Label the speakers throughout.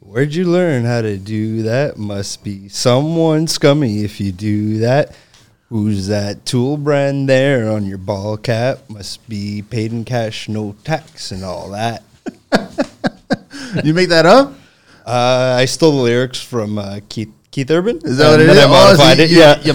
Speaker 1: Where'd you learn how to do that? Must be someone scummy if you do that. Who's that tool brand there on your ball cap? Must be paid in cash, no tax, and all that.
Speaker 2: You make that up?
Speaker 1: Uh, I stole the lyrics from uh, Keith Keith Urban.
Speaker 2: Is that what it is?
Speaker 1: I
Speaker 2: oh,
Speaker 1: modified
Speaker 2: so
Speaker 1: it.
Speaker 2: You,
Speaker 1: yeah.
Speaker 2: you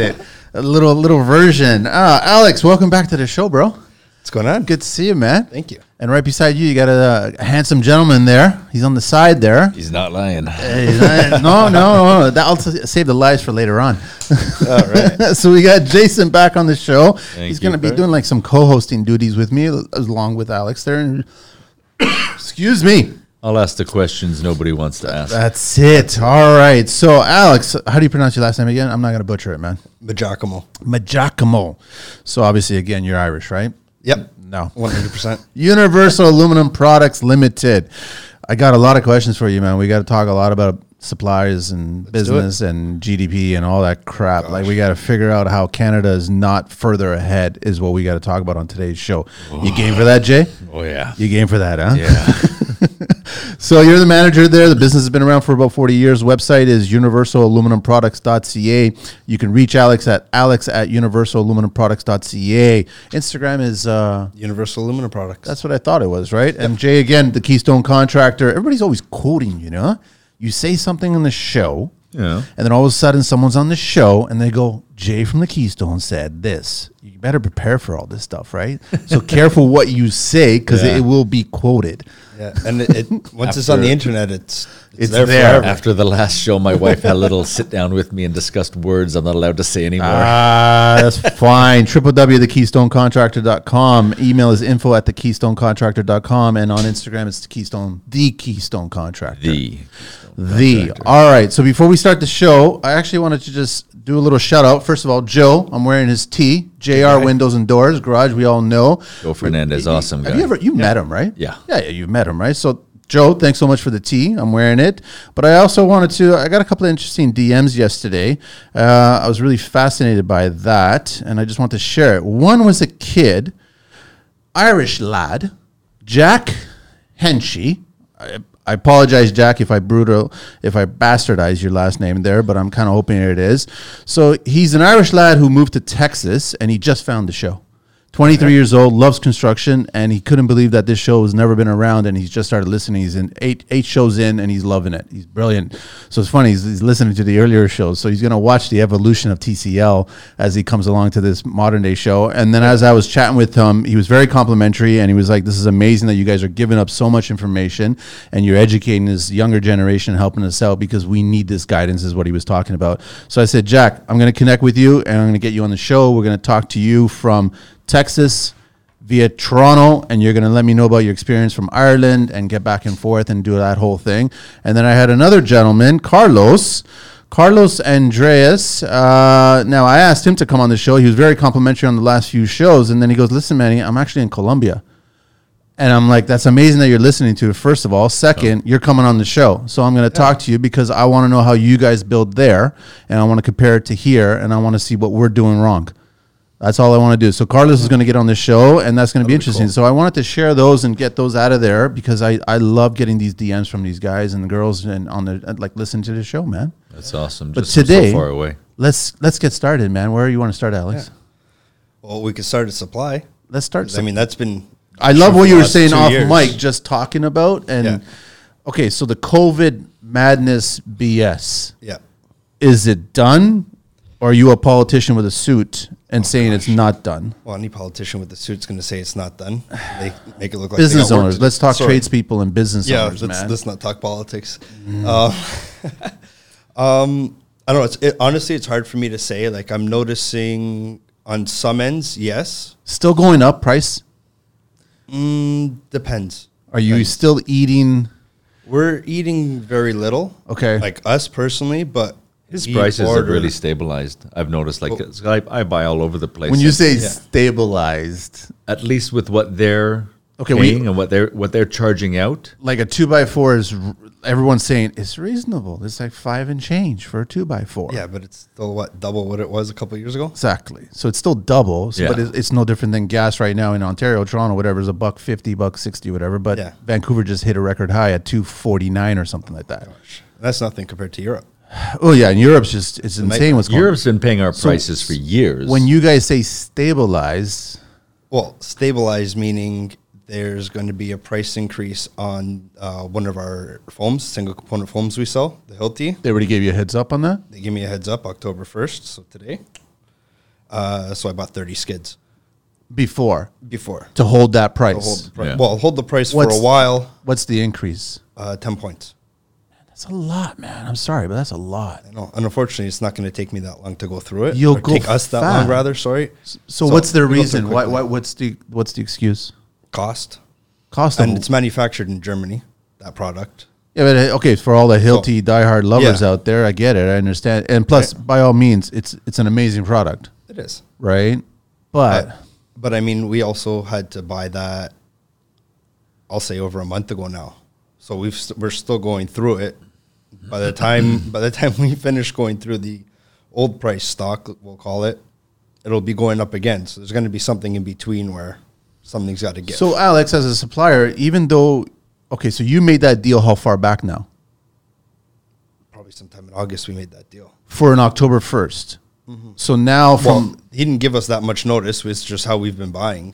Speaker 2: it. A little little version. Uh, Alex, welcome back to the show, bro.
Speaker 1: What's going on?
Speaker 2: Good to see you, man.
Speaker 1: Thank you.
Speaker 2: And right beside you, you got a, uh handsome gentleman there. He's on the side there.
Speaker 3: He's not lying.
Speaker 2: Hey, that- no, no, no. That'll s- save the lives for later on.
Speaker 1: All right.
Speaker 2: so we got Jason back on the show. He's
Speaker 3: you,
Speaker 2: going to be
Speaker 3: bro.
Speaker 2: doing like some co-hosting duties with me, al- along with Alex there. And excuse me.
Speaker 3: I'll ask the questions nobody wants to ask.
Speaker 2: That's it. All right. So Alex, how do you pronounce your last name again? I'm not going to butcher it, man.
Speaker 1: But Giacomo.
Speaker 2: Majacomo. So obviously, again, you're Irish, right?
Speaker 1: Yep.
Speaker 2: No.
Speaker 1: 100%.
Speaker 2: Universal Aluminum Products Limited. I got a lot of questions for you, man. We got to talk a lot about suppliers and business and GDP and all that crap. Like, we got to figure out how Canada is not further ahead, is what we got to talk about on today's show. You game for that, Jay?
Speaker 3: Oh yeah.
Speaker 2: You game for that, huh?
Speaker 3: Yeah.
Speaker 2: So you're the manager there. The business has been around for about 40 years. Website is universalaluminumproducts.ca. You can reach Alex at alex at universalaluminumproducts.ca. Instagram is, uh,
Speaker 1: Universal Aluminum Products.
Speaker 2: that's what I thought it was, right? And Jay, again, the Keystone Contractor. Everybody's always quoting, you know? You say something on the show,
Speaker 3: Yeah.
Speaker 2: and then all of a sudden someone's on the show and they go, Jay from the Keystone said this. You better prepare for all this stuff, right? So careful what you say because
Speaker 3: Yeah.
Speaker 2: it will be quoted.
Speaker 1: yeah. And it, it, once it's on the
Speaker 3: After-
Speaker 1: internet, it's, it's,
Speaker 2: It's
Speaker 1: there,
Speaker 2: there.
Speaker 1: forever.
Speaker 3: After the last show, my wife had a little sit down with me and discussed words I'm not allowed to say anymore.
Speaker 2: Ah, that's fine. www.thekeystonecontractor.com. Email is info at thekeystonecontractor.com. And on Instagram, it's the Keystone, the Keystone Contractor.
Speaker 3: the
Speaker 2: The. All right. So before we start the show, I actually wanted to just do a little shout out. First of all, Joe, I'm wearing his tee. JR Windows and Doors Garage, we all know.
Speaker 3: Joe Fernandez, awesome
Speaker 2: Have
Speaker 3: guy.
Speaker 2: you ever, you met him, right?
Speaker 3: Yeah.
Speaker 2: Yeah, yeah, you've met him, right? So, Joe, thanks so much for the tea. I'm wearing it. But I also wanted to, I got a couple of interesting DMs yesterday. Uh, I was really fascinated by that, and I just want to share it. One was a kid, Irish lad, Jack Henchy. I, I apologize, Jack, if I brutal, if I bastardize your last name there, but I'm kind of hoping it is. So he's an Irish lad who moved to Texas, and he just found the show. 23 years old, loves construction, and he couldn't believe that this show has never been around, and he's just started listening. He's in eight eight shows in, and he's loving it. He's brilliant. So it's funny. He's, he's listening to the earlier shows, so he's going to watch the evolution of TCL as he comes along to this modern day show. And then as I was chatting with him, he was very complimentary, and he was like, "This is amazing that you guys are giving up so much information, and you're educating this younger generation, and helping us out because we need this guidance." Is what he was talking about. So I said, "Jack, I'm going to connect with you, and I'm going to get you on the show. We're going to talk to you from." Texas via Toronto, and you're going to let me know about your experience from Ireland and get back and forth and do that whole thing. And then I had another gentleman, Carlos. Carlos Andreas. Uh, now I asked him to come on the show. He was very complimentary on the last few shows, and then he goes, "Listen, Manny, I'm actually in Colombia." And I'm like, that's amazing that you're listening to it, first of all. Second, you're coming on the show. So I'm going to talk to you because I want to know how you guys build there. And I want to compare it to here. And I want to see what we're doing wrong. That's all I want to do. So Carlos is going to get on the show, and that's going to be interesting. So I wanted to share those and get those out of there because I, I love getting these DMs from these guys and the girls and on the like listen to the show, man.
Speaker 3: That's awesome.
Speaker 2: But
Speaker 3: Just I'm
Speaker 2: today,
Speaker 3: so far away.
Speaker 2: let's let's get started, man. Where you want to start, Alex?
Speaker 1: Well, we could start at supply.
Speaker 2: Let's start.
Speaker 1: 'Cause, I mean, that's been.
Speaker 2: I love
Speaker 1: true
Speaker 2: what
Speaker 1: for
Speaker 2: you
Speaker 1: the
Speaker 2: were
Speaker 1: last
Speaker 2: saying
Speaker 1: two
Speaker 2: off
Speaker 1: years.
Speaker 2: mic, just talking about and
Speaker 1: Yeah.
Speaker 2: okay, so the COVID madness BS.
Speaker 1: Yeah.
Speaker 2: Is it done? Or are you a politician with a suit
Speaker 1: Oh
Speaker 2: and saying it's not done?
Speaker 1: Well, any politician with a suit's going to say it's not done. They make it look like they
Speaker 2: Business
Speaker 1: got work
Speaker 2: owners.
Speaker 1: to-
Speaker 2: Let's talk
Speaker 1: Sorry.
Speaker 2: tradespeople and business
Speaker 1: Yeah,
Speaker 2: owners,
Speaker 1: let's,
Speaker 2: man. Mm.
Speaker 1: let's not talk politics. Uh, um, I don't know. It's, it, honestly, it's hard for me to say. Like, I'm noticing on some ends, yes,
Speaker 2: Still going up price?
Speaker 1: Mm, depends.
Speaker 2: Are you still eating?
Speaker 1: We're eating very little.
Speaker 2: Okay.
Speaker 1: Like us personally, but
Speaker 3: His
Speaker 1: we
Speaker 3: prices have
Speaker 1: order-
Speaker 3: really stabilized. I've noticed, like, 'cause I, I buy all over the place.
Speaker 2: When you
Speaker 3: And
Speaker 2: say
Speaker 1: Yeah.
Speaker 2: stabilized,
Speaker 3: at least with what they're
Speaker 2: Okay, we-
Speaker 3: paying and what they're what they're charging out,
Speaker 2: like a two by four is r- everyone's saying it's reasonable. It's like five and change for a two by four.
Speaker 1: Yeah, but it's still what double what it was a couple years ago.
Speaker 2: Exactly. So it's still double, so, but
Speaker 3: Yeah.
Speaker 2: it's, it's no different than gas right now in Ontario, Toronto, whatever is a buck fifty, buck sixty, whatever. But
Speaker 1: Yeah.
Speaker 2: Vancouver just hit a record high at two forty nine or something like that.
Speaker 1: That's nothing compared to Europe.
Speaker 2: Oh yeah, and Europe's just it's insane what's going. on.
Speaker 3: Europe's been paying our prices for years.
Speaker 2: When you guys say stabilize,
Speaker 1: Well, stabilized meaning there's going to be a price increase on uh, one of our foams, single component foams we sell, the Hilti.
Speaker 2: they already gave you a heads up on that.
Speaker 1: They gave me a heads up October 1st, so today. Uh, so I bought 30 skids
Speaker 2: before
Speaker 1: before.
Speaker 2: to hold that price.
Speaker 1: To hold the price.
Speaker 3: Yeah.
Speaker 1: Well, hold the price
Speaker 2: What's-
Speaker 1: for a while,
Speaker 2: What's the increase?
Speaker 1: uh, 10 points.
Speaker 2: That's a lot, man. I'm sorry, but that's a lot.
Speaker 1: No, and unfortunately, it's not going to take me that long to go through it.
Speaker 2: You'll
Speaker 1: or
Speaker 2: go
Speaker 1: take us that long,
Speaker 2: fast.
Speaker 1: rather. Sorry.
Speaker 2: So, what's their
Speaker 1: it'll go
Speaker 2: reason?
Speaker 1: through
Speaker 2: Why,
Speaker 1: quickly.
Speaker 2: why, what's the what's the excuse?
Speaker 1: Cost.
Speaker 2: Cost of
Speaker 1: And it's manufactured in Germany, that product.
Speaker 2: yeah, but uh, okay, for all the Hilti diehard lovers
Speaker 1: Yeah.
Speaker 2: out there, I get it, I understand. And plus, by all means, it's it's an amazing product,
Speaker 1: It is.
Speaker 2: right?
Speaker 1: Uh,
Speaker 2: But
Speaker 1: But I mean, we also had to buy that. I'll say over a month ago now, so we've st- we're still going through it. By the time by the time we finish going through the old price stock, we'll call it, it'll be going up again. So there's going to be something in between where something's got to get.
Speaker 2: so Alex, as a supplier, even though okay, so you made that deal how far back now?
Speaker 1: probably sometime in August we made that deal.
Speaker 2: For an October 1st So now from
Speaker 1: Mm-hmm. Well, he didn't give us that much notice. It's just how we've been buying.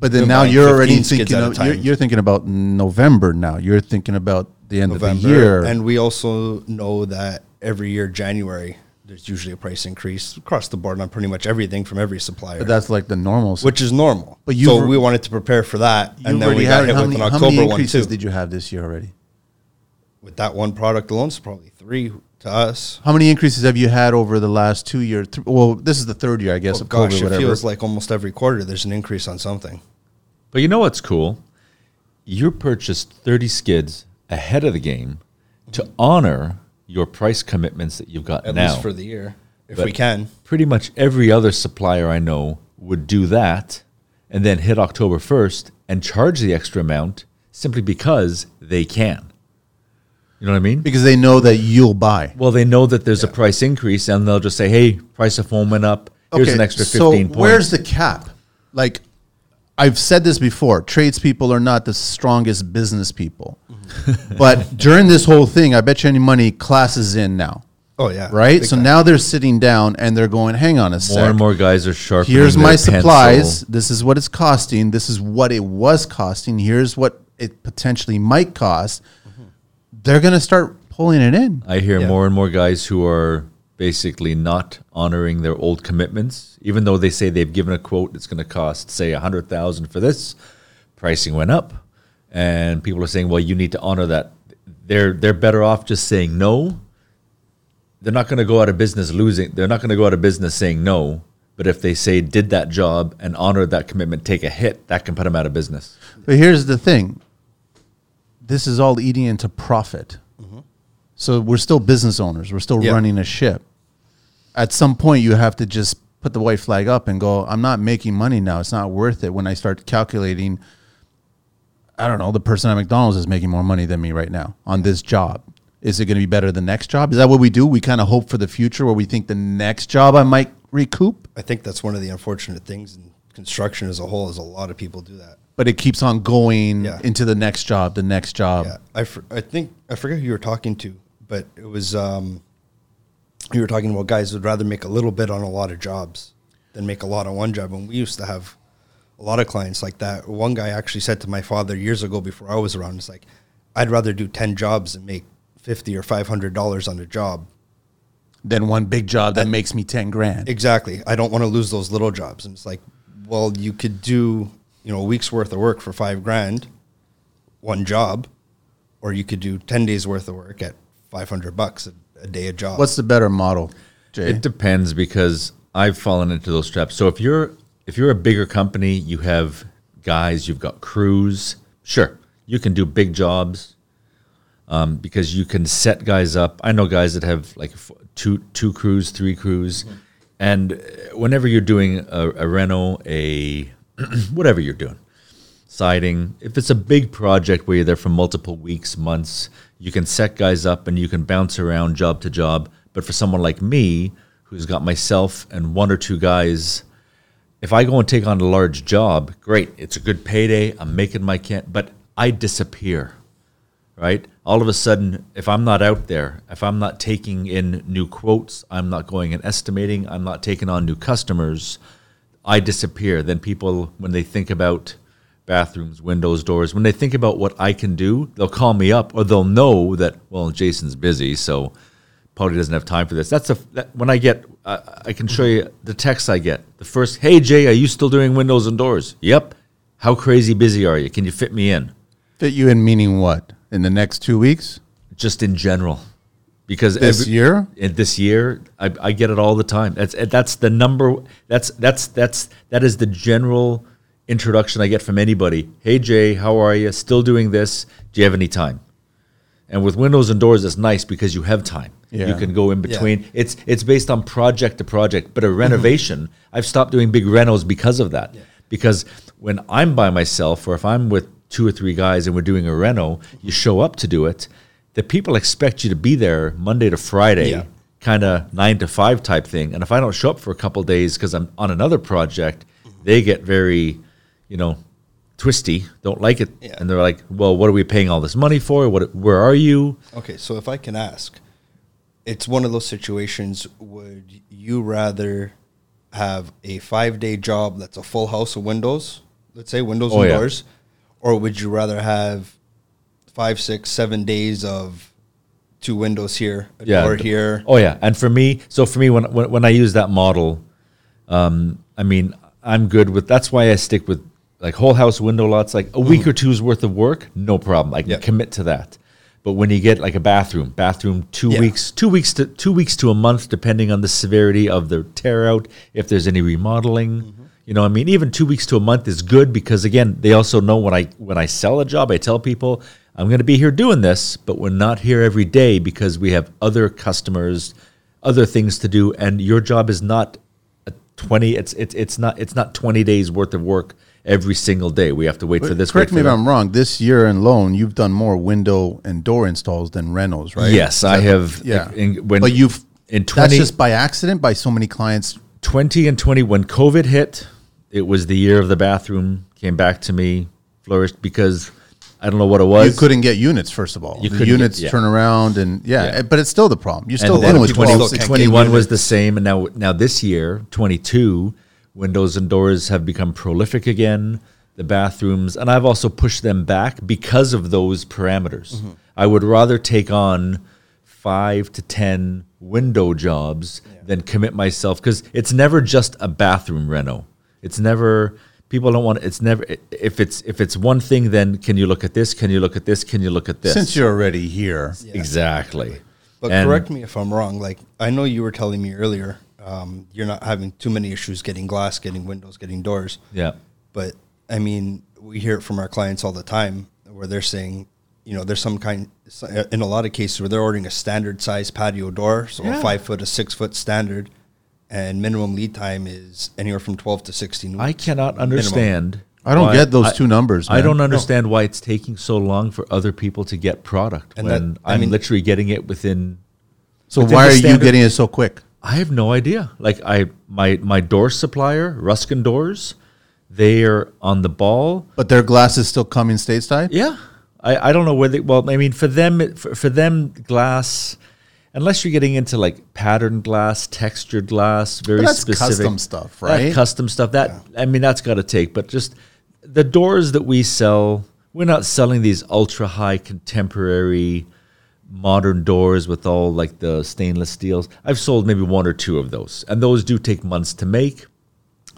Speaker 2: But then
Speaker 1: You're
Speaker 2: now
Speaker 1: buying
Speaker 2: you're already
Speaker 1: 15 skids
Speaker 2: thinking.
Speaker 1: at a
Speaker 2: Of, you're,
Speaker 1: time.
Speaker 2: you're thinking about November now. You're thinking about the end of the
Speaker 1: November.
Speaker 2: year.
Speaker 1: And we also know that every year, January, there's usually a price increase across the board on pretty much everything from every supplier,
Speaker 2: but that's like the normal.
Speaker 1: which is normal.
Speaker 2: But
Speaker 1: But
Speaker 2: you've
Speaker 1: so
Speaker 2: re-
Speaker 1: we wanted to prepare for that.
Speaker 2: You've
Speaker 1: And then we
Speaker 2: already
Speaker 1: got
Speaker 2: had-
Speaker 1: hit
Speaker 2: how
Speaker 1: with
Speaker 2: many-
Speaker 1: an
Speaker 2: how many
Speaker 1: October one,
Speaker 2: increases
Speaker 1: too.
Speaker 2: Did you have this year already?
Speaker 1: With that one product alone, it's probably three to us.
Speaker 2: How many increases have you had over the last two years? Th- well, this is the third year, I guess,
Speaker 1: Oh,
Speaker 2: of COVID.
Speaker 1: gosh, it
Speaker 2: whatever.
Speaker 1: feels like almost every quarter there's an increase on something.
Speaker 3: But you know what's cool? You purchased 30 skids ahead of the game to honor your price commitments that you've got
Speaker 1: At
Speaker 3: now.
Speaker 1: least for the year, if
Speaker 3: But
Speaker 1: we can.
Speaker 3: Pretty much every other supplier I know would do that and then hit October 1st and charge the extra amount simply because they can. You know what I mean?
Speaker 2: because they know that you'll buy.
Speaker 3: Well, they know that there's a price increase and they'll just say, hey, price of foam went up. Here's an extra 15
Speaker 2: so
Speaker 3: points.
Speaker 2: where's the cap? Like, I've said this before. Tradespeople are not the strongest business people,
Speaker 1: Mm-hmm.
Speaker 2: but during this whole thing, I bet you any money classes in now.
Speaker 1: Oh, yeah.
Speaker 2: right?
Speaker 1: Big
Speaker 2: So
Speaker 1: time.
Speaker 2: now they're sitting down and they're going, hang on a sec.
Speaker 3: more and more guys are sharpening
Speaker 2: Here's
Speaker 3: their
Speaker 2: my
Speaker 3: pencil.
Speaker 2: supplies. This is what it's costing. This is what it was costing. Here's what it potentially might cost. They're going to start pulling it in.
Speaker 3: I hear
Speaker 1: Yeah.
Speaker 3: more and more guys who are basically not honoring their old commitments, even though they say they've given a quote. It's going to cost, say, a hundred thousand for this. Pricing went up, and people are saying, "Well, you need to honor that." They're they're better off just saying no. They're not going to go out of business losing. They're not going to go out of business saying no. But if they say did that job and honored that commitment, take a hit, that can put them out of business.
Speaker 2: But here's the thing this is all eating into profit. So we're still business owners, we're still
Speaker 1: Mm-hmm. Yeah.
Speaker 2: running a ship. At some point, you have to just put the white flag up and go, I'm not making money now. It's not worth it when I start calculating. I don't know, the person at McDonald's is making more money than me right now on this job. Is it going to be better the next job? Is that what we do? We kind of hope for the future where we think the next job I might recoup,
Speaker 1: I think that's one of the unfortunate things in construction as a whole is a lot of people do that.
Speaker 2: but it keeps on going
Speaker 1: Yeah.
Speaker 2: into the next job, the next job.
Speaker 1: Yeah, I, for, I think I forget who you were talking to, but it was um, you were talking about guys would rather make a little bit on a lot of jobs than make a lot on one job. And we used to have a lot of clients like that. One guy actually said to my father years ago before I was around, "It's like I'd rather do ten jobs and make fifty or five hundred dollars on a job."
Speaker 2: than one big job
Speaker 3: Uh,
Speaker 2: that makes me 10 grand.
Speaker 1: Exactly. I don't want to lose those little jobs. And it's like, well, you could do, you know, a week's worth of work for five grand, one job, or you could do 10 days worth of work at 500 bucks a, a day a job.
Speaker 2: What's the better model, Jay?
Speaker 3: It depends because I've fallen into those traps. So if you're if you're a bigger company, you have guys, you've got crews. Sure, you can do big jobs um, because you can set guys up. I know guys that have like f- two two crews, three crews, and uh, whenever you're doing a, a reno, a whatever you're doing, siding. If it's a big project where you're there for multiple weeks, months, you can set guys up and you can bounce around job to job. But for someone like me, who's got myself and one or two guys, if I go and take on a large job, great, it's a good payday. I'm making my can, but I disappear, right? All of a sudden, if I'm not out there, if I'm not taking in new quotes, I'm not going and estimating, I'm not taking on new customers, I disappear. Then people, when they think about bathrooms, windows, doors, when they think about what I can do, they'll call me up or they'll know that, well, Jason's busy, so probably doesn't have time for this. That's a that, when I get uh, I can show you the text I get. The first, hey Jay, are you still doing windows and doors? Yep. How crazy busy are you? Can you fit me in?
Speaker 2: Fit you in meaning what? In the next two weeks?
Speaker 3: Just in general, because
Speaker 2: This
Speaker 3: every-
Speaker 2: year?
Speaker 3: in this year I, I get it all the time. That's that's the number. That's that's that's that is the general introduction I get from anybody. Hey Jay, how are you? Still doing this? Do you have any time? And with windows and doors, it's nice because you have time. You
Speaker 2: Yeah.
Speaker 3: can go in between. It's it's based on project to project.
Speaker 1: Mm-hmm.
Speaker 3: But a renovation, I've stopped doing big renos because of that. Because when I'm by myself, or if I'm with two or three guys and we're doing a reno, you show up to do it. The people expect you to be there Monday to Friday,
Speaker 1: Yeah.
Speaker 3: kind of nine to five type thing. And if I don't show up for a couple days because I'm on another project,
Speaker 1: Mm-hmm.
Speaker 3: they get very, you know, twisty. Don't like it,
Speaker 1: Yeah.
Speaker 3: and they're like, "Well, what are we paying all this money for? What? Where are you?"
Speaker 1: Okay, so if I can ask, it's one of those situations. Would you rather have a five day job that's a full house of windows, let's say windows
Speaker 3: Oh,
Speaker 1: and
Speaker 3: yeah.
Speaker 1: doors, or would you rather have five, six, seven days of two windows here, a door
Speaker 3: d-
Speaker 1: here?
Speaker 3: Oh yeah, and for me, so for me, when when, when I use that model, um, I mean, I'm good with. That's why I stick with like whole house window lots, like a week or two's worth of work, no problem. I can
Speaker 1: Mm-hmm. Yeah.
Speaker 3: commit to that. But when you get like a bathroom, bathroom two
Speaker 1: Yeah.
Speaker 3: weeks, two weeks to two weeks to a month, depending on the severity of the tear out, if there's any remodeling.
Speaker 2: Mm-hmm.
Speaker 3: You know, what I mean, even two weeks to a month is good because again, they also know when I when I sell a job, I tell people I'm going to be here doing this, but we're not here every day because we have other customers, other things to do, and your job is not a 20 it's it's it's not it's not 20 days worth of work every single day we have to wait for this
Speaker 2: Correct
Speaker 3: wait
Speaker 2: me
Speaker 3: for
Speaker 2: if
Speaker 3: that.
Speaker 2: I'm wrong. This year alone, you've done more window and door installs than rentals, right?
Speaker 3: yes i have
Speaker 2: Yeah.
Speaker 3: in, when
Speaker 2: but you've
Speaker 3: in
Speaker 2: that's
Speaker 3: 20
Speaker 2: just by accident by so many clients.
Speaker 3: 20 and 20 when covid hit it was the year of the bathroom came back to me flourished because i don't know what it
Speaker 2: You
Speaker 3: was
Speaker 2: couldn't get units first of all.
Speaker 3: You
Speaker 2: the
Speaker 3: couldn't get-
Speaker 2: units
Speaker 3: yeah.
Speaker 2: turn around and yeah,
Speaker 3: Yeah.
Speaker 2: but it's still the problem. You're still
Speaker 3: and
Speaker 2: dealing
Speaker 3: then
Speaker 2: with
Speaker 3: 20
Speaker 2: 12, 16
Speaker 3: 21
Speaker 2: units.
Speaker 3: was the same and now now this year 22 windows and doors have become prolific again the bathrooms and i've also pushed them back because of those parameters i would rather take on 5 to 10 window jobs than commit myself cuz it's never just a bathroom reno it's never people don't want it's never if it's if it's one thing then can you look at this can you look at this can you look at this
Speaker 2: since you're already here.
Speaker 3: exactly
Speaker 1: But
Speaker 3: And-
Speaker 1: correct me if I'm wrong. Like I know you were telling me earlier, um, you're not having too many issues getting glass, getting windows, getting doors.
Speaker 3: yeah
Speaker 1: but I mean, we hear it from our clients all the time where they're saying, you know, there's some kind uh, in a lot of cases where they're ordering a standard size patio door, so
Speaker 3: Yeah.
Speaker 1: a five foot, a six foot standard, and minimum lead time is anywhere from twelve to sixteen.
Speaker 3: I
Speaker 1: weeks.
Speaker 3: cannot understand.
Speaker 2: I don't
Speaker 3: why-
Speaker 2: get those
Speaker 3: I-
Speaker 2: two numbers.
Speaker 3: I
Speaker 2: man.
Speaker 3: don't understand why it's taking so long for other people to get product
Speaker 1: And that-
Speaker 3: when
Speaker 1: I
Speaker 3: I'm
Speaker 1: mean-
Speaker 3: literally getting it within.
Speaker 2: So
Speaker 3: within
Speaker 2: why
Speaker 3: the
Speaker 2: are you
Speaker 3: standard-
Speaker 2: getting it so quick?
Speaker 3: I have no idea. Like I, my my door supplier, Ruskin Doors, they are on the ball.
Speaker 2: But their glass is still coming stateside.
Speaker 3: Yeah, I, I don't know whether. Well, I mean, for them, it- for, for them, glass. Unless you're getting into like patterned glass, textured glass, very
Speaker 2: that's
Speaker 3: specific
Speaker 2: custom stuff,
Speaker 3: That
Speaker 2: right?
Speaker 3: custom stuff. That I mean, that's got to take. But just the doors that we sell, we're not selling these ultra high contemporary modern doors with all like the stainless steels. I've sold maybe one or two of those, and those do take months to make.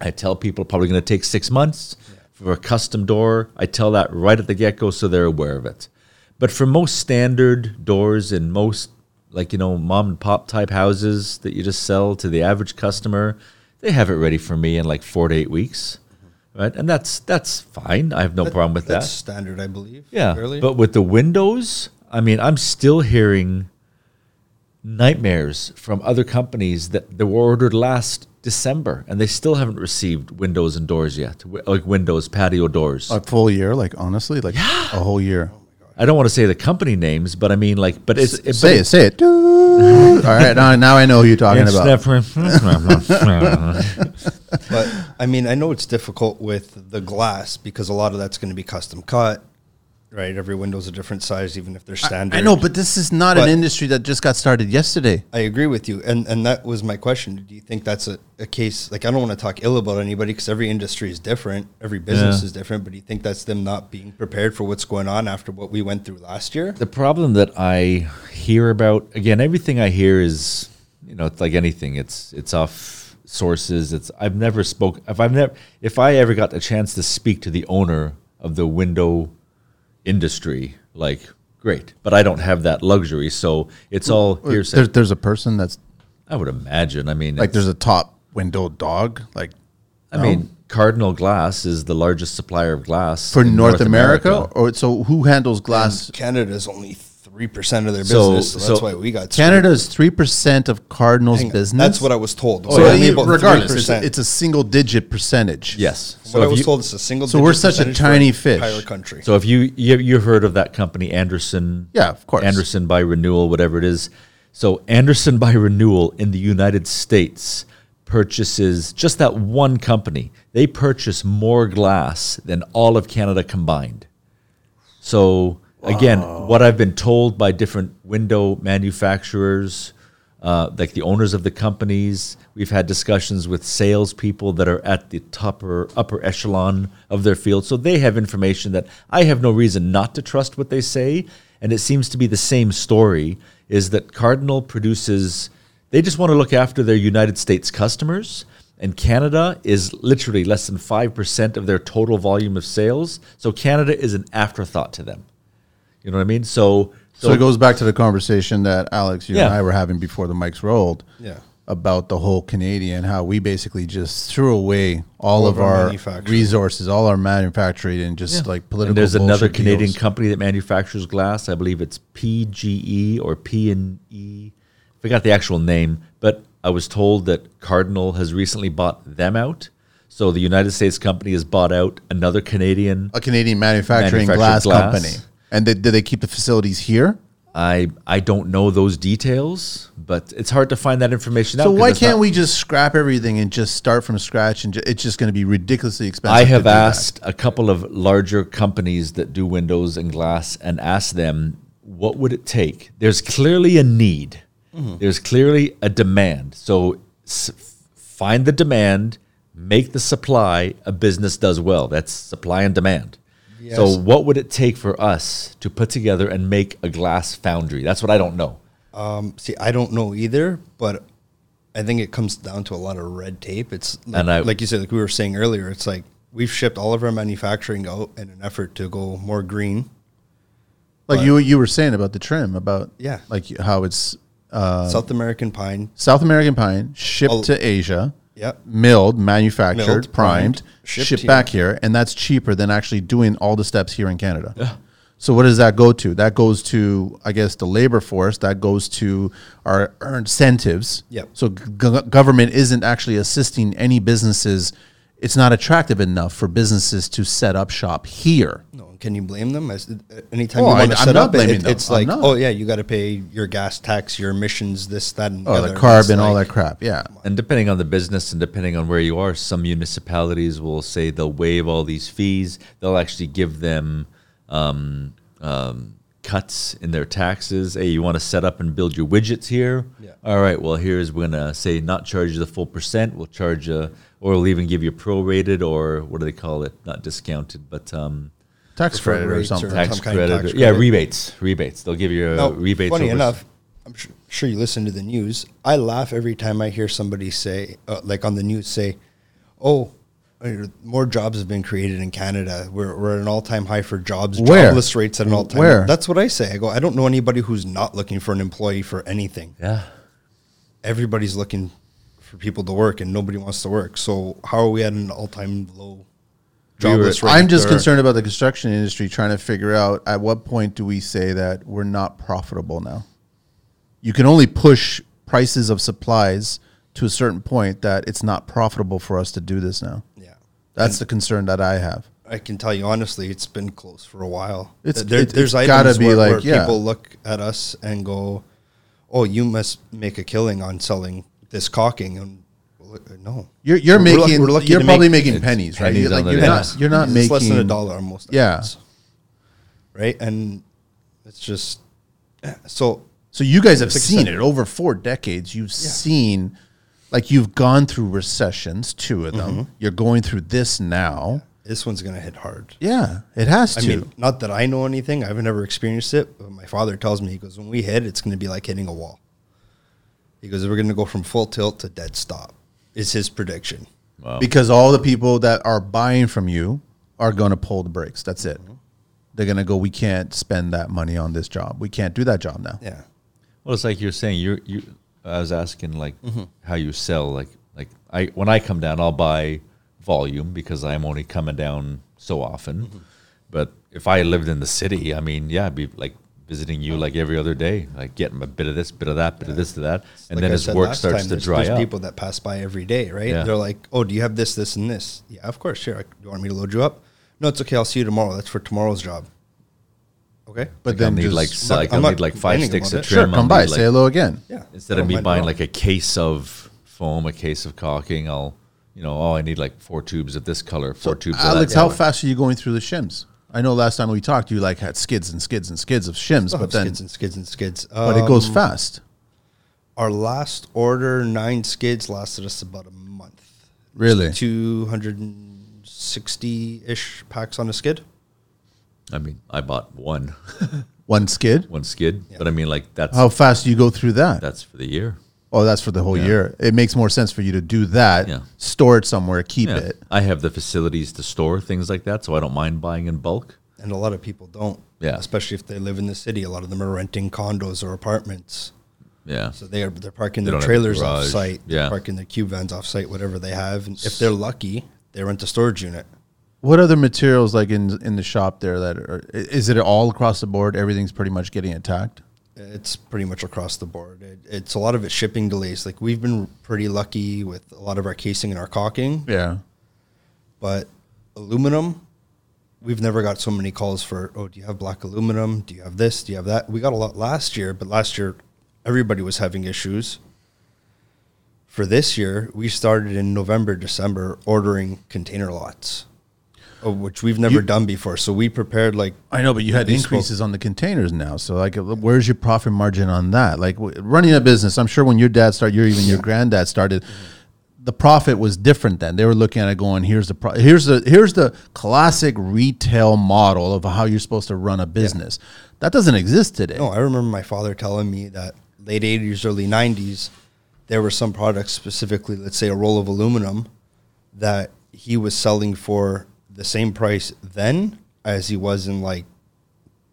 Speaker 3: I tell people probably going to take six months for a custom door. I tell that right at the get go, so they're aware of it. But for most standard doors and most like you know mom and pop type houses that you just sell to the average customer, they have it ready for me in like four to eight weeks, right? And that's that's fine. I have no problem with
Speaker 1: That's
Speaker 3: that.
Speaker 1: standard, I believe.
Speaker 3: Yeah,
Speaker 1: fairly.
Speaker 3: but with the windows, I mean, I'm still hearing nightmares from other companies that they were ordered last December and they still haven't received windows and doors yet, wi- like windows, patio doors.
Speaker 2: A full year, like honestly, like a whole year.
Speaker 3: I don't want to say the company names, but I mean like, but it's it, but
Speaker 2: Say it, say it. All right, now, now I know who you're talking
Speaker 3: it's
Speaker 2: about.
Speaker 3: different.
Speaker 1: But I mean, I know it's difficult with the glass because a lot of that's going to be custom cut, right? Every window's a different size, even if they're standard.
Speaker 2: I know, but this is not an
Speaker 1: But-
Speaker 2: industry that just got started yesterday.
Speaker 1: I agree with you, and and that was my question. Do you think that's a, a case? Like, I don't want to talk ill about anybody because every industry is different, every business
Speaker 3: Yeah.
Speaker 1: is different. But do you think that's them not being prepared for what's going on after what we went through last year?
Speaker 3: the problem that I hear about again, everything I hear is you know, it's like anything. It's it's off sources. It's I've never spoke if I've never if I ever got a chance to speak to the owner of the window industry, like great. But I don't have that luxury, so it's all hearsay.
Speaker 2: There, there's a person that's
Speaker 3: I would imagine. I mean,
Speaker 2: like,
Speaker 3: it's-
Speaker 2: there's a top window dog, like
Speaker 3: I mean, Cardinal Glass is the largest supplier of glass
Speaker 2: for
Speaker 3: in
Speaker 2: North, America. Or so, who handles glass?
Speaker 1: Canada's only three percent of their
Speaker 3: So-
Speaker 1: business, so, that's
Speaker 3: so
Speaker 1: why we got screwed.
Speaker 2: Canada is three percent of Cardinals
Speaker 1: Hang on,
Speaker 2: business.
Speaker 1: That's what I Oh, was told.
Speaker 2: So
Speaker 1: Only
Speaker 2: I mean,
Speaker 1: about
Speaker 2: regardless, it's,
Speaker 1: 3%.
Speaker 2: it's a single digit percentage.
Speaker 3: Yes.
Speaker 1: what I
Speaker 3: if
Speaker 1: was
Speaker 3: you-
Speaker 1: told it's a single.
Speaker 2: So we're
Speaker 1: digit
Speaker 2: such a
Speaker 1: percentage for
Speaker 2: tiny
Speaker 1: the
Speaker 2: fish.
Speaker 1: Entire country.
Speaker 3: So if you you you've heard of that company Anderson?
Speaker 2: Yeah, of course.
Speaker 3: Anderson by Renewal, whatever it is. So Anderson by Renewal in the United States purchases just that one company. They purchase more glass than all of Canada combined. So again, what I've been told by different window manufacturers, uh, like the owners of the companies, we've had discussions with salespeople that are at the topper upper echelon of their field. So they have information that I have no reason not to trust what they say. And it seems to be the same story: is that Cardinal produces. They just want to look after their United States customers. And Canada is literally less than 5% of their total volume of sales. So Canada is an afterthought to them. You know what I mean? So,
Speaker 2: So, it goes back to the conversation that Alex, you and
Speaker 3: Yeah.
Speaker 2: I were having before the mics rolled.
Speaker 1: Yeah.
Speaker 2: About the whole Canadian, how we basically just threw away all, of
Speaker 1: of our
Speaker 2: our,
Speaker 1: manufacturing.
Speaker 2: resources, all our manufacturing, and just like political.
Speaker 3: and there's another
Speaker 2: bullshit
Speaker 3: Canadian
Speaker 2: deals.
Speaker 3: company that manufactures glass. I believe it's PGE or P and E. Forgot the actual name, but I was told that Cardinal has recently bought them out. So the United States company has bought out another Canadian.
Speaker 2: a Canadian manufacturing
Speaker 3: Manufactured
Speaker 2: glass,
Speaker 3: glass.
Speaker 2: company, and they, do they keep the facilities here?
Speaker 3: I I don't know those details, but it's hard to find that information out.
Speaker 2: So
Speaker 3: 'cause
Speaker 2: why
Speaker 3: it's
Speaker 2: can't
Speaker 3: not-
Speaker 2: we just scrap everything and just start from scratch? And ju- it's just going to be ridiculously expensive.
Speaker 3: I
Speaker 2: to
Speaker 3: have
Speaker 2: do that.
Speaker 3: asked a couple of larger companies that do windows and glass and asked them what would it take. There's clearly a need.
Speaker 2: Mm-hmm.
Speaker 3: There's clearly a demand. So s- find the demand, make the supply. A business does well. That's supply and demand. So what would it take for us to put together and make a glass foundry? That's what I don't know.
Speaker 1: Um, see, I don't know either, but I think it comes down to a lot of red tape. It's like,
Speaker 3: And I-
Speaker 1: like you said, like we were saying earlier, it's like we've shipped all of our manufacturing out in an effort to go more green.
Speaker 2: like you you were saying about the trim, about
Speaker 1: Yeah.
Speaker 2: like how it's Uh,
Speaker 1: South American pine,
Speaker 2: South American pine shipped
Speaker 1: Oh.
Speaker 2: to Asia,
Speaker 1: Yep.
Speaker 2: milled, manufactured,
Speaker 1: Milled,
Speaker 2: primed,
Speaker 1: primed,
Speaker 2: shipped,
Speaker 1: shipped
Speaker 2: back here, and that's cheaper than actually doing all the steps here in Canada. So what does that go to? That goes to, I guess, the labor force. That goes to our, our incentives.
Speaker 1: Yep.
Speaker 2: So g- g- government isn't actually assisting any businesses. It's not attractive enough for businesses to set up shop here.
Speaker 1: No, and can you blame them? As, anytime
Speaker 2: Oh,
Speaker 1: you
Speaker 2: I-
Speaker 1: want to
Speaker 2: I'm
Speaker 1: set
Speaker 2: not
Speaker 1: up, it-
Speaker 2: blaming
Speaker 1: it-
Speaker 2: them.
Speaker 1: it's
Speaker 2: I'm
Speaker 1: like,
Speaker 2: not.
Speaker 1: oh yeah, you got to pay your gas tax, your emissions, this, that, and
Speaker 2: Oh,
Speaker 1: other.
Speaker 2: the
Speaker 1: And
Speaker 2: carbon,
Speaker 1: it's
Speaker 2: all
Speaker 1: like,
Speaker 2: that crap. Yeah.
Speaker 3: And depending on the business and depending on where you are, some municipalities will say they'll waive all these fees. They'll actually give them um, um, cuts in their taxes. Hey, you want to set up and build your widgets here?
Speaker 1: Yeah.
Speaker 3: All right. Well, here's we're gonna say not charge you the full percent. We'll charge a, or we'll even give you prorated or what do they call it? Not discounted, but um,
Speaker 2: Tax credit or
Speaker 1: rates or
Speaker 2: something.
Speaker 1: tax-
Speaker 3: tax,
Speaker 1: kind of
Speaker 3: credit,
Speaker 1: tax
Speaker 3: Yeah,
Speaker 1: credit.
Speaker 3: rebates. Rebates. They'll give you a
Speaker 2: uh,
Speaker 1: Now,
Speaker 3: rebates.
Speaker 1: funny
Speaker 3: over-
Speaker 1: enough, I'm su- sure you listen to the news. I laugh every time I hear somebody say, uh, like on the news, say, "Oh, uh, more jobs have been created in Canada. We're, we're at an all-time high for jobs.
Speaker 2: Where?
Speaker 1: Jobless rates at an all-time.
Speaker 2: Where?
Speaker 1: That's what I say. I go. I don't know anybody who's not looking for an employee for anything.
Speaker 3: Yeah.
Speaker 1: Everybody's looking for people to work, and nobody wants to work. So how are we at an all-time low
Speaker 3: We were-
Speaker 1: jobless rate?
Speaker 2: I'm just
Speaker 1: Or-
Speaker 2: concerned about the construction industry trying to figure out at what point do we say that we're not profitable now. you can only push prices of supplies to a certain point that it's not profitable for us to do this now.
Speaker 1: Yeah.
Speaker 2: That's the concern that I have.
Speaker 1: I can tell you honestly, it's been close for a while.
Speaker 2: It's-
Speaker 1: There-
Speaker 2: it-
Speaker 1: there's
Speaker 2: it's
Speaker 1: items
Speaker 2: gotta be
Speaker 1: where, where
Speaker 2: like, yeah.
Speaker 1: people look at us and go, "Oh, you must make a killing on selling this caulking." And well, no,
Speaker 2: You're, you're
Speaker 1: We're luck-
Speaker 2: making
Speaker 1: we're lucky
Speaker 2: you're
Speaker 1: to
Speaker 2: probably
Speaker 1: make-
Speaker 2: making
Speaker 3: It's
Speaker 2: pennies, right?
Speaker 3: pennies
Speaker 2: You're,
Speaker 3: on
Speaker 2: like,
Speaker 3: the
Speaker 2: you're
Speaker 3: pennies.
Speaker 2: not you're not
Speaker 1: it's
Speaker 2: making
Speaker 1: less than a dollar on most.
Speaker 2: Yeah.
Speaker 1: items. right. And it's just so
Speaker 2: So you guys have
Speaker 1: Six
Speaker 2: seen
Speaker 1: cent-
Speaker 2: it over four decades. You've seen, like, you've gone through recessions, two of them.
Speaker 1: Mm-hmm.
Speaker 2: You're going through this now.
Speaker 1: this one's gonna hit hard.
Speaker 2: Yeah, it has
Speaker 1: I
Speaker 2: to.
Speaker 1: mean, not that I know anything. I've never experienced it, but my father tells me he goes, "When we hit, it's going to be like hitting a wall." He goes, "We're going to go from full tilt to dead stop." Is his prediction?
Speaker 2: because all the people that are buying from you are going to pull the brakes. That's it. They're going to go. We can't spend that money on this job. We can't do that job now.
Speaker 1: Yeah,
Speaker 3: Well, it's like you're saying you you. I was asking like
Speaker 1: Mm-hmm.
Speaker 3: how you sell like like I when I come down, I'll buy volume because I'm only coming down so often.
Speaker 1: Mm-hmm.
Speaker 3: But if I lived in the city, I mean, yeah, I'd be like visiting you like every other day, like getting a bit of this, bit of that, bit of this, to that, and
Speaker 1: Like
Speaker 3: then
Speaker 1: I
Speaker 3: his
Speaker 1: said
Speaker 3: work
Speaker 1: last
Speaker 3: starts
Speaker 1: time,
Speaker 3: to
Speaker 1: there's-
Speaker 3: dry
Speaker 1: there's
Speaker 3: up.
Speaker 1: People that pass by every day, right?
Speaker 3: Yeah.
Speaker 1: They're like, "Oh, do you have this, this, and this?" Yeah, of course. Sure. Like, do you want me to load you up? No, it's okay. I'll see you tomorrow. That's for tomorrow's job. Okay.
Speaker 2: But
Speaker 3: Like,
Speaker 2: then
Speaker 3: I'll need
Speaker 2: just
Speaker 3: like
Speaker 2: look-
Speaker 3: s- like,
Speaker 1: I'm
Speaker 3: I'll
Speaker 1: not
Speaker 3: need like five
Speaker 1: complaining
Speaker 3: sticks
Speaker 1: about
Speaker 3: of
Speaker 1: it.
Speaker 3: trim.
Speaker 1: Sure,
Speaker 2: Sure,
Speaker 3: I'll
Speaker 2: come
Speaker 3: need,
Speaker 2: by,
Speaker 3: like-
Speaker 2: say hello again.
Speaker 1: Yeah.
Speaker 3: Instead
Speaker 1: I
Speaker 3: of
Speaker 1: don't
Speaker 3: me
Speaker 1: mind
Speaker 3: buying
Speaker 1: at all.
Speaker 3: like a case of foam, a case of caulking, I'll you know, oh, I need like four tubes of this color, four tubes.
Speaker 2: Alex,
Speaker 3: of that
Speaker 2: how
Speaker 3: color.
Speaker 2: fast are you going through the shims? I know last time we talked, you like had skids and skids and skids of shims,
Speaker 1: Still
Speaker 2: but
Speaker 1: have
Speaker 2: then
Speaker 1: Oh, skids and skids and skids.
Speaker 2: but it goes
Speaker 1: Um,
Speaker 2: fast.
Speaker 1: Our last order, nine skids, lasted us about a month.
Speaker 2: Really?
Speaker 1: 260 ish packs on a skid.
Speaker 3: I mean, I bought one,
Speaker 2: One skid.
Speaker 3: one skid, but I mean, like that's
Speaker 2: How fast do you go through that?
Speaker 3: that's for the year.
Speaker 2: Oh, that's for the whole year. It makes more sense for you to do that.
Speaker 3: Yeah.
Speaker 2: Store it somewhere, keep
Speaker 3: Yeah.
Speaker 2: it.
Speaker 3: I have the facilities to store things like that, so I don't mind buying in bulk.
Speaker 1: And a lot of people don't.
Speaker 3: Yeah.
Speaker 1: Especially if they live in the city. A lot of them are renting condos or apartments.
Speaker 3: Yeah,
Speaker 1: So they are they're parking
Speaker 3: They
Speaker 1: their
Speaker 3: don't have a
Speaker 1: trailers off
Speaker 3: garage.
Speaker 1: site.
Speaker 3: Yeah.
Speaker 1: Parking their cube vans off site, whatever they have. And if they're lucky, they rent a storage unit.
Speaker 2: What other materials like in in the shop there that are i- is it all across the board? Everything's pretty much getting attacked.
Speaker 1: It's pretty much across the board. It, it's a lot of it shipping delays. Like we've been pretty lucky with a lot of our casing and our caulking.
Speaker 2: Yeah.
Speaker 1: but aluminum we've never got so many calls for oh do you have black aluminum do you have this do you have that we got a lot last year but last year everybody was having issues for this year we started in november december ordering container lots uh, which we've never done before so we prepared like
Speaker 2: I know, but you had
Speaker 1: Bespoke.
Speaker 2: increases on the containers now. So, like, where's your profit margin on that? Like, w- running a business, I'm sure when your dad started, your even your granddad started, the profit was different then. They were looking at it, going, "Here's the pro- here's the here's the classic retail model of how you're supposed to run a business." That doesn't exist today.
Speaker 1: no i remember my father telling me that late 80s early 90s there were some products specifically let's say a roll of aluminum that he was selling for the same price then as he was in like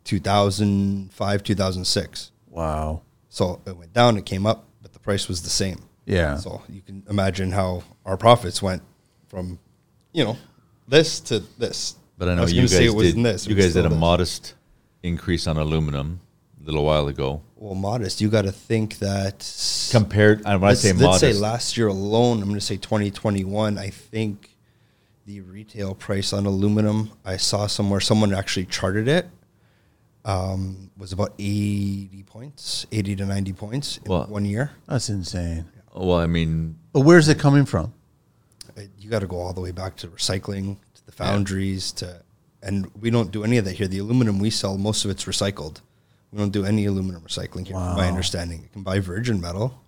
Speaker 1: 2005 2006
Speaker 2: Wow.
Speaker 1: so it went down it came up but the price was the same
Speaker 2: Yeah.
Speaker 1: so you can imagine how our profits went from you know this to this
Speaker 3: but I know
Speaker 1: was
Speaker 3: you
Speaker 1: gonna
Speaker 3: guys
Speaker 1: say it was
Speaker 3: did.
Speaker 1: in this it
Speaker 3: you
Speaker 1: was
Speaker 3: guys did
Speaker 1: still
Speaker 3: a
Speaker 1: this.
Speaker 3: modest increase on aluminum a little while ago.
Speaker 1: well modest you got to think that
Speaker 3: Compared, and when I
Speaker 1: let's,
Speaker 3: say
Speaker 1: let's
Speaker 3: modest,
Speaker 1: say last year alone, I'm going to say 2021. I think the retail price on aluminum, I saw somewhere someone actually charted it, um, was about 80 points, 80 to 90 points in
Speaker 3: Wow.
Speaker 1: one year.
Speaker 2: That's insane.
Speaker 3: well, I mean,
Speaker 2: But where's it coming from?
Speaker 1: Uh, You got to go all the way back to recycling, to the foundries, to and we don't do any of that here. The aluminum we sell, most of it's recycled. We don't do any aluminum recycling here, from my understanding. You can buy virgin metal.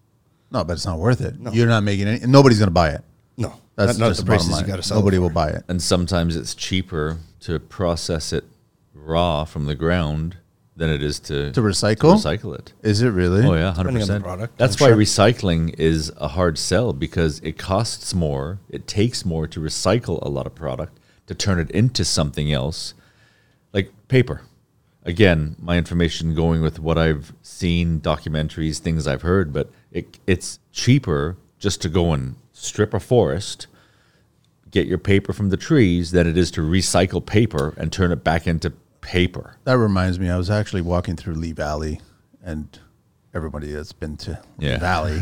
Speaker 2: No, but it's not worth it. You're not making any. Nobody's going to buy it.
Speaker 1: No,
Speaker 2: That's
Speaker 1: not, not
Speaker 2: just
Speaker 1: the
Speaker 2: the bottom
Speaker 1: prices you
Speaker 2: line.
Speaker 1: got to sell.
Speaker 2: Nobody
Speaker 1: for.
Speaker 2: will buy it.
Speaker 3: and sometimes it's cheaper to process it raw from the ground than it is to
Speaker 2: To recycle?
Speaker 3: recycle it.
Speaker 2: Is it really?
Speaker 3: Oh yeah, hundred
Speaker 1: Depending on the
Speaker 3: percent.
Speaker 1: product,
Speaker 3: That's
Speaker 1: I'm
Speaker 3: why
Speaker 1: sure.
Speaker 3: recycling is a hard sell because it costs more. It takes more to recycle a lot of product to turn it into something else, like paper. Again, my information going with what I've seen, documentaries, things I've heard, but it, it's cheaper just to go and strip a forest, get your paper from the trees, than it is to recycle paper and turn it back into paper.
Speaker 2: That reminds me, I was actually walking through Lee Valley and everybody that's been to
Speaker 3: Yeah.
Speaker 2: the Valley.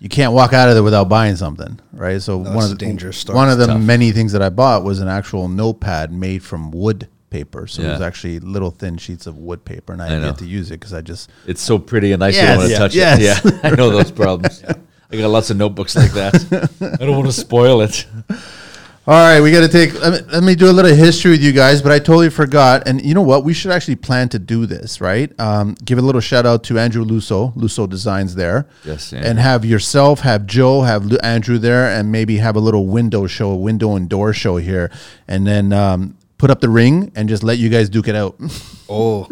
Speaker 2: You can't walk out of there without buying something, right? So one
Speaker 1: it's
Speaker 2: of the
Speaker 1: dangerous store.
Speaker 2: one of
Speaker 1: It's
Speaker 2: the many things that I bought was an actual notepad made from wood paper. So it was
Speaker 3: Yeah.
Speaker 2: actually little thin sheets of wood paper, and I,
Speaker 3: know.
Speaker 2: didn't get to use it because I just
Speaker 3: It's so pretty and nice.
Speaker 2: Yes.
Speaker 3: you don't want to
Speaker 2: Yeah.
Speaker 3: touch
Speaker 2: Yes.
Speaker 3: it. Yeah, I know those problems. I got lots of notebooks like that. I don't want to spoil it.
Speaker 2: All right, we got to take. Let me, let me do a little history with you guys, but I totally forgot. And you know what? We should actually plan to do this, right? Um, give a little shout out to Andrew Luso, Luso Designs there.
Speaker 3: Yes, Andrew.
Speaker 2: and have yourself, have Joe, have Lu- Andrew there, and maybe have a little window show, window and door show here, and then um, put up the ring and just let you guys duke it out.
Speaker 1: Oh,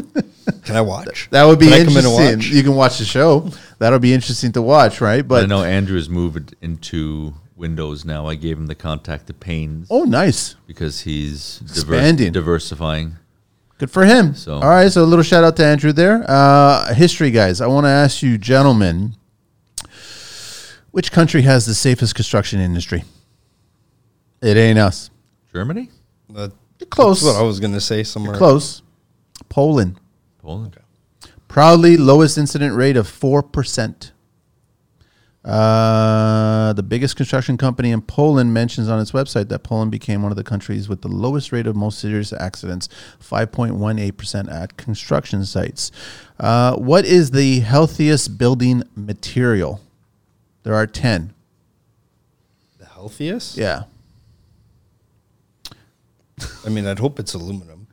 Speaker 1: can I watch?
Speaker 2: That would be
Speaker 1: Can I come in and
Speaker 2: interesting.
Speaker 1: watch?
Speaker 2: You can watch the show. That'll be interesting to watch, right?
Speaker 3: I
Speaker 2: But
Speaker 3: know Andrew's moved into Windows now. I gave him the contact to Paines
Speaker 2: oh, nice.
Speaker 3: because he's diver-
Speaker 2: Expanding.
Speaker 3: diversifying.
Speaker 2: Good for him.
Speaker 3: So-
Speaker 2: all right. So a little shout out to Andrew there. Uh, history guys, I want to ask you, gentlemen, which country has the safest construction industry? It ain't us.
Speaker 3: Germany,
Speaker 1: That-
Speaker 2: Close.
Speaker 1: That's what I was gonna say. Somewhere
Speaker 2: Close. Poland.
Speaker 3: Poland.
Speaker 2: Proudly lowest incident rate of four percent. Uh, the biggest construction company in Poland mentions on its website that Poland became one of the countries with the lowest rate of most serious accidents, 5.18% at construction sites. Uh, what is the healthiest building material? There are 10.
Speaker 1: the healthiest.
Speaker 2: Yeah.
Speaker 1: I mean, I'd hope it's aluminum.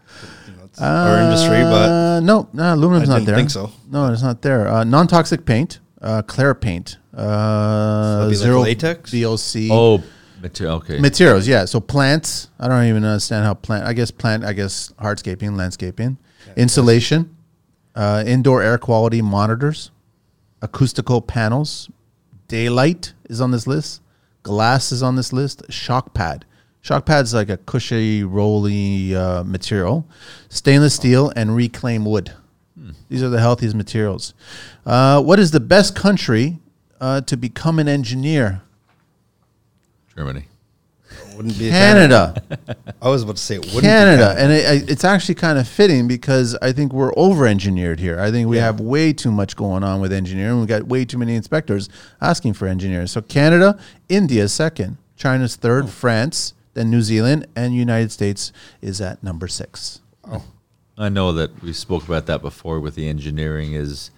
Speaker 1: You know, it's our industry, but
Speaker 2: Uh, no, no, aluminum's
Speaker 1: I
Speaker 2: not
Speaker 1: didn't
Speaker 2: there.
Speaker 1: think so.
Speaker 2: No, it's not there. Uh, non-toxic paint, uh, clear paint, uh,
Speaker 1: So it'd be like
Speaker 2: zero
Speaker 1: latex?
Speaker 2: VOC
Speaker 3: Oh, material. Okay.
Speaker 2: materials. Yeah, so plants. I don't even understand how plant. I guess plant. I guess hardscaping, landscaping, insulation, uh, indoor air quality monitors, acoustical panels, daylight is on this list. Glass is on this list. Shock pad. Shock pad's like a cushy, rolly uh, material. Stainless steel and reclaimed wood. These are the healthiest materials. Uh, what is the best country uh, to become an engineer?
Speaker 3: Germany.
Speaker 1: it wouldn't be
Speaker 2: Canada.
Speaker 1: I was about to say it wouldn't.
Speaker 2: Canada, and it, I- it's actually kind of fitting because I think we're over-engineered here. I think we have way too much going on with engineering. We got way too many inspectors asking for engineers. So Canada, India second, China's third,
Speaker 3: Hmm.
Speaker 2: France, then New Zealand, and United States is at number six.
Speaker 3: I know that we spoke about that before with the engineering is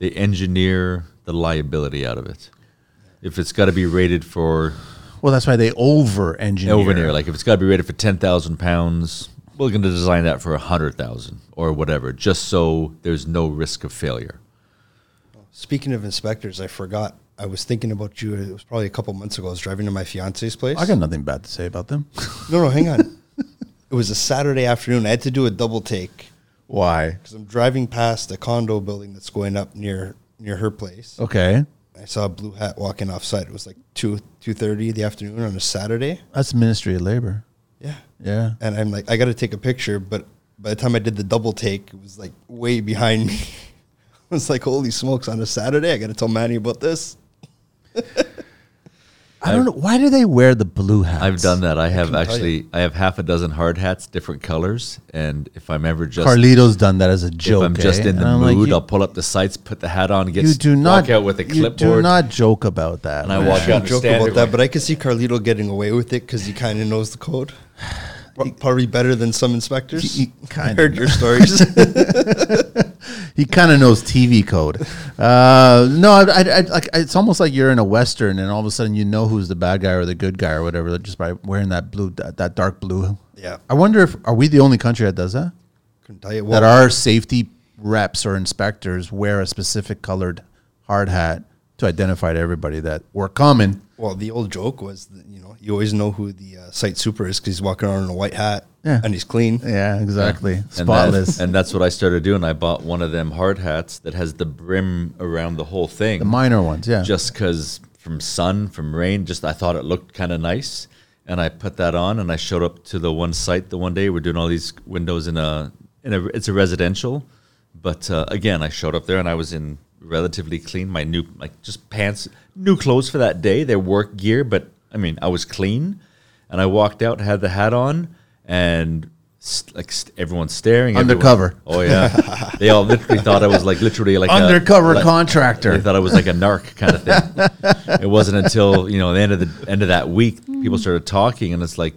Speaker 3: they engineer the liability out of it. If it's got to be rated for
Speaker 2: Well, that's why they over-engineer.
Speaker 3: over near, like if it's got to be rated for ten thousand pounds, we're going to design that for a hundred thousand or whatever, just so there's no risk of failure.
Speaker 1: Speaking of inspectors, I forgot. I was thinking about you. It was probably a couple months ago. I was driving to my fiance's place.
Speaker 2: I got nothing bad to say about them.
Speaker 1: No, no, hang on. it was a Saturday afternoon. I had to do a double take
Speaker 2: why?
Speaker 1: because I'm driving past a condo building that's going up near near her place.
Speaker 2: Okay,
Speaker 1: I saw a blue hat walking offside. It was like two two thirty in the afternoon on a Saturday.
Speaker 2: that's Ministry of Labor.
Speaker 1: Yeah,
Speaker 2: Yeah.
Speaker 1: and I'm like, I got to take a picture. But by the time I did the double take, it was like way behind me. I was like, holy smokes! On a Saturday, I got to tell Manny about this.
Speaker 2: I don't know why do they wear the blue hats.
Speaker 3: I've done that. I have
Speaker 1: tell you.
Speaker 3: actually. I have half a dozen hard hats, different colors, and if I'm ever just
Speaker 2: Carlito's done that as a
Speaker 3: if
Speaker 2: joke.
Speaker 3: I'm just
Speaker 2: eh?
Speaker 3: in the
Speaker 2: And I'm like,
Speaker 3: mood,
Speaker 2: you-
Speaker 3: I'll pull up the sights, put the hat on, get
Speaker 2: you do not
Speaker 3: walk out with a
Speaker 2: You do
Speaker 3: clipboard.
Speaker 2: not joke about that.
Speaker 3: And I
Speaker 2: man.
Speaker 3: walk
Speaker 1: I don't
Speaker 3: out.
Speaker 1: joke
Speaker 3: understand
Speaker 1: about
Speaker 3: it,
Speaker 1: that,
Speaker 3: right?
Speaker 1: but I could see Carlito getting away with it because he kind of knows the code. Pro- Probably better than some inspectors.
Speaker 2: He- he kinda
Speaker 1: I heard your stories.
Speaker 2: He kind of knows TV code. Uh, no, I, I, I, like it's almost like you're in a western, and all of a sudden you know who's the bad guy or the good guy or whatever just by wearing that blue, that, that dark blue.
Speaker 1: Yeah.
Speaker 2: I wonder if are we the only country that does that?
Speaker 1: Couldn't tell you
Speaker 2: that
Speaker 1: what.
Speaker 2: our safety reps or inspectors wear a specific colored hard hat to identify to everybody that we're coming.
Speaker 1: well, the old joke was, that, you know, you always know who the uh, site super is because he's walking around in a white hat
Speaker 2: Yeah.
Speaker 1: and he's clean.
Speaker 2: Yeah, exactly.
Speaker 3: And that-
Speaker 2: Spotless.
Speaker 3: and that's what I started doing. I bought one of them hard hats that has the brim around the whole thing.
Speaker 2: the minor ones, yeah.
Speaker 3: just because from sun, from rain, just I thought it looked kind of nice. And I put that on and I showed up to the one site the one day. We're doing all these windows in a, in a it's a residential. But uh, again, I showed up there and I was in relatively clean, my new, like just pants, new clothes for that day, their work gear. But I mean, I was clean. And I walked out, had the hat on, and st- like st- everyone's staring. everyone-
Speaker 2: Undercover.
Speaker 3: Oh yeah, they all literally thought I was like literally like a-
Speaker 2: Undercover
Speaker 3: uh, like- They
Speaker 2: contractor.
Speaker 3: thought I was like a narc kind of thing. it wasn't until you know the end of the end of that week people started talking, and it's like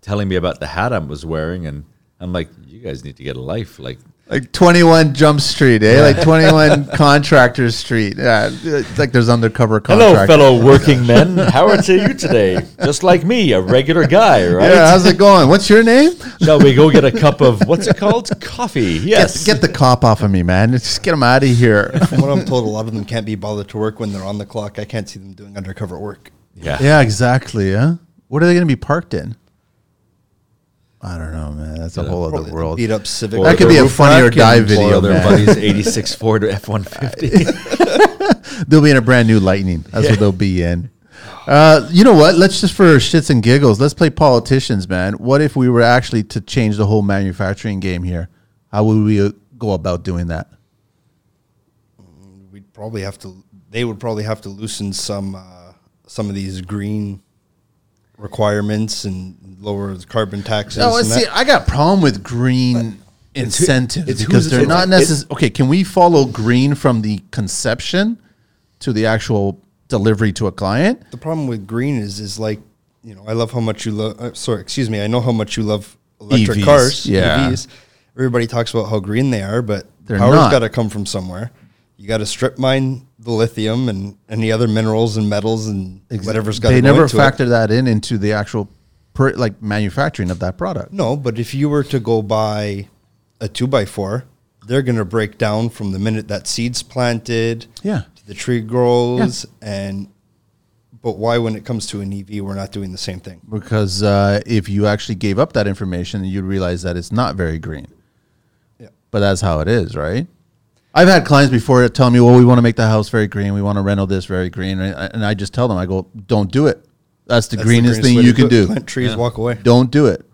Speaker 3: telling me about the hat I was wearing, and I'm like, you guys need to get a life. Like
Speaker 2: Like 21 Jump Street, eh? Like 21 Contractor Street. Yeah, it's like there's undercover contractor.
Speaker 3: fellow working men. How are you today? Just like me, a regular guy, right?
Speaker 2: Yeah, how's it going? What's your name?
Speaker 3: Shall we go get a cup of what's it called? Coffee. Yes.
Speaker 2: Get the cop off of me, man. Just get him out of here.
Speaker 1: From what I'm told, a lot of them can't be bothered to work when they're on the clock. I can't see them doing undercover work.
Speaker 3: yeah.
Speaker 2: yeah, exactly. Yeah. What are they going to be parked in? I don't know, man. That's a whole other
Speaker 1: Probably the
Speaker 2: world.
Speaker 1: beat up Civic.
Speaker 3: Or
Speaker 2: That could
Speaker 3: the
Speaker 2: be a
Speaker 3: roof
Speaker 2: funny or
Speaker 3: rack and
Speaker 2: die
Speaker 3: borrow
Speaker 2: video,
Speaker 3: Their
Speaker 2: man.
Speaker 3: buddy's '86 Ford F one fifty.
Speaker 2: They'll be in a brand new lightning. That's
Speaker 3: Yeah.
Speaker 2: what they'll be in. Uh, you know what? Let's just for shits and giggles, let's play politicians, man. What if we were actually to change the whole manufacturing game here? How would we uh, go about doing that?
Speaker 1: We'd probably have to. They would probably have to loosen some uh, some of these green requirements and lower the carbon taxes.
Speaker 2: No,
Speaker 1: and
Speaker 2: Oh, see,
Speaker 1: that.
Speaker 2: I got a problem with green
Speaker 3: It's who-
Speaker 2: incentives
Speaker 3: it's who's-
Speaker 2: because they're
Speaker 3: it's-
Speaker 2: not
Speaker 3: it's-
Speaker 2: necessary. Okay, can we follow green from the conception to the actual delivery to a client?
Speaker 1: the problem with green is is like you know I love how much you love. Uh, sorry, excuse me. I know how much you love electric
Speaker 2: EVs,
Speaker 1: cars.
Speaker 2: E yeah.
Speaker 1: EVs. Everybody talks about how green they are, but
Speaker 2: They're
Speaker 1: power's
Speaker 2: not.
Speaker 1: got to come from somewhere. You got to strip mine the lithium and any other minerals and metals and whatever's got.
Speaker 2: They
Speaker 1: to go
Speaker 2: never
Speaker 1: into it.
Speaker 2: factor that in into the actual per, like manufacturing of that product.
Speaker 1: No, but if you were to go buy a two by four, they're going to break down from the minute that seed's planted.
Speaker 2: Yeah.
Speaker 1: to the tree grows, and but why when it comes to an EV, we're not doing the same thing.
Speaker 2: because uh, if you actually gave up that information, you'd realize that it's not very green.
Speaker 1: Yeah.
Speaker 2: But that's how it is, right? I've had clients before telling me, "Well, we want to make the house very green. We want to rental this very green," and I, and I just tell them, "I go, don't do it. That's the
Speaker 1: That's the
Speaker 2: greenest thing
Speaker 1: way
Speaker 2: you
Speaker 1: to
Speaker 2: can
Speaker 1: do it.
Speaker 2: do.
Speaker 1: Plant trees, walk away.
Speaker 2: Don't do it."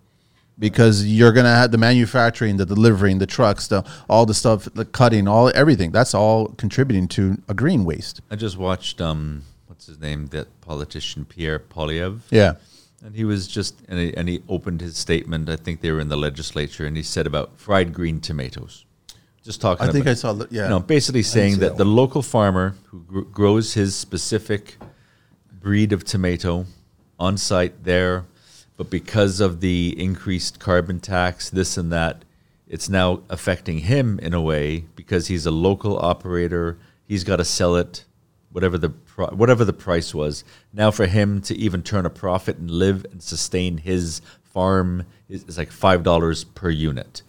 Speaker 2: Because you're gonna have the manufacturing, the delivering, the trucks, the all the stuff, the cutting, all everything. That's all contributing to a green waste.
Speaker 3: I just watched um, what's his name, that politician Pierre Polyev.
Speaker 2: Yeah,
Speaker 3: And he was just, and he, and he opened his statement. I think they were in the legislature, and he said about fried green tomatoes. Just talking.
Speaker 2: I think
Speaker 3: about,
Speaker 2: I saw. the- Yeah,
Speaker 3: You know, basically saying
Speaker 1: see
Speaker 3: that,
Speaker 1: that
Speaker 3: the local farmer who gr- grows his specific breed of tomato on site there, but because of the increased carbon tax, this and that, it's now affecting him in a way because he's a local operator. He's got to sell it, whatever the pri whatever the price was. Now for him to even turn a profit and live and sustain his farm is, is like five dollars per unit,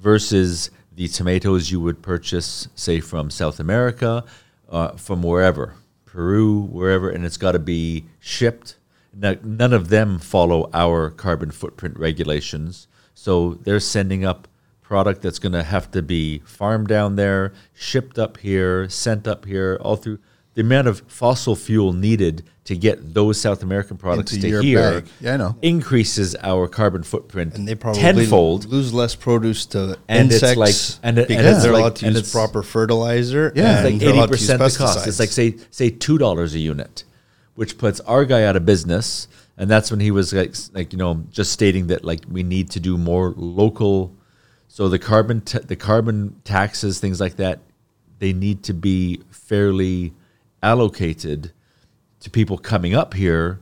Speaker 3: versus the tomatoes you would purchase, say from South America, uh, from wherever, Peru, wherever, and it's got to be shipped. No- none of them follow our carbon footprint regulations. So they're sending up product that's going to have to be farmed down there, shipped up here, sent up here, all through the amount of fossil fuel needed to get those South American products
Speaker 2: Into
Speaker 3: to
Speaker 2: your
Speaker 3: here
Speaker 2: bag. Yeah, I know.
Speaker 3: increases our carbon footprint
Speaker 1: And they probably
Speaker 3: tenfold.
Speaker 1: lose less produce to
Speaker 3: And it's
Speaker 1: insects
Speaker 3: like- and it- and
Speaker 1: because
Speaker 3: it's
Speaker 1: they're
Speaker 3: like-
Speaker 1: allowed to
Speaker 3: and
Speaker 1: use
Speaker 3: it's-
Speaker 1: proper fertilizer.
Speaker 2: Yeah.
Speaker 1: and
Speaker 3: it's
Speaker 1: they're
Speaker 3: like eighty
Speaker 1: allowed to use
Speaker 3: percent the cost.
Speaker 1: pesticides.
Speaker 3: It's like say say two dollars a unit, which puts our guy out of business. And that's when he was like s- like you know just stating that like we need to do more local. So the carbon t- the carbon taxes things like that, they need to be fairly allocated to people coming up here.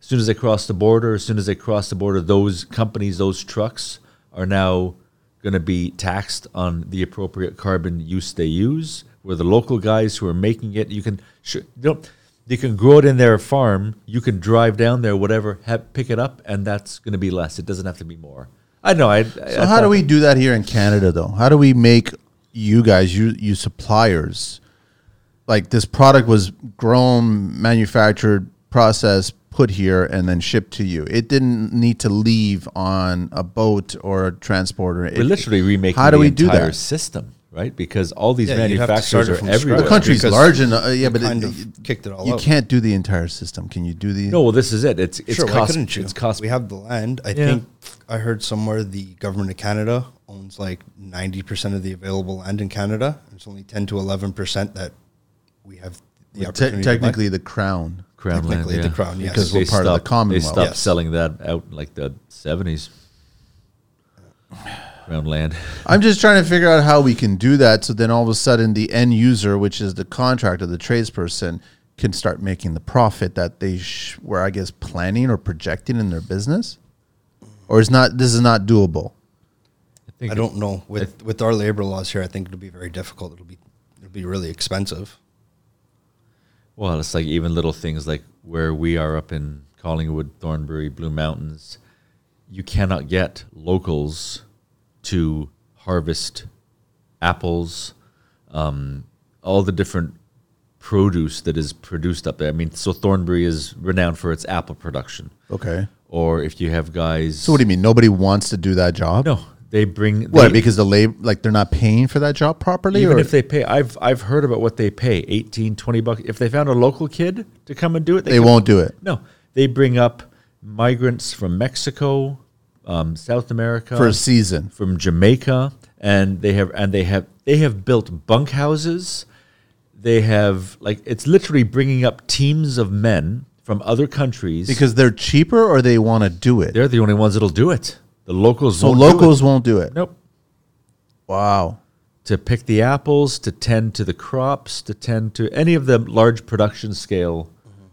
Speaker 3: As soon as they cross the border, as soon as they cross the border, those companies, those trucks are now going to be taxed on the appropriate carbon use they use. Where the local guys who are making it, you can sh- you know, they can grow it in their farm. You can drive down there, whatever, have, pick it up, and that's going to be less. It doesn't have to be more. I know. I, I
Speaker 2: So how do we do that here in Canada though? How do we make you guys, you you suppliers, like this product was grown, manufactured, processed, put here, and then shipped to you? It didn't need to leave on a boat or a transporter. It-
Speaker 3: We're literally remaking
Speaker 2: How do
Speaker 3: the
Speaker 2: we do
Speaker 3: entire
Speaker 2: that?
Speaker 3: system, right? Because all these
Speaker 1: Yeah, you'd have to start
Speaker 3: manufacturers
Speaker 1: it
Speaker 3: are
Speaker 1: from scratch.
Speaker 3: everywhere.
Speaker 2: the country's
Speaker 1: because
Speaker 2: large enough. Uh, yeah,
Speaker 1: we
Speaker 2: but
Speaker 1: kind
Speaker 2: it,
Speaker 1: of
Speaker 2: it-
Speaker 1: kicked it all
Speaker 2: You
Speaker 1: out.
Speaker 2: can't do the entire system. Can you do the?
Speaker 3: No, well, this is it. It's it's
Speaker 1: sure, why
Speaker 3: cost.
Speaker 1: couldn't you?
Speaker 3: It's cost.
Speaker 1: We have the land. I
Speaker 3: Yeah.
Speaker 1: think I heard somewhere the government of Canada owns like ninety percent of the available land in Canada. It's only ten to eleven percent that we have the
Speaker 2: Te-
Speaker 1: opportunity. to buy.
Speaker 2: technically, the crown.
Speaker 3: Crown
Speaker 1: Technically, the crown, yes.
Speaker 2: Because we're
Speaker 3: They
Speaker 2: part of the
Speaker 3: stopped- They
Speaker 2: Commonwealth.
Speaker 3: stopped
Speaker 1: Yes.
Speaker 3: selling that out in like the seventies. around land.
Speaker 2: I'm just trying to figure out how we can do that so then all of a sudden the end user, which is the contractor, the tradesperson, can start making the profit that they sh- were, I guess, planning or projecting in their business? Or is not this is not doable?
Speaker 3: think
Speaker 1: I don't know with with our labor laws here. I think it'll be very difficult. It'll be it'll be really expensive.
Speaker 3: Well, it's like even little things like where we are up in Collingwood, Thornbury, Blue Mountains, you cannot get locals to harvest apples, um, all the different produce that is produced up there. I mean, so Thornbury is renowned for its apple production.
Speaker 2: Okay.
Speaker 3: Or if you have guys,
Speaker 2: So what do you mean? Nobody wants to do that job?
Speaker 3: no, they bring
Speaker 2: What,
Speaker 3: they-
Speaker 2: because the labor like they're not paying for that job properly?
Speaker 3: even
Speaker 2: or
Speaker 3: if they pay, I've I've heard about what they pay 18, 20 bucks. If they found a local kid to come and do it,
Speaker 2: they
Speaker 3: could-
Speaker 2: won't do it.
Speaker 3: No, they bring up migrants from Mexico, um, South America,
Speaker 2: For a season.
Speaker 3: from Jamaica, and they have and they have they have built bunkhouses. They have like it's literally bringing up teams of men from other countries
Speaker 2: Because they're cheaper or they want to do it.
Speaker 3: they're the only ones that'll do it. The locals,
Speaker 2: so
Speaker 3: won't
Speaker 2: locals
Speaker 3: do
Speaker 2: won't do it.
Speaker 3: it. nope.
Speaker 2: Wow.
Speaker 3: To pick the apples, to tend to the crops, to tend to any of the large production scale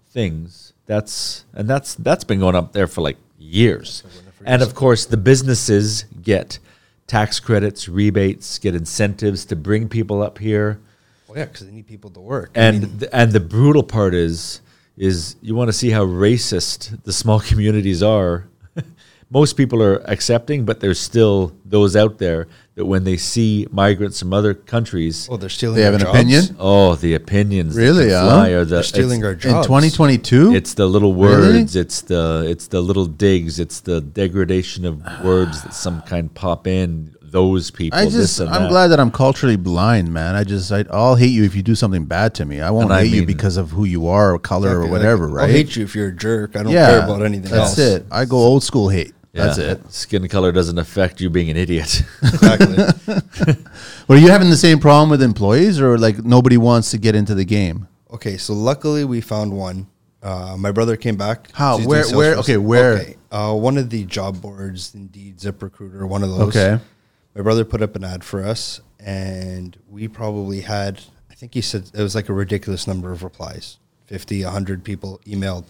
Speaker 3: things. That's and that's that's been going up there for like years. And of course, the businesses get tax credits, rebates, get incentives to bring people up here.
Speaker 1: Well, yeah, because they need people to work. I
Speaker 3: And
Speaker 1: mean,
Speaker 3: th- and the brutal part is is you want to see how racist the small communities are. Most people are accepting, but there's still those out there that when they see migrants from other countries,
Speaker 1: oh, they're stealing.
Speaker 2: They have
Speaker 1: our
Speaker 2: an
Speaker 1: jobs.
Speaker 2: opinion?
Speaker 3: oh, the opinions that
Speaker 2: Really,
Speaker 3: can
Speaker 2: huh?
Speaker 3: fly are the
Speaker 1: They're stealing
Speaker 3: it's-
Speaker 1: our jobs
Speaker 2: In 2022?
Speaker 3: it's the little
Speaker 2: Really?
Speaker 3: words. It's the it's the little digs. It's the degradation of words that some kind pop in. Those people.
Speaker 2: I
Speaker 3: this
Speaker 2: just,
Speaker 3: and
Speaker 2: I'm
Speaker 3: that.
Speaker 2: glad that I'm culturally blind, man. I just, I, I'll hate you if you do something bad to me. I won't
Speaker 3: And I
Speaker 2: hate you
Speaker 3: mean-
Speaker 2: because of who you are or color
Speaker 1: Exactly,
Speaker 2: or
Speaker 1: like,
Speaker 2: whatever, right?
Speaker 1: I'll hate you if you're a jerk. I don't care about anything else.
Speaker 2: that's it. I go old school hate. That's
Speaker 3: Yeah,
Speaker 2: it.
Speaker 3: Skin color doesn't affect you being an idiot.
Speaker 1: Exactly.
Speaker 2: Were you having the same problem with employees, or like nobody wants to get into the game?
Speaker 1: Okay, so luckily we found one. Uh, my brother came back.
Speaker 2: How?
Speaker 1: He's
Speaker 2: Where-
Speaker 1: in
Speaker 2: where-
Speaker 1: Salesforce.
Speaker 2: okay, where?
Speaker 1: Uh, one of the job boards, Indeed, ZipRecruiter, one of those.
Speaker 2: Okay.
Speaker 1: My brother put up an ad for us, and we probably had, I think he said it was like a ridiculous number of replies 50, 100 people emailed.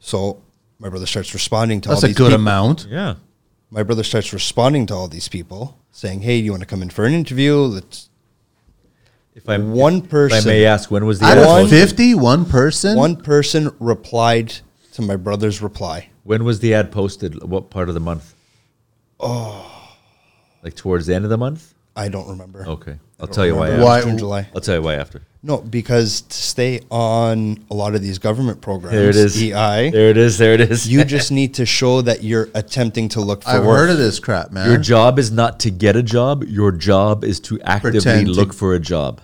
Speaker 1: So my brother starts responding to all
Speaker 2: That's a
Speaker 1: these
Speaker 2: good
Speaker 1: people.
Speaker 2: amount.
Speaker 3: yeah.
Speaker 1: My brother starts responding to all these people saying, hey, you want to come in for an interview? Let's.
Speaker 3: If I
Speaker 1: One person.
Speaker 3: if I may ask, when was the
Speaker 2: Out of
Speaker 1: One-
Speaker 3: ad?
Speaker 2: 50, one person.
Speaker 1: One person replied to my brother's reply.
Speaker 3: When was the ad posted? What part of the month? Oh, like towards the end of the month.
Speaker 1: I don't remember.
Speaker 3: Okay, I'll
Speaker 1: don't
Speaker 3: tell you why.
Speaker 1: remember.
Speaker 3: after.
Speaker 1: It
Speaker 2: Why-
Speaker 1: was June, July.
Speaker 3: I'll tell you why after.
Speaker 1: No, because to stay on a lot of these government programs,
Speaker 3: There it is.
Speaker 1: EI,
Speaker 3: There it is. There it is.
Speaker 1: you just need to show that you're attempting to look for
Speaker 2: I've
Speaker 1: work.
Speaker 2: heard of this crap, man.
Speaker 3: Your job is not to get a job. Your job is to actively
Speaker 2: Pretend to-
Speaker 3: look for a job.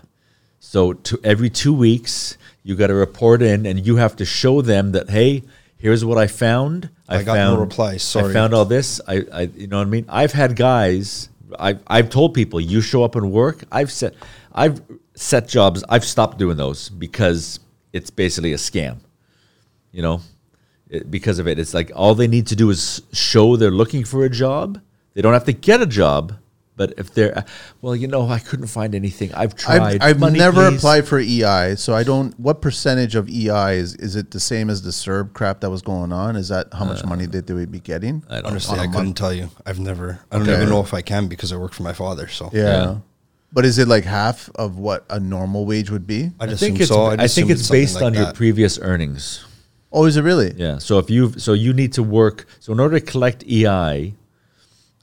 Speaker 3: So to every two weeks, you got to report in, and you have to show them that hey, here's what I found.
Speaker 1: I got no
Speaker 3: found,
Speaker 1: replies, sorry."
Speaker 3: I found all this. I, I, you know what I mean. I've had guys. I've, I've told people you show up and work. I've set, I've set jobs. I've stopped doing those because it's basically a scam. You know, it, because of it. It's like all they need to do is show they're looking for a job. They don't have to get a job, but if they're well, you know, I couldn't find anything. I've tried.
Speaker 2: I've, I've
Speaker 3: Money,
Speaker 2: never
Speaker 3: please.
Speaker 2: applied for EI, so I don't. What percentage of EI is is it the same as the Serb crap that was going on? Is that how much money did they would be getting?
Speaker 3: I don't
Speaker 1: Honestly,
Speaker 3: know.
Speaker 1: Uh, I couldn't tell you. I've never. I don't
Speaker 2: Okay.
Speaker 1: even know if I can because I work for my father. So
Speaker 2: Yeah.
Speaker 3: Yeah.
Speaker 2: But is it like half of what a normal wage would be?
Speaker 1: I
Speaker 3: I
Speaker 1: just
Speaker 3: think it's
Speaker 1: so. I'd
Speaker 3: I
Speaker 1: assume
Speaker 3: think it's
Speaker 1: something
Speaker 3: based
Speaker 1: like
Speaker 3: on your
Speaker 1: that.
Speaker 3: previous earnings.
Speaker 2: Oh, is it really?
Speaker 3: Yeah. So if you've so you need to work. So in order to collect E EI,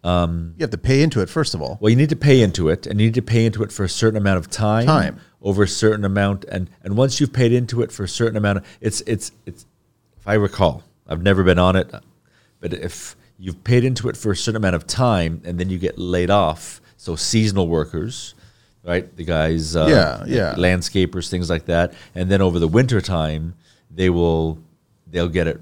Speaker 2: You have to pay into it first of all.
Speaker 3: well, you need to pay into it, and you need to pay into it for a certain amount of time,
Speaker 2: Time.
Speaker 3: over a certain amount, and and once you've paid into it for a certain amount, of, it's it's it's. If I recall, I've never been on it, but if you've paid into it for a certain amount of time, and then you get laid off, so seasonal workers, right? The guys, uh,
Speaker 2: Yeah, yeah.
Speaker 3: landscapers, things like that, and then over the winter time, they will they'll get it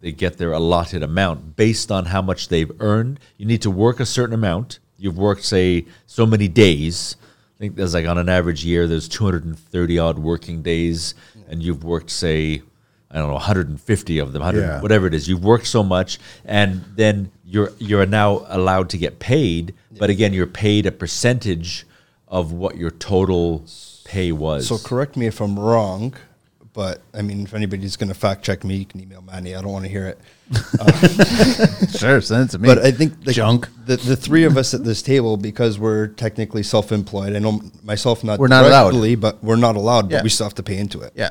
Speaker 3: they get their allotted amount based on how much they've earned. You need to work a certain amount. You've worked, say, so many days. I think there's like on an average year, there's 230 odd working days, and you've worked, say, I don't know, 150 of them, 100,
Speaker 2: Yeah.
Speaker 3: whatever it is. You've worked so much, and then you're you're now allowed to get paid. But again, you're paid a percentage of what your total pay was.
Speaker 1: So correct me if I'm wrong, but I mean, if anybody's going to fact check me, you can email Manny. I don't want to hear it.
Speaker 2: sure, send it to me.
Speaker 1: But I think the,
Speaker 2: junk.
Speaker 1: The, the three of us at this table, because we're technically self-employed. I know myself not.
Speaker 2: We're not allowed.
Speaker 1: directly, but we're not allowed.
Speaker 2: Yeah.
Speaker 1: But we still have to pay into it.
Speaker 2: Yeah.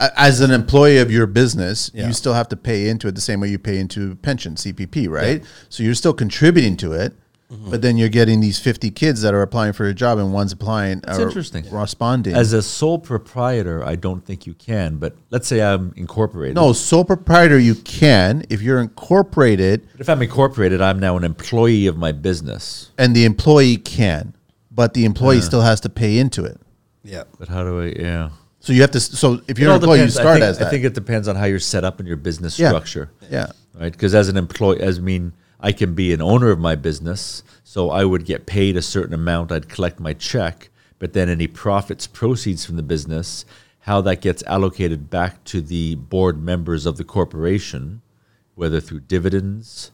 Speaker 2: A- As an employee of your business,
Speaker 1: Yeah.
Speaker 2: you still have to pay into it the same way you pay into pension CPP, right? So you're still contributing to it, but then you're getting these 50 kids that are applying for a job and one's applying That's
Speaker 3: interesting.
Speaker 2: responding.
Speaker 3: As a sole proprietor, I don't think you can. But let's say I'm incorporated.
Speaker 2: no, sole proprietor you can if you're incorporated
Speaker 3: But if I'm incorporated, I'm now an employee of my business.
Speaker 2: and the employee can, but the employee still has to pay into it.
Speaker 1: Yeah.
Speaker 3: But how do I? Yeah.
Speaker 2: So you have to s- so if
Speaker 3: It
Speaker 2: you're
Speaker 3: all
Speaker 2: an employee you
Speaker 3: depends. I
Speaker 2: start
Speaker 3: think-
Speaker 2: as that.
Speaker 3: I think it depends on how you're set up in your business
Speaker 2: Yeah.
Speaker 3: structure.
Speaker 2: yeah.
Speaker 3: right? Because as an employee, as I mean, I can be an owner of my business, so I would get paid a certain amount. I'd collect my check, but then any profits, proceeds from the business, how that gets allocated back to the board members of the corporation, whether through dividends,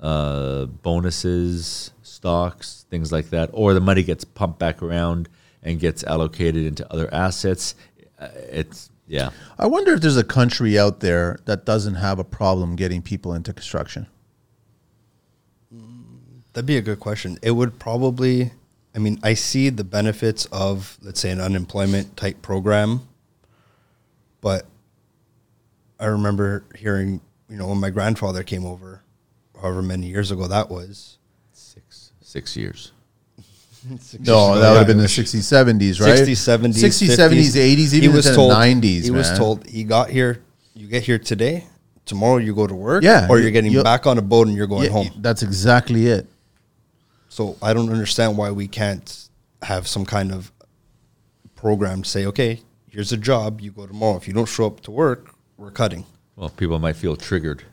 Speaker 3: uh, bonuses, stocks, things like that, or the money gets pumped back around and gets allocated into other assets. Uh, It's yeah.
Speaker 2: I wonder if there's a country out there that doesn't have a problem getting people into construction.
Speaker 1: That'd be a good question. It would probably, I mean, I see the benefits of, let's say, an unemployment type program, but I remember hearing, you know, when my grandfather came over, however many years ago that was.
Speaker 3: Six six years.
Speaker 2: No, that would have been the
Speaker 1: Yeah.
Speaker 2: 60s, 70s, right?
Speaker 1: 60s, 70s,
Speaker 2: 60s, 70s, 80s,
Speaker 1: 50s.
Speaker 2: even
Speaker 1: He was
Speaker 2: into
Speaker 1: told-
Speaker 2: the 90s.
Speaker 1: He was
Speaker 2: man.
Speaker 1: told he got here, you get here today, tomorrow you go to work,
Speaker 2: Yeah,
Speaker 1: or
Speaker 2: you-
Speaker 1: you're getting
Speaker 2: you'll-
Speaker 1: back on a boat and you're going
Speaker 2: Yeah,
Speaker 1: home.
Speaker 2: That's exactly it.
Speaker 1: So I don't understand why we can't have some kind of program to say, okay, here's a job, you go tomorrow. If you don't show up to work, we're cutting.
Speaker 3: Well, people might feel triggered.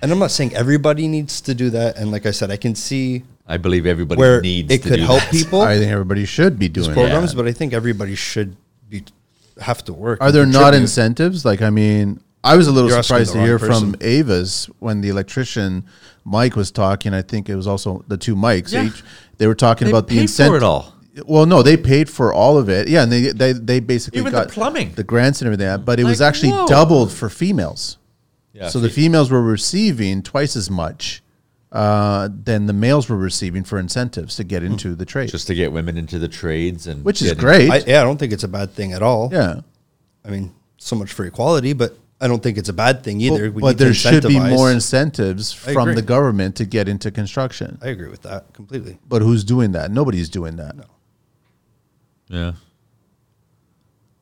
Speaker 1: And I'm not saying everybody needs to do that. And like I said, I can see
Speaker 3: I believe everybody
Speaker 1: where
Speaker 3: needs
Speaker 1: it
Speaker 3: to
Speaker 1: could
Speaker 3: do
Speaker 1: help
Speaker 3: that.
Speaker 1: people
Speaker 2: I think everybody should be doing
Speaker 1: programs,
Speaker 2: that.
Speaker 1: but I think everybody should be have to work.
Speaker 2: Are
Speaker 1: and
Speaker 2: there not
Speaker 1: contribute.
Speaker 2: incentives? Like, I mean, I was a little
Speaker 1: You're asking
Speaker 2: surprised
Speaker 1: the
Speaker 2: to hear
Speaker 1: wrong
Speaker 2: from Ava's when the electrician Mike was talking. I think it was also the two mics.
Speaker 3: Yeah.
Speaker 2: Each, they were talking
Speaker 3: They
Speaker 2: about the
Speaker 3: paid for
Speaker 2: incentive.
Speaker 3: it all.
Speaker 2: Well, no, they paid for all of it. Yeah, and they they, they basically
Speaker 3: Even the
Speaker 2: got
Speaker 3: plumbing.
Speaker 2: the grants and everything. But it was
Speaker 3: Like,
Speaker 2: actually
Speaker 3: whoa.
Speaker 2: doubled for females.
Speaker 3: Yeah,
Speaker 2: so the
Speaker 3: fe-
Speaker 2: females were receiving twice as much uh, than the males were receiving for incentives to get into the trade,
Speaker 3: Hmm. just to get women into the trades and
Speaker 2: which is
Speaker 3: getting-
Speaker 2: great.
Speaker 1: I, yeah, I don't think it's a bad thing at all.
Speaker 2: yeah.
Speaker 1: I mean, so much for equality, but I don't think it's a bad thing either.
Speaker 2: but
Speaker 1: We
Speaker 2: but
Speaker 1: need to
Speaker 2: there should be
Speaker 1: incentivize.
Speaker 2: more incentives
Speaker 1: I
Speaker 2: from
Speaker 1: agree.
Speaker 2: the government to get into construction.
Speaker 1: I agree with that completely.
Speaker 2: But who's doing that? Nobody's doing that.
Speaker 3: Yeah,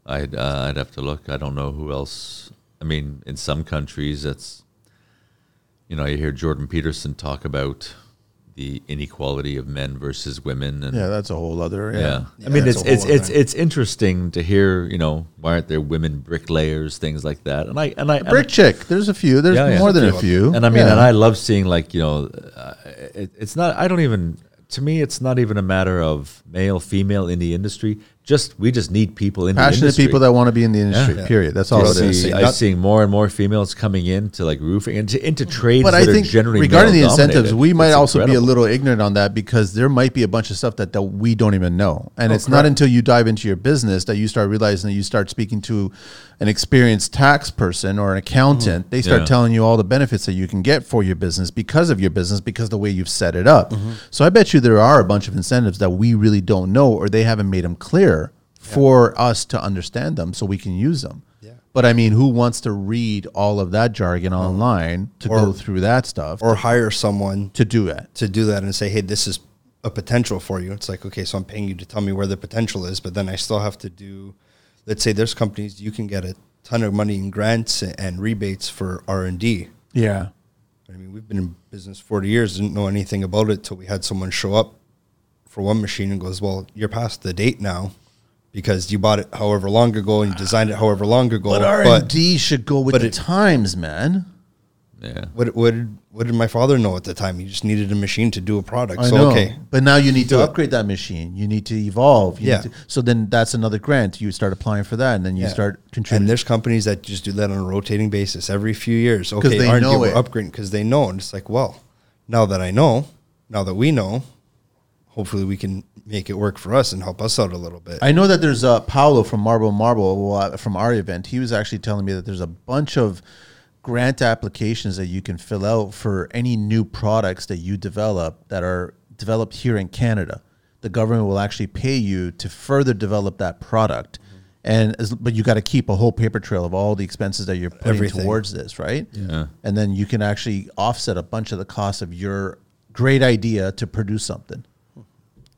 Speaker 3: I'd uh, I'd have to look. I don't know who else. I mean, in some countries, that's you know you hear Jordan Peterson talk about the inequality of men versus women, and
Speaker 2: Yeah, that's a whole other. Yeah,
Speaker 3: Yeah. I mean,
Speaker 2: that's
Speaker 3: it's
Speaker 2: a whole
Speaker 3: it's
Speaker 2: other-
Speaker 3: it's it's interesting to hear. You know, why aren't there women bricklayers, things like that? And I and I and I-
Speaker 2: brick chick. There's a few. There's
Speaker 3: Yeah, yeah.
Speaker 2: more than a
Speaker 1: Yeah.
Speaker 2: few.
Speaker 3: And I mean,
Speaker 2: Yeah.
Speaker 3: and I love seeing like you know, uh, it, it's not. I don't even. To me, it's not even a matter of male, female in the industry. Just we just need people in the
Speaker 2: passionate
Speaker 3: industry.
Speaker 2: people that want to be in the industry.
Speaker 1: Yeah.
Speaker 2: Period. That's all
Speaker 3: I
Speaker 2: it is.
Speaker 3: see,
Speaker 1: say,
Speaker 3: I'm
Speaker 1: not-
Speaker 3: seeing more and more females coming in to like roofing into into trades.
Speaker 2: But I
Speaker 3: that are
Speaker 2: think
Speaker 3: generally
Speaker 2: regarding the
Speaker 3: male-dominated.
Speaker 2: incentives, we might
Speaker 3: It's
Speaker 2: also be a
Speaker 3: incredible.
Speaker 2: little ignorant on that because there might be a bunch of stuff that, that we don't even know. And it's not
Speaker 3: Oh, correct.
Speaker 2: until you dive into your business that you start realizing that you start speaking to an experienced tax person or an accountant. They start
Speaker 3: Yeah.
Speaker 2: telling you all the benefits that you can get for your business because of your business, because the way you've set it up.
Speaker 1: Mm-hmm.
Speaker 2: So I bet you there are a bunch of incentives that we really don't know or they haven't made them clear for us to understand them so we can use them.
Speaker 1: Yeah.
Speaker 2: But I mean, who wants to read all of that jargon online to go
Speaker 1: Or-
Speaker 2: through that stuff?
Speaker 1: Or hire someone
Speaker 2: to do it.
Speaker 1: to do that and say, hey, this is a potential for you. It's like, okay, so I'm paying you to tell me where the potential is, but then I still have to do, let's say there's companies you can get a ton of money in grants and rebates for R and D.
Speaker 2: Yeah.
Speaker 1: I mean, we've been in business 40 years, didn't know anything about it till we had someone show up for one machine and goes, well, you're past the date now because you bought it however long ago and you designed it however long ago.
Speaker 2: But R and D should go with
Speaker 1: but
Speaker 2: the
Speaker 1: it-
Speaker 2: times, man.
Speaker 3: Yeah.
Speaker 1: What what did, what did my father know at the time? He just needed a machine to do a product.
Speaker 2: I
Speaker 1: so
Speaker 2: know.
Speaker 1: okay,
Speaker 2: But now you need
Speaker 1: Do
Speaker 2: to
Speaker 1: it.
Speaker 2: upgrade that machine. You need to evolve. You need
Speaker 1: Yeah.
Speaker 2: to- so then that's another grant. You start applying for that, and then you
Speaker 1: Yeah.
Speaker 2: start
Speaker 1: And
Speaker 2: contributing.
Speaker 1: there's companies that just do that on a rotating basis every few years. Okay,
Speaker 2: they
Speaker 1: aren't
Speaker 2: know
Speaker 1: you
Speaker 2: it.
Speaker 1: upgrading because they know, and it's like, well, now that I know, now that we know, hopefully we can make it work for us and help us out a little bit.
Speaker 2: I know that there's uh, Paolo from Marble Marble well, uh, from our event. He was actually telling me that there's a bunch of grant applications that you can fill out for any new products that you develop that are developed here in Canada. The government will actually pay you to further develop that product,
Speaker 1: Mm-hmm.
Speaker 2: and as, but you got to keep a whole paper trail of all the expenses that you're putting
Speaker 1: Everything.
Speaker 2: towards this, right? Yeah. And then you can actually offset a bunch of the cost of your great idea to produce something.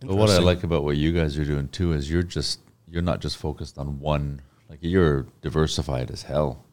Speaker 3: But what I like about what you guys are doing too is you're just you're not just focused on one. Like you're diversified as hell.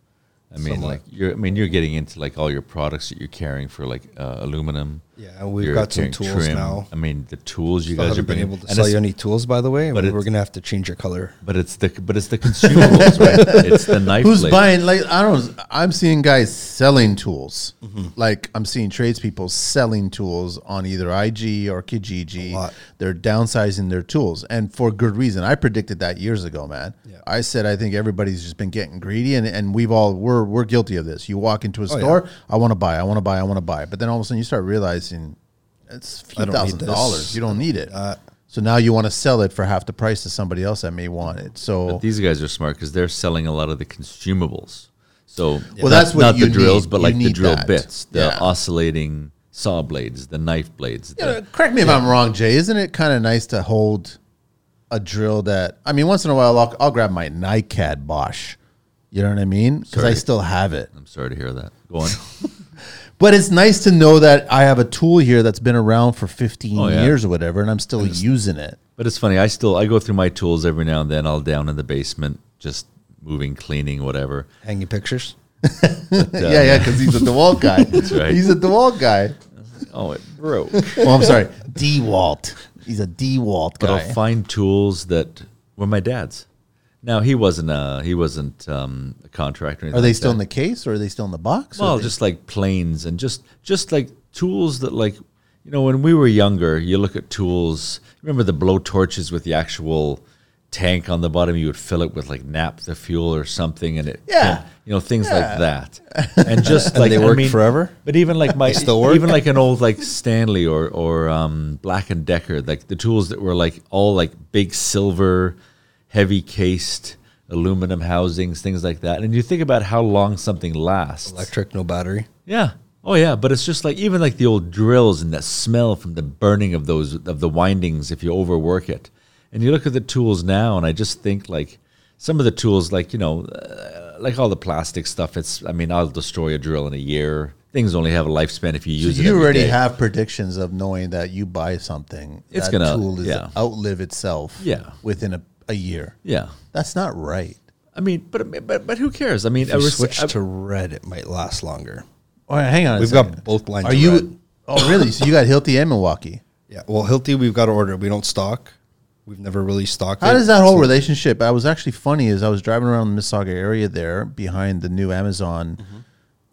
Speaker 3: I mean,
Speaker 1: Somewhat.
Speaker 3: like you're. I mean, you're getting into like all your products that you're carrying for like uh, aluminum.
Speaker 1: Yeah, we've
Speaker 3: You're
Speaker 1: got some
Speaker 3: carrying
Speaker 1: tools now.
Speaker 3: I mean, the tools you
Speaker 1: I
Speaker 3: guys are
Speaker 1: haven't been
Speaker 3: bringing.
Speaker 1: able to
Speaker 3: and
Speaker 1: sell
Speaker 3: it's-
Speaker 1: you any tools, by the way.
Speaker 3: but
Speaker 1: But we're
Speaker 3: it's-
Speaker 1: gonna have to change your color.
Speaker 3: But it's the but it's the consumables, right? It's the knife.
Speaker 2: Who's
Speaker 3: blade.
Speaker 2: buying? Like I don't. I'm seeing guys selling tools.
Speaker 1: Mm-hmm.
Speaker 2: Like I'm seeing tradespeople selling tools on either IG or
Speaker 1: A
Speaker 2: Kijiji.
Speaker 1: lot.
Speaker 2: They're downsizing their tools, and for good reason. I predicted that years ago, man.
Speaker 1: Yeah.
Speaker 2: I said I think everybody's just been getting greedy, and, and we've all we're we're guilty of this. You walk into a
Speaker 1: Oh, yeah.
Speaker 2: store, I want to buy, I want to buy, I want to buy, but then all of a sudden you start realizing it's a
Speaker 1: I
Speaker 2: few
Speaker 1: don't need
Speaker 2: thousand
Speaker 1: this. Uh,
Speaker 2: dollars. You don't need it.
Speaker 1: that.
Speaker 2: so now you want to sell it for half the price to somebody else that may want it. So
Speaker 3: But these guys are smart because they're selling a lot of the consumables. So
Speaker 2: Well, that's what
Speaker 3: not
Speaker 2: you
Speaker 3: the drills,
Speaker 2: need.
Speaker 3: but
Speaker 2: You
Speaker 3: like the
Speaker 2: need
Speaker 3: drill
Speaker 2: that.
Speaker 3: bits, the
Speaker 2: Yeah.
Speaker 3: oscillating saw blades, the knife blades. the-
Speaker 2: Yeah, correct me if I'm wrong, Jay. Isn't it kind of nice to hold a drill that? I mean, once in a while, I'll, I'll grab my NICAD Bosch. You know what I mean? Because I
Speaker 3: Sorry.
Speaker 2: still have it.
Speaker 3: I'm sorry to hear that. Go on.
Speaker 2: But it's nice to know that I have a tool here that's been around for 15
Speaker 3: Oh, yeah.
Speaker 2: years or whatever, and I'm still using it.
Speaker 3: but it's funny. I still I go through my tools every now and then. I'll down in the basement, just moving, cleaning, whatever.
Speaker 1: Hanging pictures.
Speaker 2: Yeah, yeah, because he's a DeWalt guy. that's
Speaker 3: right.
Speaker 2: He's a DeWalt guy.
Speaker 3: Oh, it broke.
Speaker 2: Well, I'm sorry, DeWalt. He's a DeWalt
Speaker 3: but
Speaker 2: guy.
Speaker 3: I'll find tools that were my dad's. Now he wasn't a he wasn't um, a contractor. or anything
Speaker 2: are they
Speaker 3: like
Speaker 2: still
Speaker 3: that.
Speaker 2: in the case or are they still in the box? or
Speaker 3: Well,
Speaker 2: they-
Speaker 3: just like planes and just just like tools that like you know when we were younger, you look at tools. Remember the blow torches with the actual tank on the bottom? You would fill it with like naphtha fuel or something, and it
Speaker 2: Yeah.
Speaker 3: you know things like that. And just like
Speaker 1: they
Speaker 3: I
Speaker 1: work
Speaker 3: mean-
Speaker 1: forever?
Speaker 3: But even like my
Speaker 1: still work?
Speaker 3: even like an old like Stanley or or um, Black and Decker, like the tools that were like all like big silver, heavy cased. Aluminum housings, things like that, and you think about how long something lasts.
Speaker 1: Electric, no battery.
Speaker 3: Yeah. Oh yeah, but it's just like even like the old drills and that smell from the burning of those of the windings if you overwork it. And you look at the tools now and I just think like some of the tools like, you know, uh, like all the plastic stuff, it's I mean, I'll destroy a drill in a year. Things only have a lifespan if you
Speaker 2: So
Speaker 3: use it.
Speaker 2: you
Speaker 3: every
Speaker 2: already
Speaker 3: day.
Speaker 2: have predictions of knowing that you buy something,
Speaker 3: It's
Speaker 2: that
Speaker 3: gonna-
Speaker 2: tool is
Speaker 3: yeah.
Speaker 2: outlive itself
Speaker 3: Yeah.
Speaker 2: within a, a year.
Speaker 3: Yeah.
Speaker 2: That's not right.
Speaker 3: I mean, but but but who cares? I mean,
Speaker 1: If
Speaker 3: a
Speaker 1: you
Speaker 3: rec-
Speaker 1: switch
Speaker 3: a-
Speaker 1: to red, it might last longer.
Speaker 2: All right, hang on. a
Speaker 1: We've
Speaker 2: second.
Speaker 1: got both lines.
Speaker 2: Are
Speaker 1: of
Speaker 2: you?
Speaker 1: red.
Speaker 2: Oh, really? So you got Hilti and Milwaukee.
Speaker 1: Yeah. Well, Hilti, we've got to order. We don't stock. We've never really stocked.
Speaker 2: How
Speaker 1: it.
Speaker 2: does that whole
Speaker 1: So-
Speaker 2: relationship? I was actually funny is I was driving around the Mississauga area there behind the new Amazon.
Speaker 3: Mm-hmm.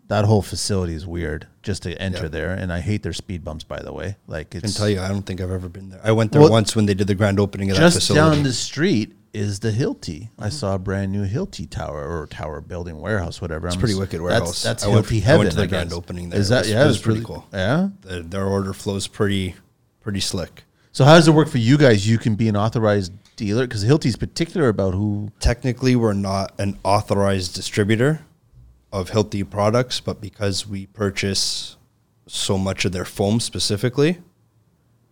Speaker 2: That whole facility is weird just to enter
Speaker 1: Yeah.
Speaker 2: there, and I hate their speed bumps. By the way, like
Speaker 1: I can
Speaker 2: it's
Speaker 1: tell you, I don't think I've ever been there. I went there
Speaker 2: Well,
Speaker 1: once when they did the grand opening of that
Speaker 2: just
Speaker 1: facility.
Speaker 2: down the street is the Hilti. I saw a brand new Hilti tower or tower building warehouse, whatever. It's
Speaker 1: pretty wicked warehouse.
Speaker 2: That's, that's
Speaker 1: I
Speaker 2: Hilti
Speaker 1: went- I
Speaker 2: heaven.
Speaker 1: went to the
Speaker 2: guess.
Speaker 1: grand opening there.
Speaker 2: Is
Speaker 1: It
Speaker 2: that
Speaker 1: was-
Speaker 2: yeah?
Speaker 1: it
Speaker 2: It
Speaker 1: was
Speaker 2: was
Speaker 1: pretty
Speaker 2: really-
Speaker 1: cool.
Speaker 2: Yeah.
Speaker 1: The- their order flows pretty, pretty slick.
Speaker 2: So how does it work for you guys? You can be an authorized dealer because Hilti's particular about who.
Speaker 1: Technically, we're not an authorized distributor of Hilti products, but because we purchase so much of their foam specifically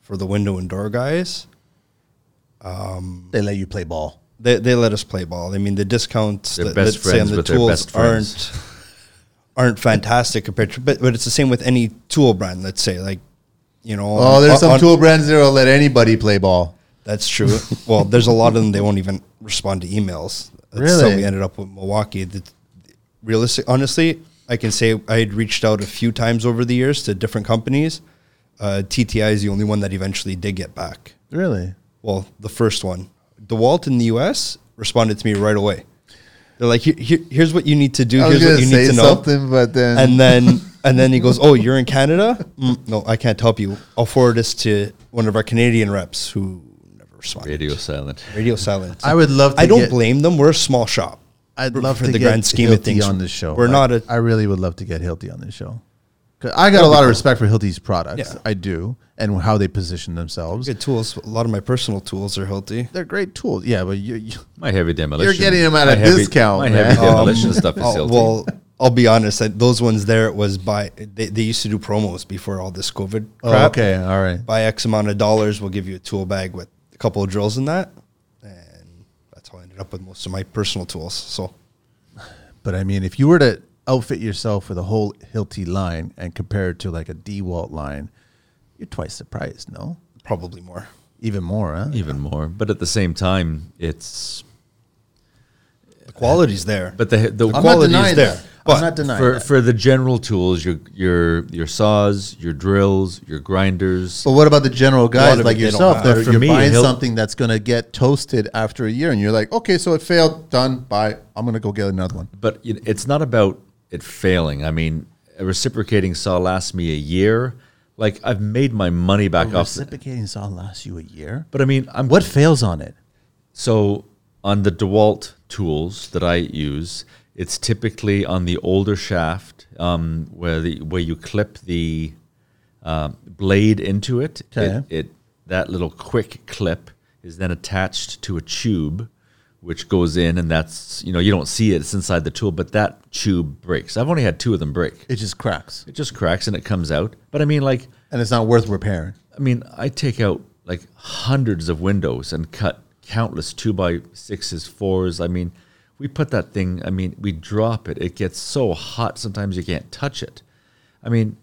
Speaker 1: for the window and door guys,
Speaker 2: They let you play ball.
Speaker 1: they, they let us play ball. I mean, the discounts
Speaker 3: They're
Speaker 1: that,
Speaker 3: best
Speaker 1: that say on
Speaker 3: friends
Speaker 1: the
Speaker 3: with their
Speaker 1: tools
Speaker 3: best friends.
Speaker 1: aren't aren't fantastic compared to, but, but it's the same with any tool brand. Let's say, like, you know,
Speaker 2: Oh, there's
Speaker 1: on-
Speaker 2: some
Speaker 1: on-
Speaker 2: tool brands that will let anybody play ball.
Speaker 1: That's true. well, there's a lot of them. They won't even respond to emails. That's how
Speaker 2: Really?
Speaker 1: we ended up with Milwaukee. The, realistic, honestly, I can say I had reached out a few times over the years to different companies. Uh, TTI is the only one that eventually did get back.
Speaker 2: Really?
Speaker 1: Well, the first one, DeWalt in the U.S. responded to me right away. They're like, here, here- "Here's what you need to do.
Speaker 2: I was
Speaker 1: Here's
Speaker 2: gonna
Speaker 1: what you
Speaker 2: say
Speaker 1: need to know."
Speaker 2: something, but then
Speaker 1: And then And then he goes, "Oh, you're in Canada? Mm, no, I can't help you. I'll forward this to one of our Canadian reps who never responded.
Speaker 3: Radio silent.
Speaker 1: Radio silence.
Speaker 2: I would love to
Speaker 1: I don't
Speaker 2: get-
Speaker 1: blame them. We're a small shop.
Speaker 2: I'd
Speaker 1: For-
Speaker 2: love
Speaker 1: for
Speaker 2: to
Speaker 1: the
Speaker 2: get
Speaker 1: grand scheme of
Speaker 2: Hilti
Speaker 1: things,
Speaker 2: on this show.
Speaker 1: we're
Speaker 2: I,
Speaker 1: not a-
Speaker 2: I really would love to get Hilti on this show. 'Cause I got a lot of respect for Hilti's products.
Speaker 1: Yeah.
Speaker 2: I do, and how they position themselves.
Speaker 1: Good tools. A lot of my personal tools are Hilti.
Speaker 2: They're great tools. Yeah, but you, you
Speaker 3: My heavy demolition.
Speaker 2: getting them at
Speaker 3: my
Speaker 2: a discount,
Speaker 3: My
Speaker 2: man.
Speaker 3: heavy
Speaker 2: Um,
Speaker 3: demolition stuff is
Speaker 1: Oh,
Speaker 3: silty.
Speaker 1: well, I'll be honest. I, those ones there, it was by they, they used to do promos before all this COVID crap.
Speaker 2: oh, okay, all right.
Speaker 1: Buy X amount of dollars, we'll give you a tool bag with a couple of drills in that, and that's how I ended up with most of my personal tools. So
Speaker 2: But I mean, if you were to outfit yourself with a whole Hilti line and compare it to like a Dewalt line, you're twice the price. No,
Speaker 1: probably more.
Speaker 2: even more. Huh?
Speaker 3: even more. But at the same time, it's
Speaker 1: The quality's there,
Speaker 3: but the
Speaker 1: I'm
Speaker 3: the
Speaker 2: I'm not
Speaker 1: quality's
Speaker 2: denying
Speaker 1: there,
Speaker 2: that.
Speaker 1: but
Speaker 2: I'm not denying
Speaker 3: for
Speaker 2: that.
Speaker 3: for the general tools, your your your saws, your drills, your grinders.
Speaker 2: But what about the general
Speaker 1: lot
Speaker 2: guys
Speaker 1: of
Speaker 2: like
Speaker 1: it they don't
Speaker 2: yourself
Speaker 1: have.
Speaker 2: that
Speaker 3: For
Speaker 2: you're
Speaker 3: me,
Speaker 2: buying
Speaker 3: he'll-
Speaker 2: something that's going to get toasted after a year and you're like, okay, so it failed, done, bye. I'm going to go get another one.
Speaker 3: But it- it's not about it failing. I mean, a reciprocating saw lasts me a year. Like I've made my money back
Speaker 2: Oh,
Speaker 3: off. the-
Speaker 2: Reciprocating saw lasts you a year.
Speaker 3: But I mean, I'm
Speaker 2: What fails on it?
Speaker 3: So on the DeWalt tools that I use, it's typically on the older shaft um, where the where you clip the um blade into it.
Speaker 2: Okay.
Speaker 3: it. It that little quick clip is then attached to a tube, which goes in, and that's you know you don't see it; it's inside the tool, but that tube breaks. I've only had two of them break.
Speaker 2: It just cracks
Speaker 3: It just cracks and it comes out. But I mean, like
Speaker 2: and it's not worth repairing.
Speaker 3: I mean, I take out like hundreds of windows and cut countless two by sixes, fours. I mean, we put that thing, I mean, we drop it. It gets so hot sometimes you can't touch it. I mean,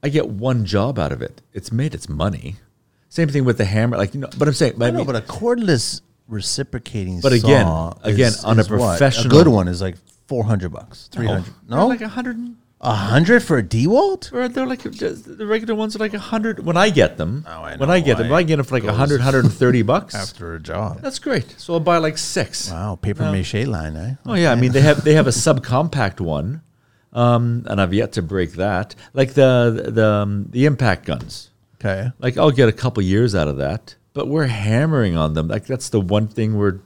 Speaker 3: I get one job out of it. It's made its money. Same thing with the hammer. Like, you know, but I'm saying, I
Speaker 2: I know,
Speaker 3: mean,
Speaker 2: but uh, a cordless reciprocating
Speaker 3: But again-
Speaker 2: saw
Speaker 3: again,
Speaker 2: is-
Speaker 3: on a
Speaker 2: is what?
Speaker 3: professional- Oh.
Speaker 2: a good one is like 400 bucks, 300.
Speaker 3: they're
Speaker 2: No?
Speaker 3: like a hundred. and-
Speaker 2: A hundred for a Dewalt?
Speaker 3: Or they're like just- the regular ones are like a hundred when I get them.
Speaker 2: Oh, I
Speaker 3: when
Speaker 2: know
Speaker 3: I get them,
Speaker 2: why
Speaker 3: when I get them for like a hundred, hundred and thirty bucks.
Speaker 2: After a job.
Speaker 3: That's great. So I'll buy like six.
Speaker 2: Wow, paper mache line, eh?
Speaker 3: Oh yeah, I mean they have they have a subcompact one, um, and I've yet to break that. Like the the um, the impact guns,
Speaker 2: Okay.
Speaker 3: like I'll get a couple years out of that, but we're hammering on them. Like that's the one thing we're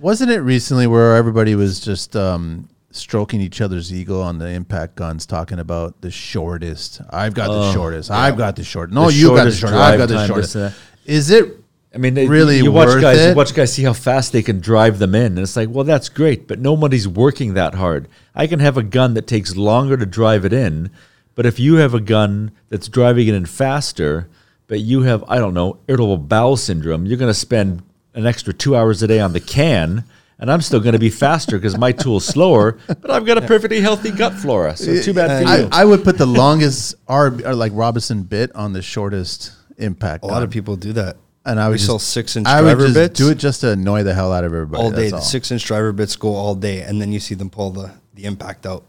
Speaker 2: Wasn't it recently where everybody was just um, stroking each other's ego on the impact guns, talking about the shortest? I've got the shortest. I've got the short. No,
Speaker 3: Oh. The
Speaker 2: you got the
Speaker 3: shortest
Speaker 2: shortest. I've
Speaker 3: drive
Speaker 2: got the
Speaker 3: time,
Speaker 2: shortest.
Speaker 3: this and
Speaker 2: Is it?
Speaker 3: I mean, they-
Speaker 2: really
Speaker 3: you watch
Speaker 2: worth
Speaker 3: guys, you
Speaker 2: it?
Speaker 3: watch guys see how fast they can drive them in, and it's like, well, that's great, but nobody's working that hard. I can have a gun that takes longer to drive it in, but if you have a gun that's driving it in faster, but you have, I don't know, irritable bowel syndrome, you're going to spend an extra two hours a day on the can. And I'm still going to be faster because my tool's slower, but I've got a perfectly healthy gut flora. So too bad for
Speaker 2: I,
Speaker 3: you.
Speaker 2: I would put the longest RB, or like Robinson bit on the shortest impact.
Speaker 1: a lot
Speaker 3: um,
Speaker 1: of people do that.
Speaker 2: and I would
Speaker 1: we
Speaker 2: just,
Speaker 1: sell six inch
Speaker 2: I would
Speaker 1: driver
Speaker 2: just
Speaker 1: bits
Speaker 2: do it just to annoy the hell out of everybody
Speaker 1: all day.
Speaker 2: that's
Speaker 1: The six inch driver bits go all day, and then you see them pull the the impact out.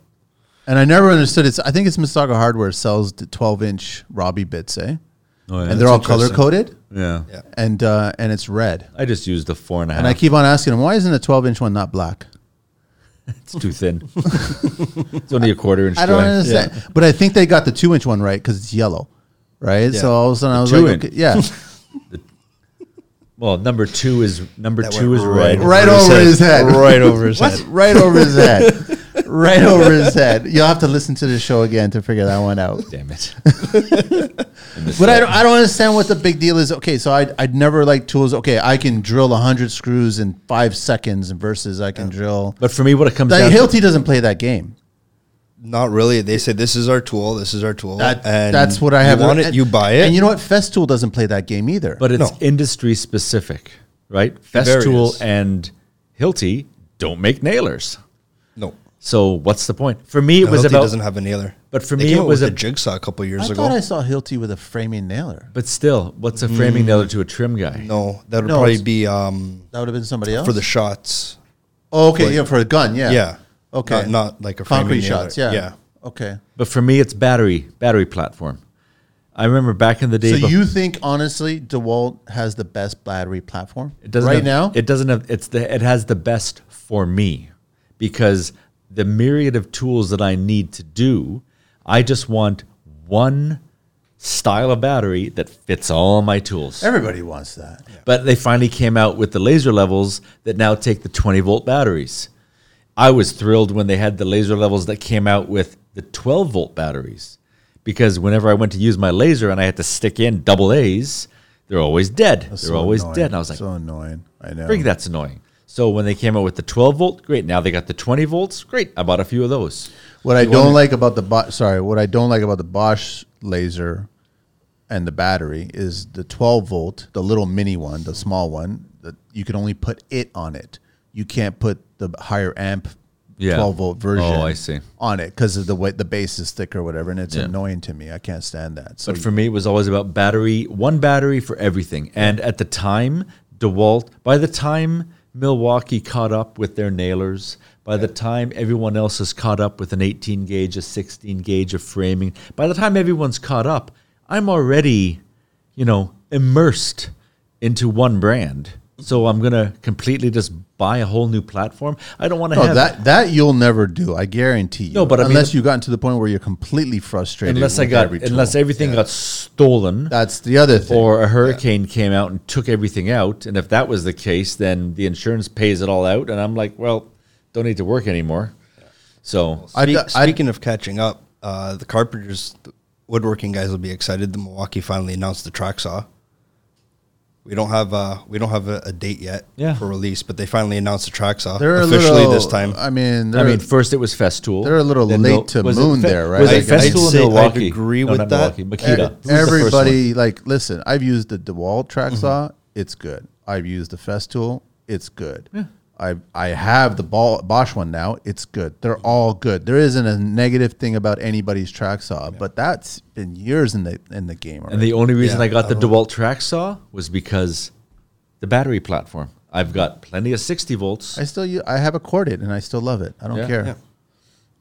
Speaker 2: And I never understood it. I think it's Mississauga Hardware sells the 12 inch Robbie bits, eh?
Speaker 3: Oh, yeah.
Speaker 2: and they're all color coded,
Speaker 3: yeah.
Speaker 1: Yeah.
Speaker 2: and uh, and it's red.
Speaker 3: I just used the four and a half.
Speaker 2: And I keep on asking them, why isn't the 12 inch one not black?
Speaker 3: it's too thin. it's only a quarter inch.
Speaker 2: I don't
Speaker 3: drive.
Speaker 2: understand. But I think they got the two inch one right because it's yellow, right?
Speaker 1: Yeah.
Speaker 2: So all of a sudden I was
Speaker 3: two
Speaker 2: like,
Speaker 3: inch.
Speaker 2: okay, yeah,
Speaker 3: Well, number two is number
Speaker 1: That
Speaker 3: two
Speaker 1: went
Speaker 3: is red.
Speaker 1: right
Speaker 2: right over his head,
Speaker 1: Right over his
Speaker 2: What?
Speaker 1: head.
Speaker 2: right over his head, right over his head. You'll have to listen to the show again to figure that one out.
Speaker 3: Damn it!
Speaker 2: But I don't, I don't understand what the big deal is. Okay, so I'd, I'd never like tools. Okay, I can drill 100 screws in five seconds versus I can drill.
Speaker 3: But for me, what it comes down
Speaker 2: Like,
Speaker 3: to,
Speaker 2: Hilti doesn't play that game.
Speaker 1: Not really. They say this is our tool. This is our tool.
Speaker 2: That,
Speaker 1: and
Speaker 2: that's what I have.
Speaker 1: You want it?
Speaker 2: And-
Speaker 1: You buy it.
Speaker 2: And you know what? Festool doesn't play that game either.
Speaker 3: but it's
Speaker 1: No.
Speaker 3: industry specific, right?
Speaker 1: Various.
Speaker 3: Festool and Hilti don't make nailers,
Speaker 1: no,
Speaker 3: so what's the point? For me, it was
Speaker 1: Hilti
Speaker 3: about.
Speaker 1: doesn't have a nailer.
Speaker 3: but for
Speaker 1: They
Speaker 3: me,
Speaker 1: came
Speaker 3: it
Speaker 1: out
Speaker 3: was
Speaker 1: with
Speaker 3: a-
Speaker 1: the jigsaw a couple years
Speaker 2: I
Speaker 1: ago.
Speaker 2: thought I saw Hilti with a framing nailer.
Speaker 3: but still, what's a framing nailer to a trim guy?
Speaker 1: no, that would
Speaker 2: Mm. No,
Speaker 1: probably
Speaker 2: it's-
Speaker 1: be um,
Speaker 2: That would have been somebody else
Speaker 1: for the shots.
Speaker 2: oh, okay, yeah, for a gun, yeah,
Speaker 1: Yeah.
Speaker 2: okay,
Speaker 1: Not, not like a
Speaker 2: concrete
Speaker 1: framing nailer.
Speaker 2: shots, yeah,
Speaker 1: Yeah.
Speaker 2: okay.
Speaker 3: But for me, it's battery battery platform. I remember back in the day.
Speaker 2: So
Speaker 3: bef-
Speaker 2: you think honestly, Dewalt has the best battery platform
Speaker 3: It doesn't
Speaker 2: right
Speaker 3: have-
Speaker 2: now?
Speaker 3: It doesn't have. It's the. It has the best for me because the myriad of tools that I need to do, I just want one style of battery that fits all my tools.
Speaker 2: Everybody wants that.
Speaker 3: But they finally came out with the laser levels that now take the 20 volt batteries. I was thrilled when they had the laser levels that came out with the 12 volt batteries because whenever I went to use my laser and I had to stick in double A's, they're always dead. they're always dead. And I was like,
Speaker 2: so annoying. I know.
Speaker 3: frig, that's annoying. So when they came out with the 12 volt, great. Now they got the 20 volts. Great. I bought a few of those.
Speaker 2: What I don't like about the Bosch, sorry, what I don't like about the Bosch laser and the battery is the 12 volt, the little mini one, the small one, that you can only put it on it. You can't put the higher amp
Speaker 3: Yeah.
Speaker 2: 12 volt version
Speaker 3: Oh, I see.
Speaker 2: on it because of the way the base is thick or whatever. And it's
Speaker 3: Yeah.
Speaker 2: annoying to me. I can't stand that. So
Speaker 3: But for me, it was always about battery, one battery for everything. And at the time, DeWalt, by the time Milwaukee caught up with their nailers, by the time everyone else has caught up with an 18 gauge, a 16 gauge of framing, by the time everyone's caught up, I'm already, you know, immersed into one brand. So I'm going to completely just buy a whole new platform. I don't want to
Speaker 2: no,
Speaker 3: have
Speaker 2: that, that you'll never do. I guarantee you.
Speaker 3: No, but I mean-
Speaker 2: unless you've gotten to the point where you're completely frustrated.
Speaker 3: unless I
Speaker 2: with
Speaker 3: got
Speaker 2: every tool.
Speaker 3: unless everything got stolen.
Speaker 2: That's the other thing.
Speaker 3: or a hurricane came out and took everything out. And if that was the case, then the insurance pays it all out. And I'm like, well, don't need to work anymore. So
Speaker 2: I'd-
Speaker 1: Speak,
Speaker 2: I'd-
Speaker 1: speaking of catching up, uh, the carpenters, the woodworking guys will be excited. The Milwaukee finally announced the track saw. We don't have uh, we don't have a, a date yet
Speaker 3: Yeah.
Speaker 1: for release, but they finally announced the track saw
Speaker 2: They're a
Speaker 1: officially
Speaker 2: little- uh,
Speaker 1: this time.
Speaker 2: I mean,
Speaker 3: I
Speaker 2: they're-
Speaker 3: mean, first it was Festool.
Speaker 2: they're a little
Speaker 3: Then
Speaker 2: late
Speaker 3: Mil-
Speaker 2: to
Speaker 3: was it
Speaker 2: moon
Speaker 3: Fe-
Speaker 2: there, right?
Speaker 3: Was
Speaker 1: I-
Speaker 3: it
Speaker 1: I'd
Speaker 3: Festool
Speaker 1: say
Speaker 3: in
Speaker 1: I'd
Speaker 3: Milwaukee?
Speaker 1: agree
Speaker 3: No,
Speaker 1: with
Speaker 3: not
Speaker 1: that.
Speaker 3: Milwaukee, Makita. Who's the first one? Mm-hmm.
Speaker 2: everybody like listen i've used the dewalt track saw it's good i've used the festool it's good I, I have the Bol- Bosch one now. It's good. They're all good. There isn't a negative thing about anybody's track saw, but that's been years in the in the game.
Speaker 3: And
Speaker 2: Already.
Speaker 3: the only reason
Speaker 1: Yeah,
Speaker 3: I got the DeWalt track saw was because the battery platform. I've got plenty of 60 volts.
Speaker 2: I still u- I have a corded and I still love it. I don't
Speaker 3: Yeah.
Speaker 2: care.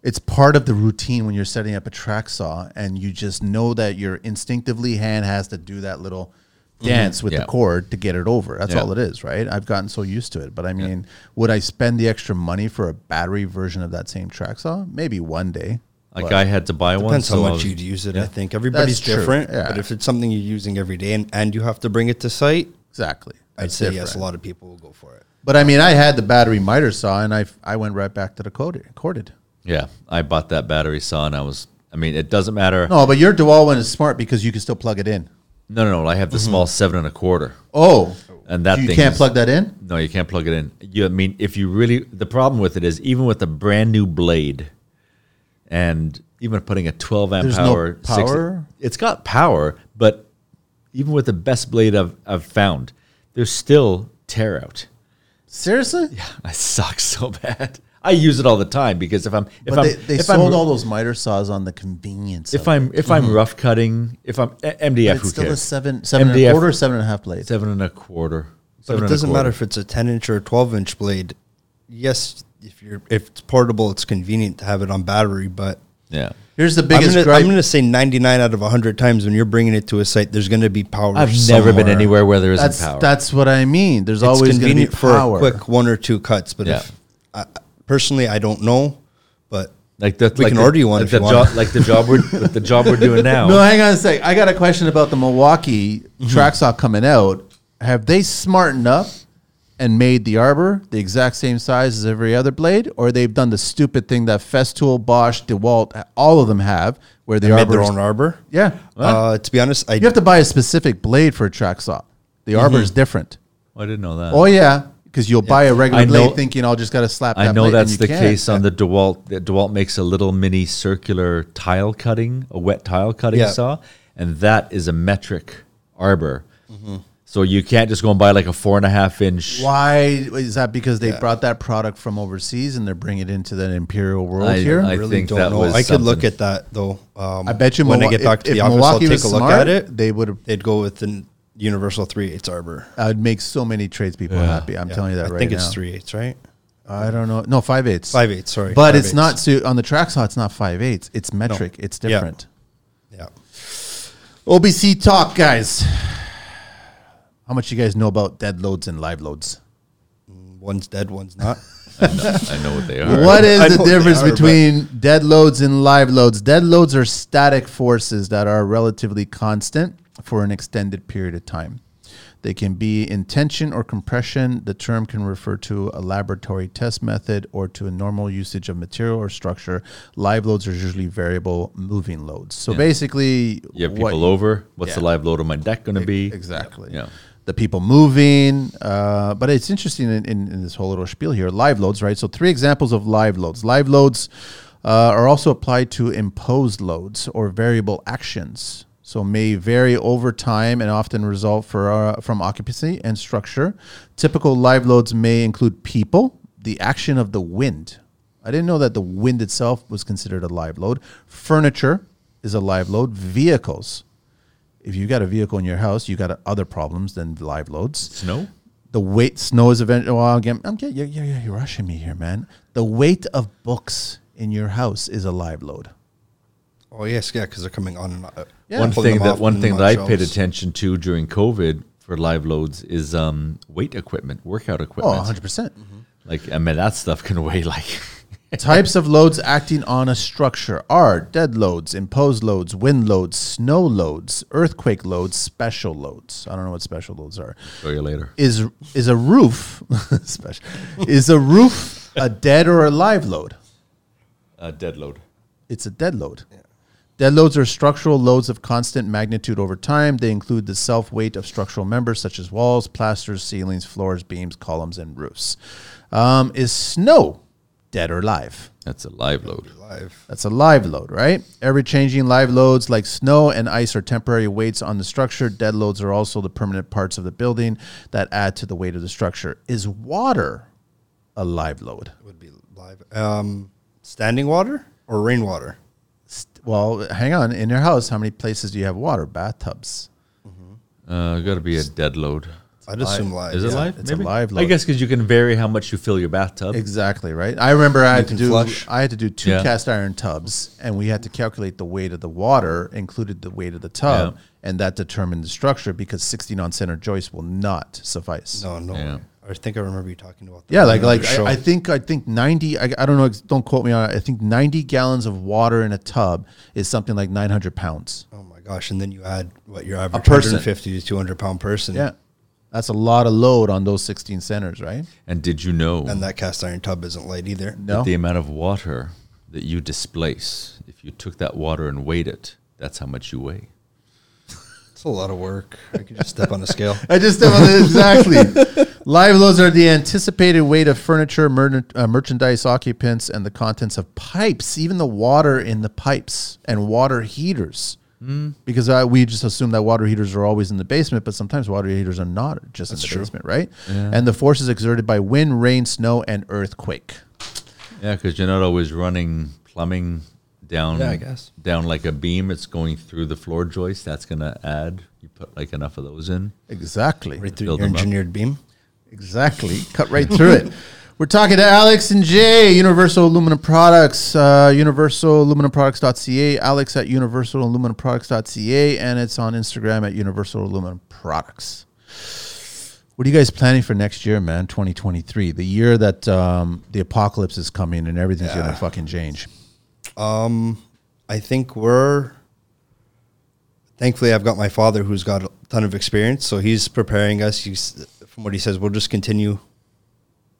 Speaker 2: It's part of the routine when you're setting up a track saw, and you just know that your instinctively hand has to do that little
Speaker 1: Mm-hmm.
Speaker 2: dance with
Speaker 3: Yeah.
Speaker 2: the cord to get it over. That's
Speaker 3: Yeah.
Speaker 2: all it is, right? I've gotten so used to it. But I mean, would I spend the extra money for a battery version of that same track saw? Maybe one day.
Speaker 3: like I had to buy one.
Speaker 1: Depends
Speaker 3: so
Speaker 1: how
Speaker 3: I
Speaker 1: much
Speaker 3: was-
Speaker 1: you use it.
Speaker 3: Yeah.
Speaker 1: I think everybody's
Speaker 2: true,
Speaker 1: different,
Speaker 2: yeah.
Speaker 1: but if it's something you're using every day and, and you have to bring it to site,
Speaker 2: Exactly.
Speaker 1: I'd
Speaker 2: That's
Speaker 1: say yes.
Speaker 2: different.
Speaker 1: A lot of people will go for it.
Speaker 2: But I mean, I had the battery miter saw, and I I went right back to the corded. corded.
Speaker 3: Yeah, I bought that battery saw, and I was. I mean, it doesn't matter. No,
Speaker 2: No, but your DeWalt one is smart because you can still plug it in.
Speaker 3: no, no. I have the
Speaker 2: Mm-hmm.
Speaker 3: small seven and a quarter,
Speaker 2: Oh,
Speaker 3: and that
Speaker 2: you
Speaker 3: thing
Speaker 2: can't
Speaker 3: is-
Speaker 2: plug that in.
Speaker 3: No, you can't plug it in. You, I mean, if you really, the problem with it is even with a brand new blade, and even putting a 12 amp
Speaker 2: There's no
Speaker 3: hour,
Speaker 2: power?
Speaker 3: it's got power, but even with the best blade I've, I've found, there's still tear out.
Speaker 2: Seriously?
Speaker 3: I suck so bad. I use it all the time because if I'm if
Speaker 2: But
Speaker 3: I'm
Speaker 2: they, they
Speaker 3: if
Speaker 2: sold
Speaker 3: I'm,
Speaker 2: all those miter saws on the convenience.
Speaker 3: if
Speaker 2: of it.
Speaker 3: I'm if I'm rough cutting, if I'm eh, MDF,
Speaker 2: But it's
Speaker 3: who
Speaker 2: still a
Speaker 3: cares?
Speaker 2: seven, seven and a
Speaker 3: MDF.
Speaker 2: quarter, seven and a half blade.
Speaker 3: seven and a quarter.
Speaker 1: But it doesn't matter if it's a 10 inch or a 12 inch blade. Yes, if you're if it's portable, it's convenient to have it on battery. But
Speaker 3: yeah.
Speaker 2: Here's the biggest
Speaker 1: I'm gonna,
Speaker 2: gripe.
Speaker 1: I'm gonna say 99 out of 100 times when you're bringing it to a site, there's gonna be power.
Speaker 3: I've never been
Speaker 1: somewhere.
Speaker 3: anywhere where there isn't
Speaker 2: that's
Speaker 3: power.
Speaker 2: that's what I mean. There's
Speaker 1: It's
Speaker 2: always going to be
Speaker 1: convenient for
Speaker 2: power.
Speaker 1: a quick one or two cuts. But
Speaker 3: Yeah.
Speaker 1: if I, personally, I don't know, but
Speaker 3: Like the,
Speaker 1: We
Speaker 3: like
Speaker 1: can
Speaker 3: the-
Speaker 1: order you one
Speaker 3: like
Speaker 1: if
Speaker 3: the
Speaker 1: you want.
Speaker 3: job- like the job we're like the job we're doing now.
Speaker 2: No, hang on a sec. I got a question about the Milwaukee track saw coming out. Have they smartened up and made the arbor the exact same size as every other blade, or they've done the stupid thing that Festool, Bosch, DeWalt, all of them have, where the
Speaker 1: made
Speaker 2: arbor
Speaker 1: their
Speaker 2: is-
Speaker 1: own arbor.
Speaker 2: Yeah,
Speaker 1: Uh, to be honest, I
Speaker 2: you have to buy a specific blade for a track saw. The
Speaker 1: Mm-hmm.
Speaker 2: arbor is different.
Speaker 3: I didn't know that.
Speaker 1: Uh-huh.
Speaker 2: Oh yeah, because you'll buy a regular
Speaker 3: I know-
Speaker 2: blade thinking I'll just got to slap. That
Speaker 3: I know
Speaker 2: blade," and
Speaker 3: that's
Speaker 2: you
Speaker 3: the
Speaker 2: can't.
Speaker 3: case on the DeWalt. That DeWalt makes a little mini circular tile cutting, a wet tile cutting
Speaker 1: Yeah.
Speaker 3: saw, and that is a metric arbor.
Speaker 1: Mm-hmm.
Speaker 3: So you can't just go and buy like a four and a half inch.
Speaker 2: Why is that? Because they brought that product from overseas and they're bringing it into the imperial world
Speaker 3: I-
Speaker 2: here.
Speaker 3: I
Speaker 1: really
Speaker 3: think
Speaker 1: don't
Speaker 3: that
Speaker 1: know.
Speaker 3: was
Speaker 1: I could look
Speaker 3: something.
Speaker 1: at that though. Um,
Speaker 2: I bet you
Speaker 1: when I
Speaker 2: Milwa-
Speaker 1: get back
Speaker 2: if-
Speaker 1: to the
Speaker 2: if
Speaker 1: office, I'll
Speaker 2: Milwaukee
Speaker 1: take a
Speaker 2: was
Speaker 1: look
Speaker 2: smart,
Speaker 1: at it.
Speaker 2: They would have.
Speaker 1: They'd go with the Universal Three Eights arbor.
Speaker 2: I'd make so many tradespeople happy. I'm
Speaker 1: Yeah.
Speaker 2: telling you that
Speaker 1: I
Speaker 2: right
Speaker 1: think
Speaker 2: now.
Speaker 1: it's three eights, right?
Speaker 2: I don't know. No, five eighths.
Speaker 1: Five eighths. Sorry,
Speaker 2: But
Speaker 1: Five
Speaker 2: it's
Speaker 1: eighths.
Speaker 2: not so on the track saw. It's not five eighths. It's metric. It's
Speaker 1: Yeah.
Speaker 2: different.
Speaker 1: Yeah.
Speaker 2: OBC talk, guys. How much you guys know about dead loads and live loads?
Speaker 1: One's dead, one's not.
Speaker 3: I know, I know what they are.
Speaker 2: What is
Speaker 1: I know
Speaker 2: the
Speaker 1: they
Speaker 2: difference
Speaker 1: are, but-
Speaker 2: between dead loads and live loads? Dead loads are static forces that are relatively constant for an extended period of time. They can be in tension or compression. The term can refer to a laboratory test method or to a normal usage of material or structure. Live loads are usually variable moving loads. So basically,
Speaker 3: You have
Speaker 2: what-
Speaker 3: people over. What's the
Speaker 2: yeah.
Speaker 3: live load on my deck going to be?
Speaker 2: Exactly.
Speaker 3: Yeah.
Speaker 2: The people moving. Uh, but it's interesting in, in, in this whole little spiel here live loads, right? So, three examples of live loads. Live loads uh, are also applied to imposed loads or variable actions. So, may vary over time and often result for, uh, from occupancy and structure. Typical live loads may include people, the action of the wind. I didn't know that the wind itself was considered a live load. Furniture is a live load. Vehicles if you got a vehicle in your house, you got other problems than live loads.
Speaker 3: Snow?
Speaker 2: The weight, snow is event. Well, again, I'm get, you're, you're, you're rushing me here, man. The weight of books in your house is a live load.
Speaker 1: Oh yes, yeah, because they're coming on and uh,
Speaker 2: Yeah.
Speaker 3: One
Speaker 1: pulling
Speaker 3: thing
Speaker 1: them
Speaker 3: that
Speaker 1: off
Speaker 3: one
Speaker 1: and
Speaker 3: thing
Speaker 1: on
Speaker 3: that I paid
Speaker 1: shelves.
Speaker 3: attention to during COVID for live loads is um, weight equipment, workout
Speaker 2: Oh,
Speaker 3: equipment.
Speaker 2: 100 percent.
Speaker 3: Like I mean, that stuff can weigh like
Speaker 2: Types of loads acting on a structure are dead loads, imposed loads, wind loads, snow loads, earthquake loads, special loads. I don't know what special loads are.
Speaker 3: show you later.
Speaker 2: Is is a roof special? Is a roof a dead or a live load?
Speaker 3: Uh, dead load.
Speaker 2: it's a dead load. Dead loads are structural loads of constant magnitude over time. They include the self weight of structural members such as walls, plasters, ceilings, floors, beams, columns, and roofs. Um, is snow dead or live?
Speaker 3: That's a live load.
Speaker 1: Live.
Speaker 2: That's a live load, right? Ever changing live loads like snow and ice are temporary weights on the structure. Dead loads are also the permanent parts of the building that add to the weight of the structure. Is water a live load?
Speaker 1: would be live. Um, standing water or rainwater?
Speaker 2: St- well, hang on. In your house, how many places do you have water? Bathtubs.
Speaker 3: Uh, got to be a dead load.
Speaker 1: I'd assume live.
Speaker 3: Is it
Speaker 1: yeah.
Speaker 3: live?
Speaker 2: it's a live
Speaker 3: I
Speaker 2: load.
Speaker 3: guess because you can vary how much you fill your bathtub.
Speaker 2: Exactly right. I remember I had to
Speaker 1: can
Speaker 2: do
Speaker 1: flush.
Speaker 2: I had to do two
Speaker 3: Yeah.
Speaker 2: cast iron tubs, and we had to calculate the weight of the water, included the weight of the tub,
Speaker 3: Yeah.
Speaker 2: and that determined the structure because sixteen on center joists will not suffice.
Speaker 1: No, no.
Speaker 3: Yeah.
Speaker 1: I think I remember you talking about that.
Speaker 2: Yeah, like
Speaker 1: on
Speaker 2: like
Speaker 1: your show.
Speaker 2: I, I think I think ninety. I, I don't know. ex- Don't quote me on it. I think ninety gallons of water in a tub is something like nine hundred pounds.
Speaker 1: oh my gosh! And then you add what your average
Speaker 2: person.
Speaker 1: 150 to 200 pound person.
Speaker 2: Yeah, that's a lot of load on those sixteen centers, right?
Speaker 3: And did you know
Speaker 1: And that cast iron tub isn't light either.
Speaker 2: No,
Speaker 3: the amount of water that you displace if you took that water and weighed it? That's how much you weigh.
Speaker 1: It's a lot of work. I could just step on a scale.
Speaker 2: I just don't know exactly. Live loads are the anticipated weight of furniture, mer- uh, merchandise, occupants, and the contents of pipes, even the water in the pipes and water heaters. Because uh, we just assume that water heaters are always in the basement, but sometimes water heaters are not just in the basement, right? And the forces exerted by wind, rain, snow, and earthquake.
Speaker 3: Yeah, because you're not always running plumbing down.
Speaker 1: Yeah, I guess.
Speaker 3: down like a beam. It's going through the floor joist. That's gonna add. You put like enough of those in.
Speaker 2: Exactly.
Speaker 1: Right through
Speaker 3: Build
Speaker 1: your
Speaker 3: them up.
Speaker 1: engineered beam.
Speaker 2: Exactly. Cut right through it. We're talking to Alex and Jay, Universal Aluminum Products, uh, universaluminumproducts.ca, Alex at universalaluminumproducts.ca, and it's on Instagram at Universal Aluminum Products. What are you guys planning for next year, man? 2023, the year that um, the apocalypse is coming and everything's going to fucking change.
Speaker 1: I think we're. Thankfully, I've got my father who's got a ton of experience, so he's preparing us. He's, from what he says, we'll just continue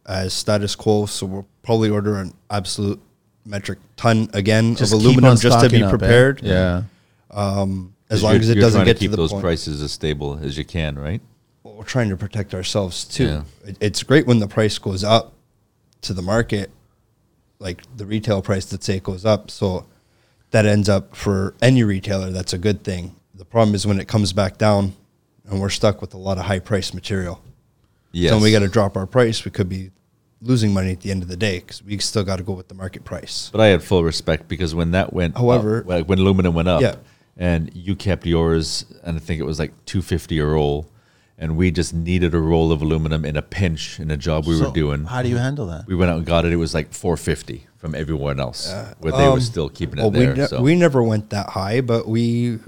Speaker 1: as status quo. So we'll probably order an absolute metric ton again
Speaker 2: Just
Speaker 1: of
Speaker 2: keep
Speaker 1: aluminum
Speaker 2: on
Speaker 1: just to be
Speaker 2: stocking up, eh?
Speaker 1: prepared.
Speaker 2: Yeah.
Speaker 1: as
Speaker 3: 'Cause
Speaker 1: long
Speaker 3: you're-
Speaker 1: as it
Speaker 3: you're
Speaker 1: doesn't
Speaker 3: trying to
Speaker 1: get to,
Speaker 3: keep
Speaker 1: the
Speaker 3: those
Speaker 1: point.
Speaker 3: prices as stable as you can, right?
Speaker 1: Well, we're trying to protect ourselves too.
Speaker 3: Yeah.
Speaker 1: It, it's great when the price goes up to the market, like the retail price, let's say, goes up. So that ends up for any retailer, that's a good thing. The problem is when it comes back down and we're stuck with a lot of high priced material.
Speaker 3: Yes.
Speaker 1: So when we got to drop our price, we could be losing money at the end of the day because we still got to go with the market price.
Speaker 3: But I had full respect because when that went,
Speaker 1: However-
Speaker 3: up, like when aluminum went up,
Speaker 1: Yeah.
Speaker 3: and you kept yours, and I think it was like two fifty a roll, and we just needed a roll of aluminum in a pinch in a job we were doing.
Speaker 2: How do you handle that?
Speaker 3: We went out and got it. It was like four fifty from everyone else, where they were still keeping it
Speaker 1: Uh, um, Well,
Speaker 3: there.
Speaker 1: we, ne-
Speaker 3: so
Speaker 1: we never went that high, but we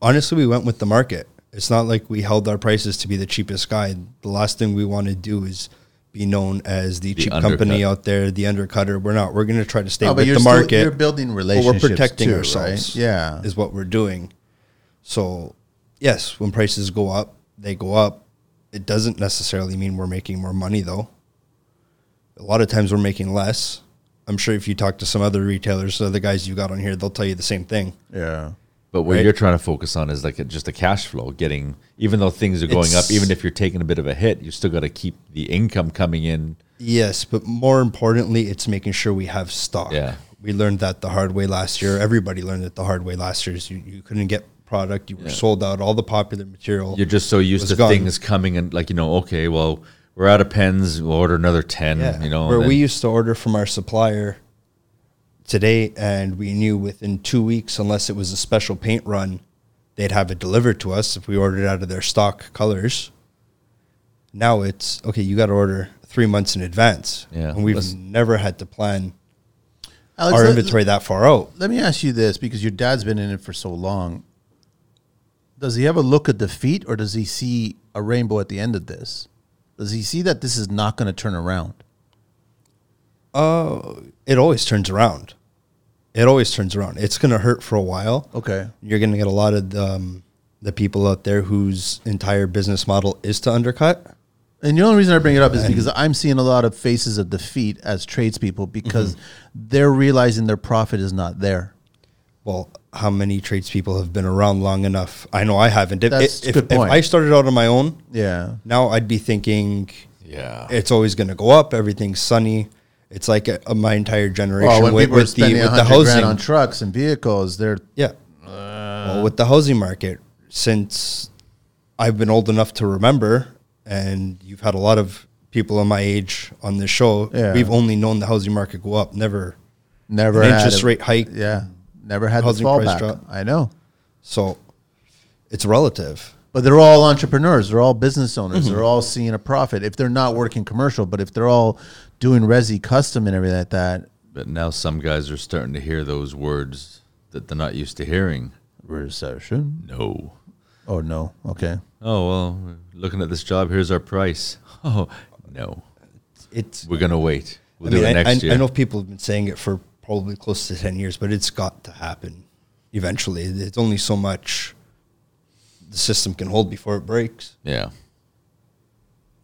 Speaker 1: honestly we went with the market. It's not like we held our prices to be the cheapest guy. The last thing we want to do is be known as the,
Speaker 3: The
Speaker 1: cheap
Speaker 3: undercut.
Speaker 1: company out there, the undercutter. We're not. We're going to try to stay
Speaker 2: Oh,
Speaker 1: with
Speaker 2: you're
Speaker 1: the
Speaker 2: still-
Speaker 1: market.
Speaker 2: you're building
Speaker 1: but we're
Speaker 2: relationships.
Speaker 1: protecting
Speaker 2: too, right?
Speaker 1: ourselves.
Speaker 2: Yeah.
Speaker 1: is what we're doing. So, yes, when prices go up, they go up. It doesn't necessarily mean we're making more money, though. A lot of times we're making less. I'm sure if you talk to some other retailers, other guys you got on here, they'll tell you the same thing.
Speaker 2: Yeah.
Speaker 3: But what
Speaker 1: Right.
Speaker 3: you're trying to focus on is like just the cash flow, getting even though things are going
Speaker 1: It's-
Speaker 3: up, even if you're taking a bit of a hit, you still got to keep the income coming in.
Speaker 1: Yes, but more importantly, it's making sure we have stock.
Speaker 3: Yeah.
Speaker 1: We learned that the hard way last year. Everybody learned it the hard way last year. Is you, you couldn't get product. You were sold out. All the popular material.
Speaker 3: You're just so used
Speaker 1: was
Speaker 3: to
Speaker 1: gone.
Speaker 3: things coming and like you know, okay, well, we're out of pens, we'll order another ten.
Speaker 1: Yeah.
Speaker 3: You know,
Speaker 1: where
Speaker 3: then-
Speaker 1: we used to order from our supplier today, and we knew within two weeks, unless it was a special paint run, they'd have it delivered to us if we ordered out of their stock colors. Now it's okay. You got to order three months in advance,
Speaker 3: Yeah.
Speaker 1: and we've
Speaker 3: Let's-
Speaker 1: never had to plan
Speaker 2: Alex, uh,
Speaker 1: our
Speaker 2: let-
Speaker 1: inventory that far out.
Speaker 2: Let me ask you this because your dad's been in it for so long. Does he ever look at defeat or does he see a rainbow at the end of this? Does he see that this is not going to turn around?
Speaker 1: It always turns around. It always turns around. It's going to hurt for a while.
Speaker 2: Okay.
Speaker 1: You're going to get a lot of the, um, the people out there whose entire business model is to undercut.
Speaker 2: And the only reason I bring it up is because I'm seeing a lot of faces of defeat as tradespeople because they're realizing their profit is not there.
Speaker 1: well, how many tradespeople have been around long enough? I know I haven't. If,
Speaker 2: That's
Speaker 1: if,
Speaker 2: a good
Speaker 1: if
Speaker 2: point.
Speaker 1: I started out on my own,
Speaker 2: Yeah.
Speaker 1: now I'd be thinking
Speaker 3: yeah,
Speaker 1: it's always going to go up. Everything's sunny. It's like a, my entire generation
Speaker 2: Well, when
Speaker 1: with,
Speaker 2: people are
Speaker 1: with the
Speaker 2: spending a
Speaker 1: with the
Speaker 2: hundred grand Uh.
Speaker 1: housing.
Speaker 2: on trucks and vehicles, they're
Speaker 1: yeah, well, with the housing market, since I've been old enough to remember, and you've had a lot of people on my age on this show,
Speaker 2: Yeah.
Speaker 1: we've only known the housing market go up, never
Speaker 2: never
Speaker 1: an
Speaker 2: had
Speaker 1: interest
Speaker 2: a-
Speaker 1: rate hike.
Speaker 2: Yeah, never had the
Speaker 1: Housing price
Speaker 2: fallback.
Speaker 1: drop.
Speaker 2: I know.
Speaker 1: So it's relative.
Speaker 2: But they're all entrepreneurs. They're all business owners. They're all seeing a profit. If they're not working commercial, but if they're all doing resi custom and everything like that,
Speaker 3: but now some guys are starting to hear those words that they're not used to hearing.
Speaker 2: recession.
Speaker 3: No.
Speaker 2: Oh no. Okay.
Speaker 3: Oh well, we're looking at this job, here's our price. Oh no,
Speaker 1: It's
Speaker 3: we're gonna wait. We'll
Speaker 1: I mean,
Speaker 3: do it
Speaker 1: I,
Speaker 3: next
Speaker 1: I,
Speaker 3: year.
Speaker 1: I know people have been saying it for probably close to 10 years, but it's got to happen eventually. It's only so much the system can hold before it breaks.
Speaker 3: Yeah.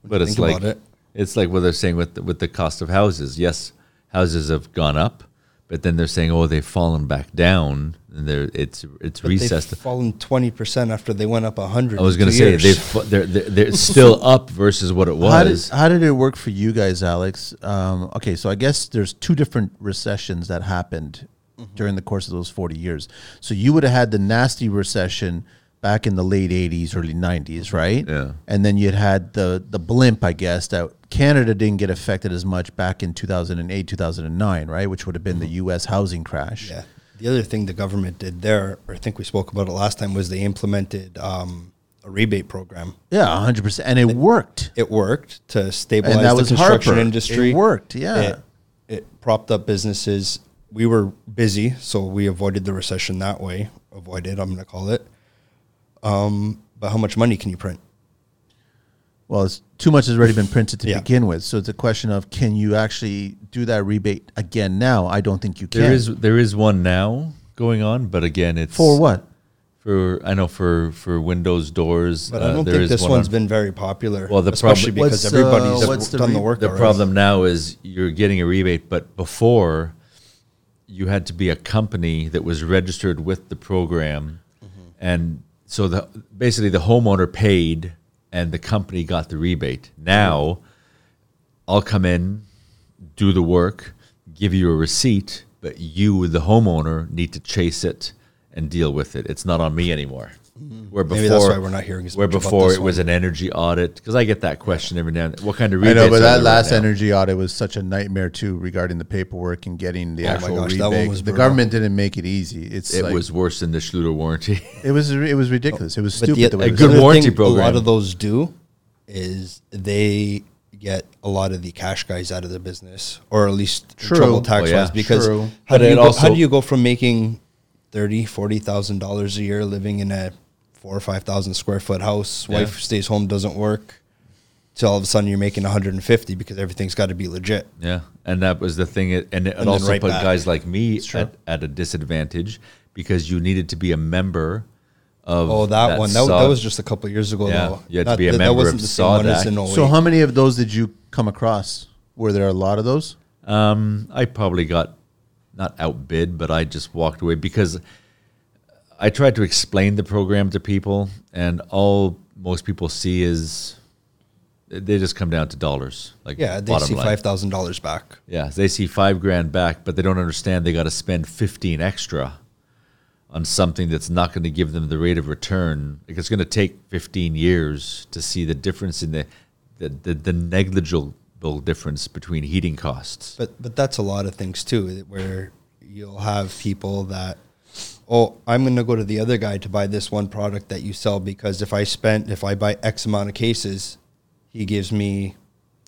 Speaker 1: When
Speaker 3: But
Speaker 1: you
Speaker 3: it's
Speaker 1: think
Speaker 3: like
Speaker 1: about it.
Speaker 3: it's like what they're saying with the, with the cost of houses. Yes, houses have gone up, but then they're saying, oh, they've fallen back down, and they're it's it's
Speaker 1: But
Speaker 3: recessed.
Speaker 1: They've fallen 20% after they went up 100.
Speaker 3: I was
Speaker 1: in
Speaker 3: going to
Speaker 1: two
Speaker 3: say
Speaker 1: years.
Speaker 3: they've fa- they're, they're they're still up versus what it
Speaker 2: How did,
Speaker 3: was.
Speaker 2: how did it work for you guys, Alex? Um, okay, so I guess there's two different recessions that happened
Speaker 1: Mm-hmm.
Speaker 2: during the course of those 40 years. So you would have had the nasty recession back in the late 80s, early 90s, right?
Speaker 3: Yeah.
Speaker 2: And then you'd had the the blimp, I guess, that Canada didn't get affected as much back in 2008, 2009, right? Which would have been the U.S. housing crash.
Speaker 1: Mm-hmm. Yeah. The other thing the government did there, or I think we spoke about it last time, was they implemented um, a rebate program.
Speaker 2: Yeah, 100%. And it worked.
Speaker 1: It worked to stabilize
Speaker 2: And that
Speaker 1: the
Speaker 2: was
Speaker 1: construction
Speaker 2: Harper.
Speaker 1: industry.
Speaker 2: It worked, yeah.
Speaker 1: it, it propped up businesses. We were busy, so we avoided the recession that way. Avoided, I'm going to call it. Um, but how much money can you print?
Speaker 2: Well, it's, too much has already been printed to
Speaker 1: Yeah.
Speaker 2: begin with. So it's a question of can you actually do that rebate again now? I don't think you can.
Speaker 3: There is there is one now going on, but again, it's
Speaker 2: for what?
Speaker 3: For I know for for windows, doors.
Speaker 1: But
Speaker 3: uh,
Speaker 1: I don't
Speaker 3: there
Speaker 1: think
Speaker 3: is
Speaker 1: this
Speaker 3: one
Speaker 1: one's
Speaker 3: on-
Speaker 1: been very popular.
Speaker 3: Well, the
Speaker 1: especially
Speaker 3: problem-
Speaker 1: because
Speaker 2: What's, uh,
Speaker 1: everybody's
Speaker 2: what's the
Speaker 1: done the
Speaker 2: re-
Speaker 1: work.
Speaker 3: The
Speaker 1: already.
Speaker 3: problem now is you're getting a rebate, but before you had to be a company that was registered with the program,
Speaker 1: Mm-hmm.
Speaker 3: and so the basically the homeowner paid and the company got the rebate. Now, I'll come in, do the work, give you a receipt, but you, the homeowner, need to chase it and deal with it. It's not on me anymore. Where before,
Speaker 1: Mm-hmm. Maybe that's why we're not hearing as
Speaker 3: where
Speaker 1: much about
Speaker 3: before
Speaker 1: this
Speaker 3: it was
Speaker 1: one.
Speaker 3: an energy audit because I get that question every now and then. What kind of
Speaker 2: I
Speaker 3: rebates?
Speaker 2: know, but
Speaker 3: are there
Speaker 2: that
Speaker 3: right
Speaker 2: last
Speaker 3: now?
Speaker 2: energy audit was such a nightmare too regarding the paperwork and getting the
Speaker 1: Oh my
Speaker 2: actual
Speaker 1: gosh,
Speaker 2: rebate.
Speaker 1: that one was
Speaker 2: the
Speaker 1: brutal.
Speaker 2: government didn't make it easy. It's
Speaker 3: It
Speaker 2: like-
Speaker 3: was worse than the Schluter warranty.
Speaker 2: it was it was ridiculous. It was stupid.
Speaker 1: the-
Speaker 2: the way
Speaker 3: a
Speaker 2: it was
Speaker 3: good
Speaker 2: done.
Speaker 1: other
Speaker 3: warranty
Speaker 1: A lot
Speaker 3: program.
Speaker 1: of those do is they get a lot of the cash guys out of the business, or at least
Speaker 2: True.
Speaker 1: trouble tax
Speaker 3: Well, Oh, yeah.
Speaker 1: wise. Because
Speaker 2: True.
Speaker 1: how
Speaker 3: But
Speaker 1: do, you
Speaker 3: it
Speaker 1: go, how
Speaker 3: also-
Speaker 1: do you go from making thirty, forty thousand dollars a year living in a four or five thousand square foot house?
Speaker 3: Yeah.
Speaker 1: Wife stays home, doesn't work. So all of a sudden you're making 150 because everything's got to be legit.
Speaker 3: Yeah, and that was the thing. It, and it
Speaker 1: then
Speaker 3: also
Speaker 1: right
Speaker 3: put
Speaker 1: back.
Speaker 3: guys like me
Speaker 2: true.
Speaker 3: at, at a disadvantage because you needed to be a member of.
Speaker 1: Oh, that, one. That,
Speaker 3: sod-
Speaker 1: that was just a couple years ago.
Speaker 3: Yeah,
Speaker 1: though.
Speaker 3: you had to
Speaker 1: Not-
Speaker 3: be a
Speaker 1: that-
Speaker 3: member
Speaker 1: that wasn't
Speaker 3: of
Speaker 1: the same one as
Speaker 3: Sawdac.
Speaker 1: in 08.
Speaker 2: So how many of those did you come across? Were there a lot of those?
Speaker 3: Um, I probably got not outbid, but I just walked away because I tried to explain the program to people, and all most people see is they just come down to dollars. Like
Speaker 1: yeah, they
Speaker 3: bottom
Speaker 1: see
Speaker 3: line.
Speaker 1: five thousand dollars back.
Speaker 3: Yeah, they see five grand back, but they don't understand they got to spend 15 extra on something that's not going to give them the rate of return. Like it's going to take 15 years to see the difference in the the, the, the negligible difference between heating costs.
Speaker 1: But but that's a lot of things too, eh, where you'll have people that, oh, I'm going to go to the other guy to buy this one product that you sell because if I spent if I buy X amount of cases, he gives me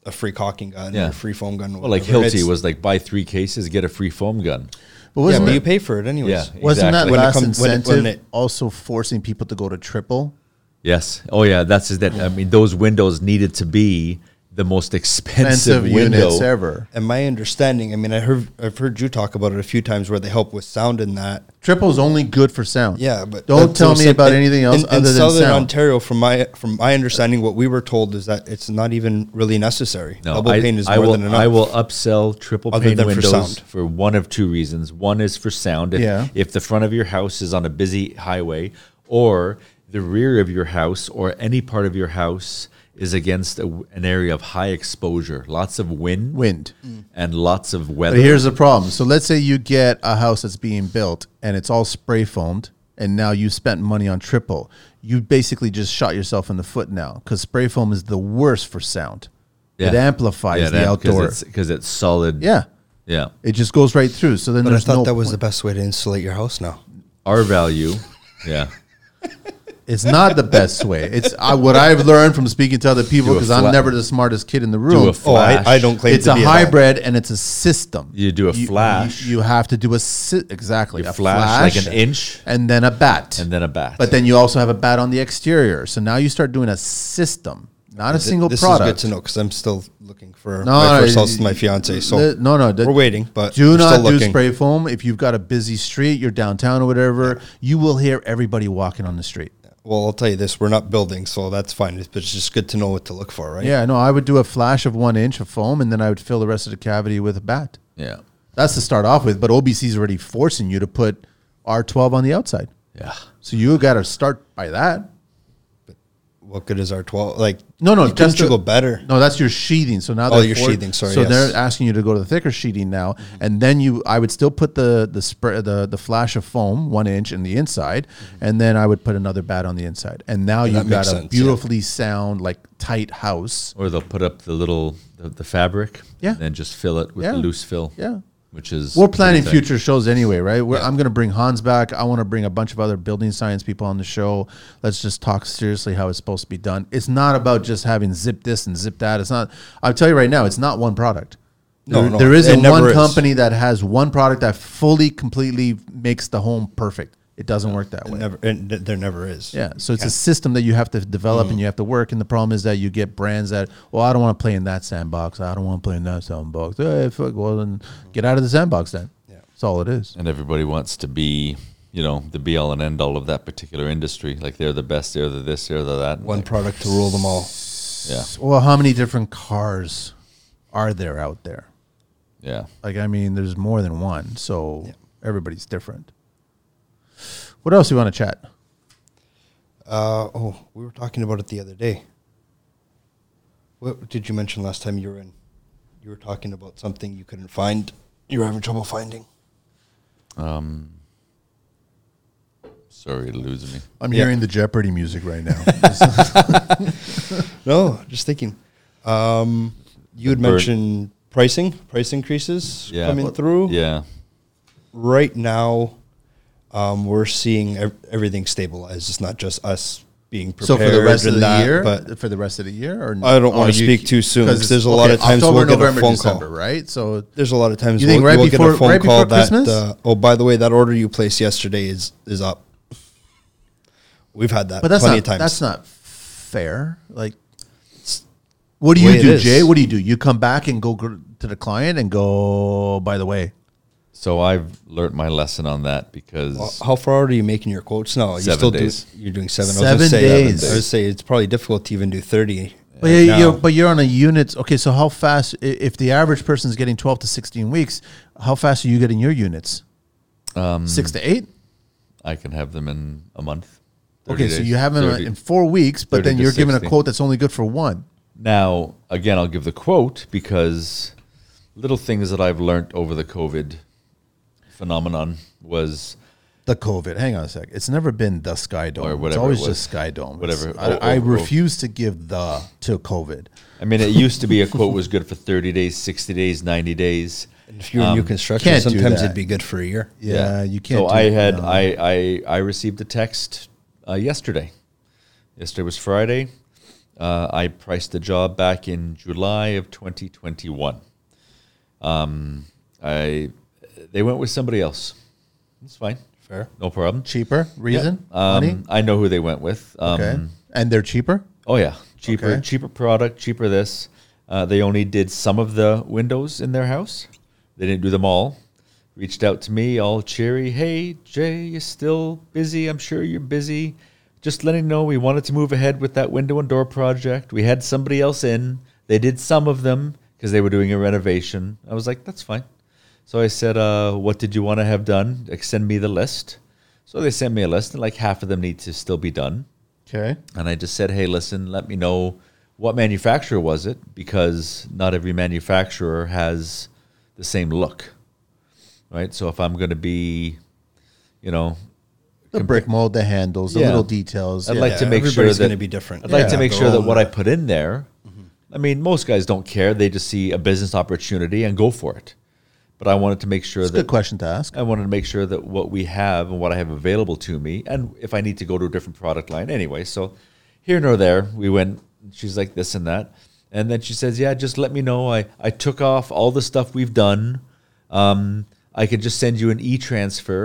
Speaker 1: a free caulking gun or
Speaker 3: Yeah.
Speaker 1: a free foam gun. or
Speaker 3: Well, like
Speaker 1: whatever.
Speaker 3: Hilti
Speaker 1: It's-
Speaker 3: was like buy three cases, get a free foam gun.
Speaker 2: But
Speaker 1: Yeah,
Speaker 2: wasn't
Speaker 1: but
Speaker 2: it-
Speaker 1: you pay for it anyways.
Speaker 3: Yeah.
Speaker 2: wasn't
Speaker 3: Exactly.
Speaker 2: that
Speaker 1: When it
Speaker 2: last
Speaker 1: comes- when it-
Speaker 2: incentive
Speaker 1: when it-
Speaker 2: also forcing people to go to triple?
Speaker 3: Yes. Oh yeah, that's is that. I mean, those windows needed to be the most expensive,
Speaker 2: Expensive
Speaker 3: window
Speaker 2: units ever.
Speaker 1: And my understanding, I mean, I heard I've heard you talk about it a few times where they help with sound in that.
Speaker 2: Triple's only good for sound.
Speaker 1: Yeah, but
Speaker 2: don't
Speaker 1: that's
Speaker 2: tell
Speaker 1: what I'm
Speaker 2: me
Speaker 1: saying.
Speaker 2: about
Speaker 1: In-
Speaker 2: anything else
Speaker 1: in, in
Speaker 2: other than
Speaker 1: Southern
Speaker 2: sound.
Speaker 1: Ontario, from my from my understanding, what we were told is that it's not even really necessary.
Speaker 3: No,
Speaker 1: Double
Speaker 3: I,
Speaker 1: pane is
Speaker 3: I
Speaker 1: more
Speaker 3: will,
Speaker 1: than enough.
Speaker 3: I will upsell triple
Speaker 1: Other
Speaker 3: pane
Speaker 1: than for
Speaker 3: windows for,
Speaker 1: sound.
Speaker 3: one of two reasons. One is for sound. If,
Speaker 2: Yeah.
Speaker 3: if the front of your house is on a busy highway, or the rear of your house, or any part of your house is against a, an area of high exposure, lots of wind, Mm.
Speaker 2: Wind.
Speaker 3: and lots of weather.
Speaker 2: But here's the problem. So let's say you get a house that's being built and it's all spray foamed, and now you spent money on triple. You basically just shot yourself in the foot now because spray foam is the worst for sound. It amplifies
Speaker 3: Yeah,
Speaker 2: the
Speaker 3: that- 'cause
Speaker 2: outdoor.
Speaker 3: it's- because it's solid.
Speaker 2: Yeah,
Speaker 3: yeah.
Speaker 2: it just goes right through. So then
Speaker 1: but I
Speaker 2: there's
Speaker 1: thought
Speaker 2: no
Speaker 1: that was the
Speaker 2: point.
Speaker 1: best way to insulate your house. Now,
Speaker 3: Our value, yeah.
Speaker 2: It's not the best way. It's uh, what I've learned from speaking to other people
Speaker 3: Do a
Speaker 2: because I'm
Speaker 3: flat-
Speaker 2: never the smartest kid in the room.
Speaker 3: a fl- Oh, I- Flash.
Speaker 1: I, I don't claim
Speaker 2: it's
Speaker 1: to
Speaker 2: a
Speaker 1: be at all.
Speaker 2: hybrid and it's a system.
Speaker 3: You do a flash.
Speaker 2: You, you have to do a si- exactly
Speaker 3: You
Speaker 2: a
Speaker 3: flash,
Speaker 2: flash
Speaker 3: like an inch,
Speaker 2: and then a bat,
Speaker 3: and then a bat.
Speaker 2: but then you also have a bat on the exterior. So now you start doing a system, not a single
Speaker 1: This
Speaker 2: product.
Speaker 1: is good to know because I'm still looking for
Speaker 2: No,
Speaker 1: my
Speaker 2: no,
Speaker 1: first
Speaker 2: you-
Speaker 1: house with my fiance. So
Speaker 2: The- no, no, the-
Speaker 1: we're waiting, but
Speaker 2: do
Speaker 1: we're
Speaker 2: not
Speaker 1: still
Speaker 2: do
Speaker 1: looking.
Speaker 2: spray foam. If you've got a busy street, you're downtown or whatever, you will hear everybody walking on the street.
Speaker 1: well, I'll tell you this: we're not building, so that's fine. It's, but it's just good to know what to look for, right?
Speaker 2: Yeah, no, I would do a flash of one inch of foam, and then I would fill the rest of the cavity with a bat.
Speaker 3: yeah,
Speaker 2: That's to start off with, but OBC is already forcing you to put R12 on the outside.
Speaker 3: yeah.
Speaker 2: So you got to start by that.
Speaker 1: What good is our twelve? Like,
Speaker 2: No, no,
Speaker 1: you couldn't you
Speaker 2: the-
Speaker 1: go better?
Speaker 2: No, that's your sheathing. So now
Speaker 1: Oh,
Speaker 2: they're
Speaker 1: your
Speaker 2: for-
Speaker 1: sheathing, sorry,
Speaker 2: So
Speaker 1: yes. Mm-hmm.
Speaker 2: they're asking you to go to the thicker sheathing now, and then you, I would still put the the spray, the the flash of foam one inch in the inside, and then I would put another bat on the inside, and now
Speaker 1: Mm-hmm. that
Speaker 2: you've got
Speaker 1: makes
Speaker 2: a
Speaker 1: sense, yeah.
Speaker 2: beautifully sound like tight house.
Speaker 3: Or they'll put up the little the, the fabric,
Speaker 2: Yeah.
Speaker 3: and then just fill it with
Speaker 2: Yeah.
Speaker 3: a loose fill,
Speaker 2: Yeah.
Speaker 3: Which is
Speaker 2: We're planning
Speaker 3: pretty tight.
Speaker 2: future shows anyway, right? We're, I'm going to bring Hans back. I want to bring a bunch of other building science people on the show. Let's just talk seriously how it's supposed to be done. It's not about just having zip this and zip that. It's not. I'll tell you right now, it's not one product.
Speaker 1: No,
Speaker 2: There-
Speaker 1: no,
Speaker 2: there isn't
Speaker 1: it never
Speaker 2: one
Speaker 1: is.
Speaker 2: company that has one product that fully, completely makes the home perfect. It doesn't work that way.
Speaker 1: Never, and th- there never is.
Speaker 2: Yeah. So it's a system that you have to develop
Speaker 1: Mm-hmm.
Speaker 2: and you have to work. And the problem is that you get brands that, well, I don't want to play in that sandbox. I don't want to play in that sandbox. Hey, fuck, well, then get out of the sandbox then.
Speaker 1: Yeah.
Speaker 2: That's all it is.
Speaker 3: And everybody wants to be, you know, the be all and end all of that particular industry. Like they're the best, they're the this, they're the that.
Speaker 1: One
Speaker 3: Like,
Speaker 1: product to rule them all.
Speaker 3: yeah,
Speaker 2: Well, how many different cars are there out there?
Speaker 3: yeah.
Speaker 2: Like, I mean, there's more than one. So everybody's different. What else do you want to chat?
Speaker 1: Uh, oh, we were talking about it the other day. What did you mention last time you were in? You were talking about something you couldn't find. You were having trouble finding.
Speaker 3: Sorry to lose me.
Speaker 2: I'm
Speaker 1: Yeah.
Speaker 2: hearing the Jeopardy music right now.
Speaker 1: No, just thinking. Um, you had
Speaker 3: Burn-
Speaker 1: mentioned pricing, price increases
Speaker 3: Yeah,
Speaker 1: coming
Speaker 3: but-
Speaker 1: through.
Speaker 3: Yeah,
Speaker 1: Right now, um, we're seeing ev- everything stabilize. It's not just us being
Speaker 2: so
Speaker 1: prepared.
Speaker 2: for the rest of
Speaker 1: and
Speaker 2: the
Speaker 1: that,
Speaker 2: year,
Speaker 1: but
Speaker 2: for the rest of the year, or Oh,
Speaker 1: I don't wanna speak too soon, 'cause there's a lot of times we'll get a phone
Speaker 2: December,
Speaker 1: call.
Speaker 2: right? So
Speaker 1: there's a lot of times
Speaker 2: You
Speaker 1: we'll,
Speaker 2: think right
Speaker 1: we'll get
Speaker 2: before-
Speaker 1: a phone
Speaker 2: right
Speaker 1: call
Speaker 2: before
Speaker 1: that
Speaker 2: Christmas?
Speaker 1: uh, oh by the way that order you placed yesterday is is up. We've had that
Speaker 2: But that's
Speaker 1: plenty
Speaker 2: not
Speaker 1: of times.
Speaker 2: that's not fair. Like What do you
Speaker 1: way it
Speaker 2: do,
Speaker 1: is.
Speaker 2: Jay? What do you do? You come back and go gr- to the client and go. By the way,
Speaker 3: So I've learned my lesson on that because
Speaker 1: How far are you making your quotes now? Are you
Speaker 3: Seven
Speaker 1: still
Speaker 3: days.
Speaker 1: Do, you're doing seven. I
Speaker 2: Seven
Speaker 1: was gonna say,
Speaker 2: days.
Speaker 1: I would say it's probably difficult to even do thirty.
Speaker 2: But
Speaker 1: right
Speaker 2: yeah,
Speaker 1: now.
Speaker 2: you're, but you're on a unit. Okay, so how fast? i- If the average person is getting twelve to sixteen weeks, how fast are you getting your units? Six to eight.
Speaker 3: I can have them in a month. 30
Speaker 2: Okay, so
Speaker 3: days,
Speaker 2: you have them
Speaker 3: 30.
Speaker 2: in four weeks, but
Speaker 3: 30
Speaker 2: then
Speaker 3: to
Speaker 2: you're given a
Speaker 3: 60.
Speaker 2: quote that's only good for one.
Speaker 3: Now, again, I'll give the quote because little things that I've learned over the COVID phenomenon was
Speaker 2: The COVID. Hang on a sec. It's never been the Sky Dome.
Speaker 3: whatever it
Speaker 2: it's always
Speaker 3: was.
Speaker 2: just Sky Dome.
Speaker 3: Whatever.
Speaker 2: It's- I,
Speaker 3: O-
Speaker 2: I
Speaker 3: over-
Speaker 2: refuse to give the to COVID.
Speaker 3: I mean, it used to be a quote was good for 30 days, 60 days, 90 days.
Speaker 1: And if you're a new
Speaker 3: Um,
Speaker 1: construction,
Speaker 2: can't do
Speaker 1: sometimes
Speaker 2: that.
Speaker 1: it'd be good for a year.
Speaker 2: Yeah, you can't.
Speaker 3: So
Speaker 2: do
Speaker 3: I
Speaker 2: that
Speaker 3: had
Speaker 2: now.
Speaker 3: I, I I received a text uh, yesterday. Yesterday was Friday. Uh, I priced the job back in July of 2021. Um, I they went with somebody else. It's fine,
Speaker 1: Fair.
Speaker 3: no problem.
Speaker 2: cheaper reason. money.
Speaker 3: Um, I know who they went with. Um,
Speaker 2: Okay, and they're cheaper.
Speaker 3: Oh yeah, cheaper,
Speaker 2: Okay.
Speaker 3: cheaper product, cheaper this. Uh, they only did some of the windows in their house. They didn't do them all. Reached out to me, all cheery. Hey Jay, you still busy? I'm sure you're busy. Just letting you know we wanted to move ahead with that window and door project. We had somebody else in. They did some of them because they were doing a renovation. I was like, that's fine. So I said, uh, what did you want to have done? Like, send me the list. So they sent me a list, and like half of them need to still be done
Speaker 2: Okay.
Speaker 3: and I just said, "Hey, listen, let me know what manufacturer was it because not every manufacturer has the same look, right? So if I'm going to be, you know,
Speaker 2: The brick mold, the handles, the
Speaker 3: Yeah.
Speaker 2: little details.
Speaker 3: I'd
Speaker 2: yeah.
Speaker 3: like to make sure
Speaker 1: everybody's
Speaker 3: that
Speaker 1: gonna be different. Mm-hmm.
Speaker 3: I'd like to
Speaker 2: Yeah.
Speaker 3: make sure
Speaker 1: Go
Speaker 3: that what
Speaker 1: on.
Speaker 3: I put in there. I mean, most guys don't care; they just see a business opportunity and go for it. But I wanted to make sure
Speaker 2: That's a
Speaker 3: that
Speaker 2: good question to ask.
Speaker 3: I wanted to make sure that what we have and what I have available to me, and if I need to go to a different product line anyway. So here nor there, we went. She's like this and that, and then she says, "Yeah, just let me know. I I took off all the stuff we've done. Um, I could just send you an e transfer,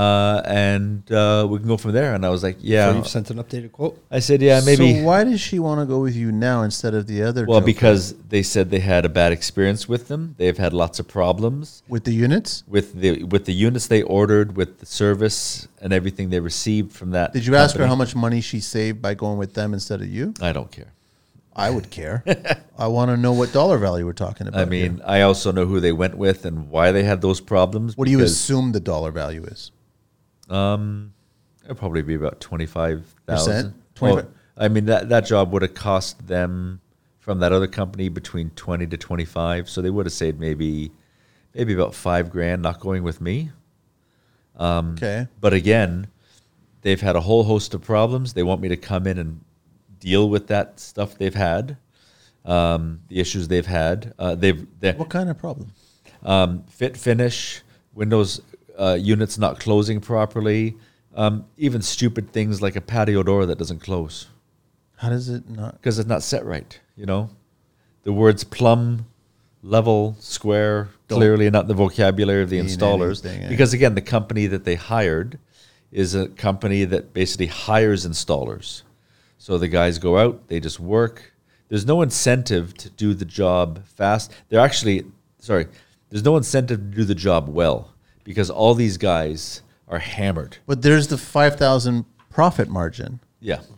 Speaker 3: uh, and uh, we can go from there." And I was like,
Speaker 1: So
Speaker 3: "Yeah."
Speaker 1: you've sent an updated quote.
Speaker 3: I said, "Yeah, Uh, maybe."
Speaker 2: So why does she want to go with you now instead of the other?
Speaker 3: well,
Speaker 2: joke?
Speaker 3: because they said they had a bad experience with them. They've had lots of problems.
Speaker 2: with the units.
Speaker 3: with the with the units they ordered, with the service and everything they received from that.
Speaker 2: Did you ask her
Speaker 3: company.
Speaker 2: how much money she saved by going with them instead of you?
Speaker 3: I don't care.
Speaker 2: I would care. I want to know what dollar value we're talking about.
Speaker 3: I
Speaker 2: here.
Speaker 3: mean, I also know who they went with and why they had those problems.
Speaker 2: what do you
Speaker 3: because
Speaker 2: assume the dollar value is?
Speaker 3: It'd probably be about twenty five
Speaker 2: Percent?
Speaker 3: thousand.
Speaker 2: 25
Speaker 3: I mean that that job would have cost them from that other company between twenty to twenty five, so they would have saved maybe maybe about five grand not going with me. Mm.
Speaker 2: Okay.
Speaker 3: But again, they've had a whole host of problems. They want me to come in and deal with that stuff they've had, um, the issues they've had. Uh, they've they
Speaker 2: What kind of problem?
Speaker 3: um, fit finish, Windows uh, units not closing properly, um, even stupid things like a patio door that doesn't close
Speaker 2: How does it not?
Speaker 3: because it's not set right. You know, the words plumb, level, square clearly not the vocabulary of the
Speaker 2: mean
Speaker 3: installers.
Speaker 2: anything, eh?
Speaker 3: Because again, the company that they hired is a company that basically hires installers. So the guys go out, they just work. There's no incentive to do the job fast. They're actually sorry. There's no incentive to do the job well because all these guys are hammered.
Speaker 2: But there's the five thousand profit margin.
Speaker 3: Yeah.
Speaker 2: Mm-hmm.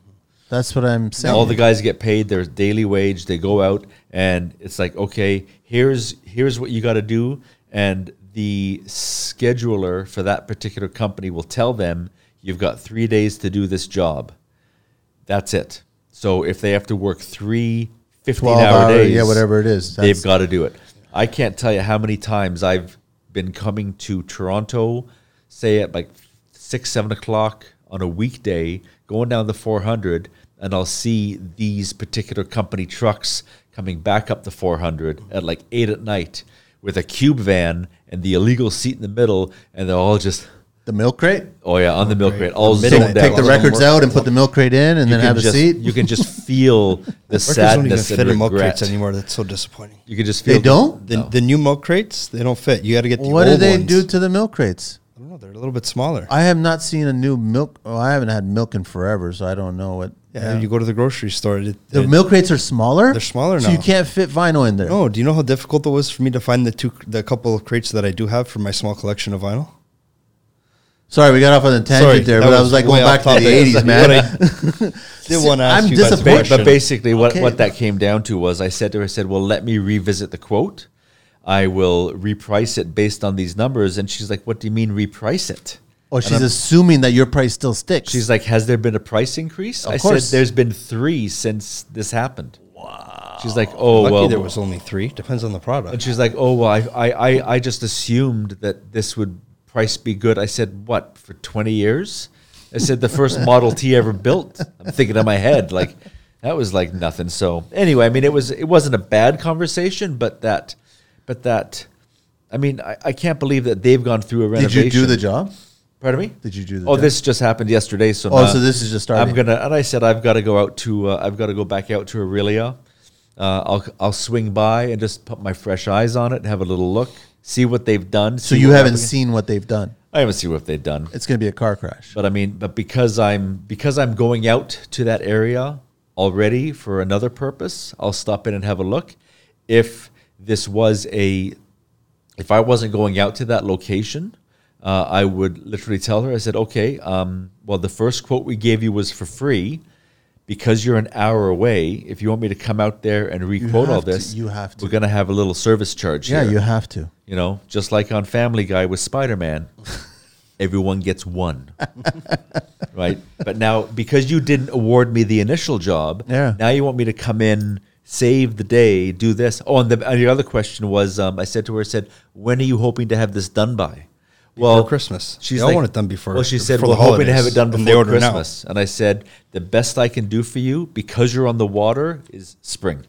Speaker 2: That's what I'm saying.
Speaker 3: all the guys get paid their daily wage they go out and it's like okay here's here's what you got to do and the scheduler for that particular company will tell them you've got three days to do this job that's it so if they have to work three 15
Speaker 2: 12
Speaker 3: hour,
Speaker 2: hour,
Speaker 3: days
Speaker 2: yeah, whatever it is, that's-
Speaker 3: they've got to do it i can't tell you how many times i've been coming to toronto say at like six, seven o'clock on a weekday, going down the 400, and I'll see these particular company trucks coming back up the 400 at like eight at night with a cube van and the illegal seat in the middle, and they're all just,
Speaker 2: the milk crate.
Speaker 3: oh yeah, on the milk crate, all
Speaker 1: midnight
Speaker 3: zoned
Speaker 1: Yeah,
Speaker 2: Take
Speaker 1: a lot
Speaker 3: out.
Speaker 1: of
Speaker 2: the
Speaker 1: them
Speaker 2: records
Speaker 1: work
Speaker 2: out and put the milk crate in, and
Speaker 3: You
Speaker 2: then
Speaker 3: can
Speaker 2: have a
Speaker 3: just-
Speaker 2: seat.
Speaker 3: You can just feel the
Speaker 1: Workers don't even
Speaker 3: sadness
Speaker 1: fit
Speaker 3: and
Speaker 1: in milk crates
Speaker 3: regret.
Speaker 1: anymore. That's so disappointing.
Speaker 3: You can just feel
Speaker 2: They
Speaker 3: the-
Speaker 2: don't.
Speaker 1: The, the new milk crates they don't fit. You got to get the
Speaker 2: What do
Speaker 1: old
Speaker 2: they
Speaker 1: ones.
Speaker 2: do to the milk crates?
Speaker 1: I don't know. They're a little bit smaller.
Speaker 2: I have not seen a new milk. Oh, I haven't had milk in forever, so I don't know what
Speaker 1: Yeah. You go to the grocery store. It,
Speaker 2: The
Speaker 1: it-
Speaker 2: milk rates are smaller.
Speaker 1: They're smaller
Speaker 2: so you
Speaker 1: now.
Speaker 2: can't fit vinyl in there.
Speaker 1: no, do you know how difficult it was for me to find the two, the couple of crates that I do have for my small collection of vinyl?
Speaker 2: Sorry, we got off on a tangent
Speaker 1: Sorry,
Speaker 2: there,
Speaker 1: that
Speaker 2: but I
Speaker 1: was
Speaker 2: was like
Speaker 1: way
Speaker 2: going back
Speaker 1: off
Speaker 2: to the
Speaker 1: topic.
Speaker 2: eighties,
Speaker 1: But
Speaker 2: man.
Speaker 1: I did want to ask
Speaker 2: I'm
Speaker 1: you guys a
Speaker 2: disappointed.
Speaker 3: But, ba-
Speaker 1: question.
Speaker 3: but basically, what,
Speaker 2: Okay.
Speaker 3: what that came down to was I said to her, I said, well, let me revisit the quote. I will reprice it based on these numbers. And she's like, what do you mean reprice it?
Speaker 1: Oh,
Speaker 2: Or she's assuming that your price still sticks.
Speaker 3: She's like, has there been a price increase?
Speaker 2: Of
Speaker 3: I
Speaker 2: course.
Speaker 3: said, there's been three since this happened. Wow. She's like, oh,
Speaker 1: Lucky
Speaker 3: well.
Speaker 1: there was only three. Depends on the
Speaker 3: And
Speaker 1: product.
Speaker 3: she's like, "Oh well, I, I, I, I just assumed that this would price be good." I said, "What for twenty years?" I said, "The first Model T ever built." I'm thinking in my head, like that was like nothing. So anyway, I mean, it was it wasn't a bad conversation, but that, but that, I mean, I, I can't believe that they've gone through a
Speaker 2: did
Speaker 3: renovation.
Speaker 2: you do the job?
Speaker 3: Pardon me?
Speaker 2: Did you do the
Speaker 3: Oh,
Speaker 2: job?
Speaker 3: this just happened yesterday. So
Speaker 2: Oh,
Speaker 3: now
Speaker 2: so this is just starting.
Speaker 3: I'm gonna and I said I've got to go out to uh, I've got to go back out to Aurelia. Uh, I'll I'll swing by and just put my fresh eyes on it, have a little look, see what they've done.
Speaker 2: So
Speaker 3: see
Speaker 2: you
Speaker 3: what
Speaker 2: haven't
Speaker 3: applica-
Speaker 2: seen what they've done.
Speaker 3: I haven't seen what they've done,
Speaker 2: It's going to be a car crash.
Speaker 3: but I mean, but because I'm because I'm going out to that area already for another purpose, I'll stop in and have a look. If this was a if I wasn't going out to that location, uh, I would literally tell her, I said, okay, um, well, the first quote we gave you was for free. Because you're an hour away, if you want me to come out there and re-quote all
Speaker 2: have to-
Speaker 3: this,
Speaker 2: you have to.
Speaker 3: we're going to have a little service charge
Speaker 2: Yeah,
Speaker 3: here.
Speaker 2: you have to.
Speaker 3: You know, just like on Family Guy with Spider Man, everyone gets one. right? But now, because you didn't award me the initial job,
Speaker 2: Yeah.
Speaker 3: now you want me to come in, save the day, do this. Oh, and the, and the other question was um, I said to her, I said, when are you hoping to have this done by? Well,
Speaker 1: Christmas.
Speaker 3: She's
Speaker 1: They all
Speaker 3: like,
Speaker 1: want it done before-
Speaker 3: Well, she said,
Speaker 1: before
Speaker 3: we're
Speaker 1: the
Speaker 3: hoping to have
Speaker 1: holidays,
Speaker 3: it done
Speaker 1: and they
Speaker 3: before
Speaker 1: order now."
Speaker 3: Christmas. And I said, the best I can do for you because you're on the water is spring.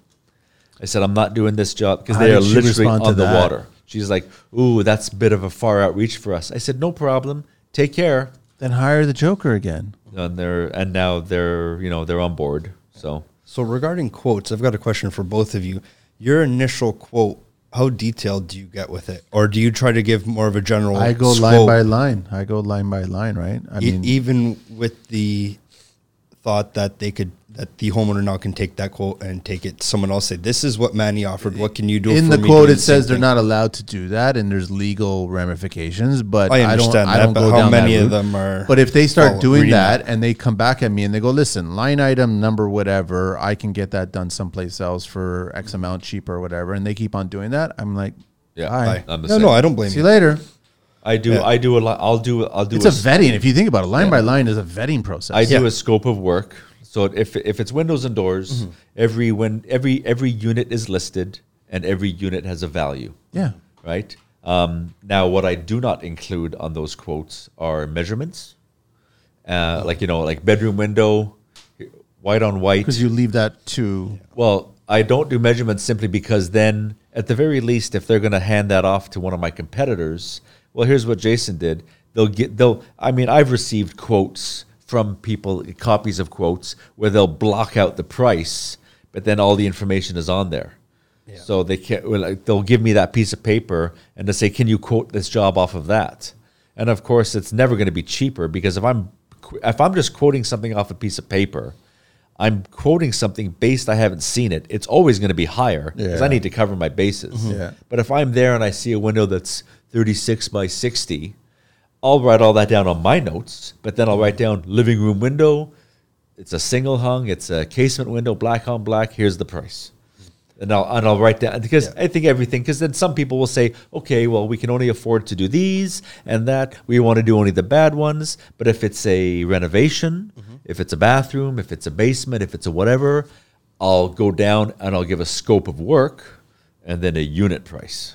Speaker 3: I said, I'm not doing this job because
Speaker 2: How
Speaker 3: they are
Speaker 2: did she
Speaker 3: literally
Speaker 2: respond
Speaker 3: on
Speaker 2: to
Speaker 3: the
Speaker 2: that?
Speaker 3: water. She's like, Ooh, that's a bit of a far out reach for us. I said, No problem. Take care.
Speaker 2: Then hire the Joker again.
Speaker 3: And they're and now they're you know, they're on board. So
Speaker 1: So regarding quotes, I've got a question for both of you. Your initial quote, how detailed do you get with it, or do you try to give more of a general?
Speaker 2: I go line
Speaker 1: scope?
Speaker 2: by line. I go line by line, right? I
Speaker 1: Oh, E-
Speaker 2: mean,
Speaker 1: even with the thought that they could that the homeowner now can take that quote and take it someone else say this is what manny offered what can you do
Speaker 2: in
Speaker 1: for
Speaker 2: the
Speaker 1: me?"
Speaker 2: quote,
Speaker 1: Doing
Speaker 2: it
Speaker 1: the same
Speaker 2: says they're
Speaker 1: thing.
Speaker 2: not allowed to do that, and there's legal ramifications. But
Speaker 1: I
Speaker 2: I, don't.
Speaker 1: understand
Speaker 2: I
Speaker 1: that,
Speaker 2: don't
Speaker 1: but
Speaker 2: go
Speaker 1: how
Speaker 2: down
Speaker 1: many
Speaker 2: that
Speaker 1: of
Speaker 2: route.
Speaker 1: them are
Speaker 2: But if they start
Speaker 1: follow-
Speaker 2: doing
Speaker 1: reading
Speaker 2: that, and they come back at me and they go, "Listen, line item number whatever, I can get that done someplace else for X amount cheaper, or whatever," and they keep on doing that, I'm like,
Speaker 3: Yeah,
Speaker 2: "All right,
Speaker 3: I'm the
Speaker 1: no
Speaker 3: same.
Speaker 1: no i don't blame
Speaker 2: see
Speaker 1: you
Speaker 2: you later."
Speaker 3: I do I do a lot I'll do I'll do
Speaker 2: It's a vetting. If you think about it, line by line is a vetting process.
Speaker 3: I do
Speaker 1: Yeah.
Speaker 3: a scope of work. So if if it's windows and doors,
Speaker 2: Mm-hmm.
Speaker 3: every when every every unit is listed and every unit has a value.
Speaker 2: yeah.
Speaker 3: right? Um, now, what I do not include on those quotes are measurements, uh, like you know, like bedroom window, white on white.
Speaker 2: because you leave that to
Speaker 3: Well, I don't do measurements simply because then, at the very least, if they're going to hand that off to one of my competitors, well, here's what Jason did. They'll get they'll. I mean, I've received quotes from people, copies of quotes where they'll block out the price, but then all the information is on there. So they can't. Well, like, they'll give me that piece of paper and they'll say, "Can you quote this job off of that?" And of course, it's never going to be cheaper because if I'm if I'm just quoting something off a piece of paper, I'm quoting something based I haven't seen it. It's always going to be higher because
Speaker 2: Yeah. Mm-hmm.
Speaker 3: I need to cover my bases.
Speaker 2: Yeah.
Speaker 3: But if I'm there and I see a window that's 36 by 60, I'll write all that down on my notes. But then I'll write down living room window. It's a single hung. It's a casement window, black on black. Here's the price. And I'll, and I'll write down because I think everything because then some people will say okay well we can only afford to do these and that we want to do only the bad ones but if it's a renovation if it's a bathroom if it's a basement if it's a whatever I'll go down and I'll give a scope of work and then a unit price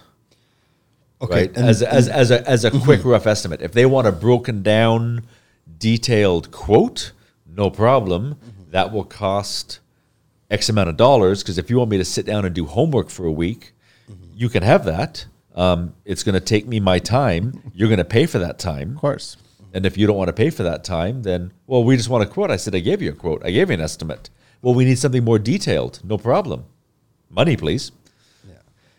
Speaker 1: okay
Speaker 3: right? as, a as, as a, as a quick rough estimate. If they want a broken down, detailed quote, no problem. That will cost X amount of dollars. Because if you want me to sit down and do homework for a week,
Speaker 1: Mm-hmm.
Speaker 3: you can have that. Um, it's going to take me my time. You're going to pay for that time.
Speaker 2: of course
Speaker 3: And if you don't want to pay for that time, then, well, we just want a quote. I said, I gave you a quote. I gave you an estimate. Well, we need something more detailed. No problem. Money, please.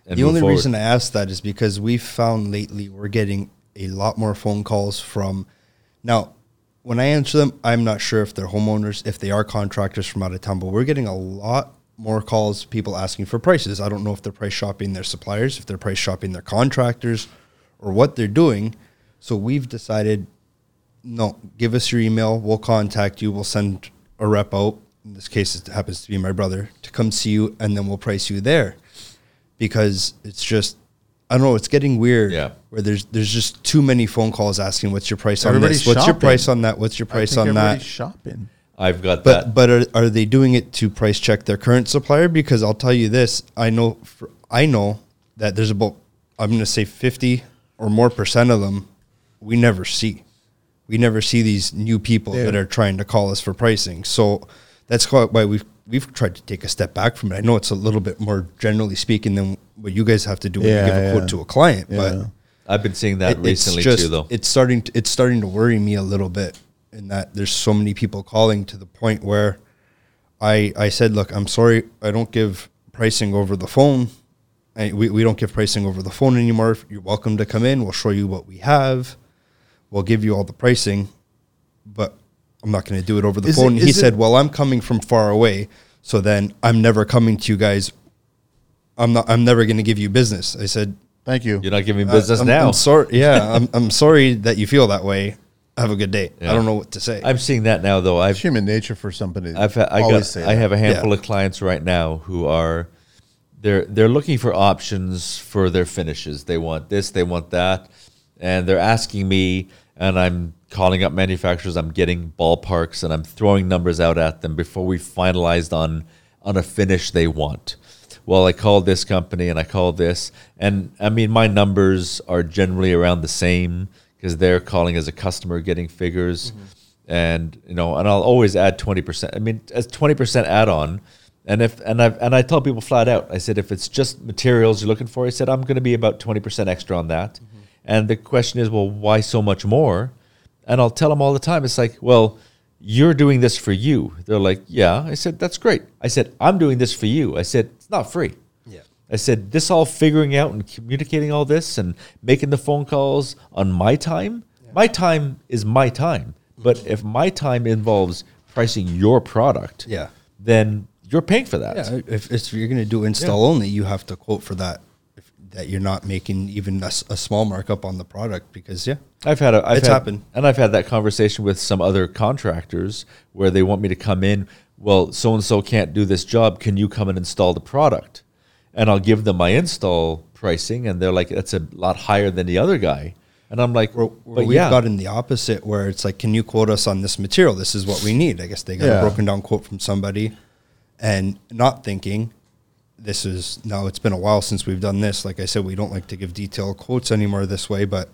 Speaker 3: And
Speaker 1: the
Speaker 3: move
Speaker 1: only
Speaker 3: forward.
Speaker 1: reason I asked that is because we've found lately we're getting a lot more phone calls from now when I answer them, I'm not sure if they're homeowners, if they are contractors from out of town, but we're getting a lot more calls, people asking for prices. I don't know if they're price shopping their suppliers, if they're price shopping their contractors, or what they're doing. So we've decided no, give us your email. We'll contact you. We'll send a rep out. In this case, it happens to be my brother to come see you, and then we'll price you there because it's just. I don't know. It's getting weird.
Speaker 3: Yeah.
Speaker 1: Where there's there's just too many phone calls asking, "What's your price on
Speaker 2: Everybody's
Speaker 1: this? What's your
Speaker 2: shopping.
Speaker 1: price on that? What's your
Speaker 2: I
Speaker 1: price
Speaker 2: think
Speaker 1: on
Speaker 2: everybody's
Speaker 1: that?"
Speaker 2: shopping.
Speaker 3: I've got
Speaker 1: But
Speaker 3: that.
Speaker 1: but are, are they doing it to price check their current supplier? Because I'll tell you this, I know for, I know that there's about I'm going to say 50 or more percent of them we never see. We never see these new people
Speaker 2: Yeah.
Speaker 1: that are trying to call us for pricing. So that's quite why we've we've tried to take a step back from it. I know it's a little bit more generally speaking than what you guys have to do when
Speaker 2: Yeah,
Speaker 1: you give a
Speaker 2: yeah.
Speaker 1: quote to a client,
Speaker 2: Yeah.
Speaker 1: but
Speaker 3: I've been seeing that
Speaker 1: it-
Speaker 3: recently too, though.
Speaker 1: It's starting. To, it's starting to worry me a little bit in that there's so many people calling to the point where I I said, look, I'm sorry, I don't give pricing over the phone. I, we we don't give pricing over the phone anymore. You're welcome to come in. We'll show you what we have. We'll give you all the pricing, but I'm not going to do it over the
Speaker 2: Is
Speaker 1: phone.
Speaker 2: it-
Speaker 1: he
Speaker 2: is it-
Speaker 1: said, well, I'm coming from far away, so then I'm never coming to you guys. I'm not. I'm never going to give you business. I said,
Speaker 2: Thank you.
Speaker 3: You're not giving me
Speaker 1: uh,
Speaker 3: business
Speaker 1: I'm,
Speaker 3: now.
Speaker 1: I'm sorry. Yeah, I'm, I'm sorry that you feel that way. Have a good day.
Speaker 3: Yeah.
Speaker 1: I don't know what to say.
Speaker 3: I'm seeing that now, though. I've
Speaker 2: It's human nature for somebody.
Speaker 3: I've ha- I
Speaker 2: always
Speaker 3: got
Speaker 2: say
Speaker 3: I
Speaker 2: that.
Speaker 3: have a handful
Speaker 1: Yeah.
Speaker 3: of clients right now who are they're they're looking for options for their finishes. They want this, they want that, and they're asking me, and I'm calling up manufacturers. I'm getting ballparks, and I'm throwing numbers out at them before we finalized on on a finish they want. Well, I called this company and I called this, and I mean my numbers are generally around the same because they're calling as a customer, getting figures and you know, and I'll always add twenty percent. I mean, as twenty percent add on, and if and I and I tell people flat out, I said if it's just materials you're looking for, I said I'm going to be about twenty percent extra on that.
Speaker 1: Mm-hmm.
Speaker 3: And the question is, well, why so much more? And I'll tell them all the time, it's like, well, you're doing this for you. They're like, yeah. I said that's great. I said I'm doing this for you. I said it's not free.
Speaker 1: Yeah.
Speaker 3: I said, this all figuring out and communicating all this and making the phone calls on my time. My time is my time. But if my time involves pricing your product,
Speaker 1: Yeah.
Speaker 3: then you're paying for that.
Speaker 1: yeah, if, if you're going to do install only, you have to quote for that. If, that you're not making even a, s- a small markup on the product because yeah,
Speaker 3: I've had a, I've
Speaker 1: It's
Speaker 3: had-
Speaker 1: happened.
Speaker 3: and I've had that conversation with some other contractors where they want me to come in. Well, so and so can't do this job. Can you come and install the product? And I'll give them my install pricing, and they're like, "That's a lot higher than the other guy." And I'm like,
Speaker 1: Or- or
Speaker 3: "But
Speaker 1: we've
Speaker 3: yeah,
Speaker 1: gotten the opposite where it's like, can you quote us on this material? This is what we need. I guess they got
Speaker 2: Yeah.
Speaker 1: a broken down quote from somebody, and not thinking. This is now. It's been a while since we've done this. Like I said, we don't like to give detailed quotes anymore this way, but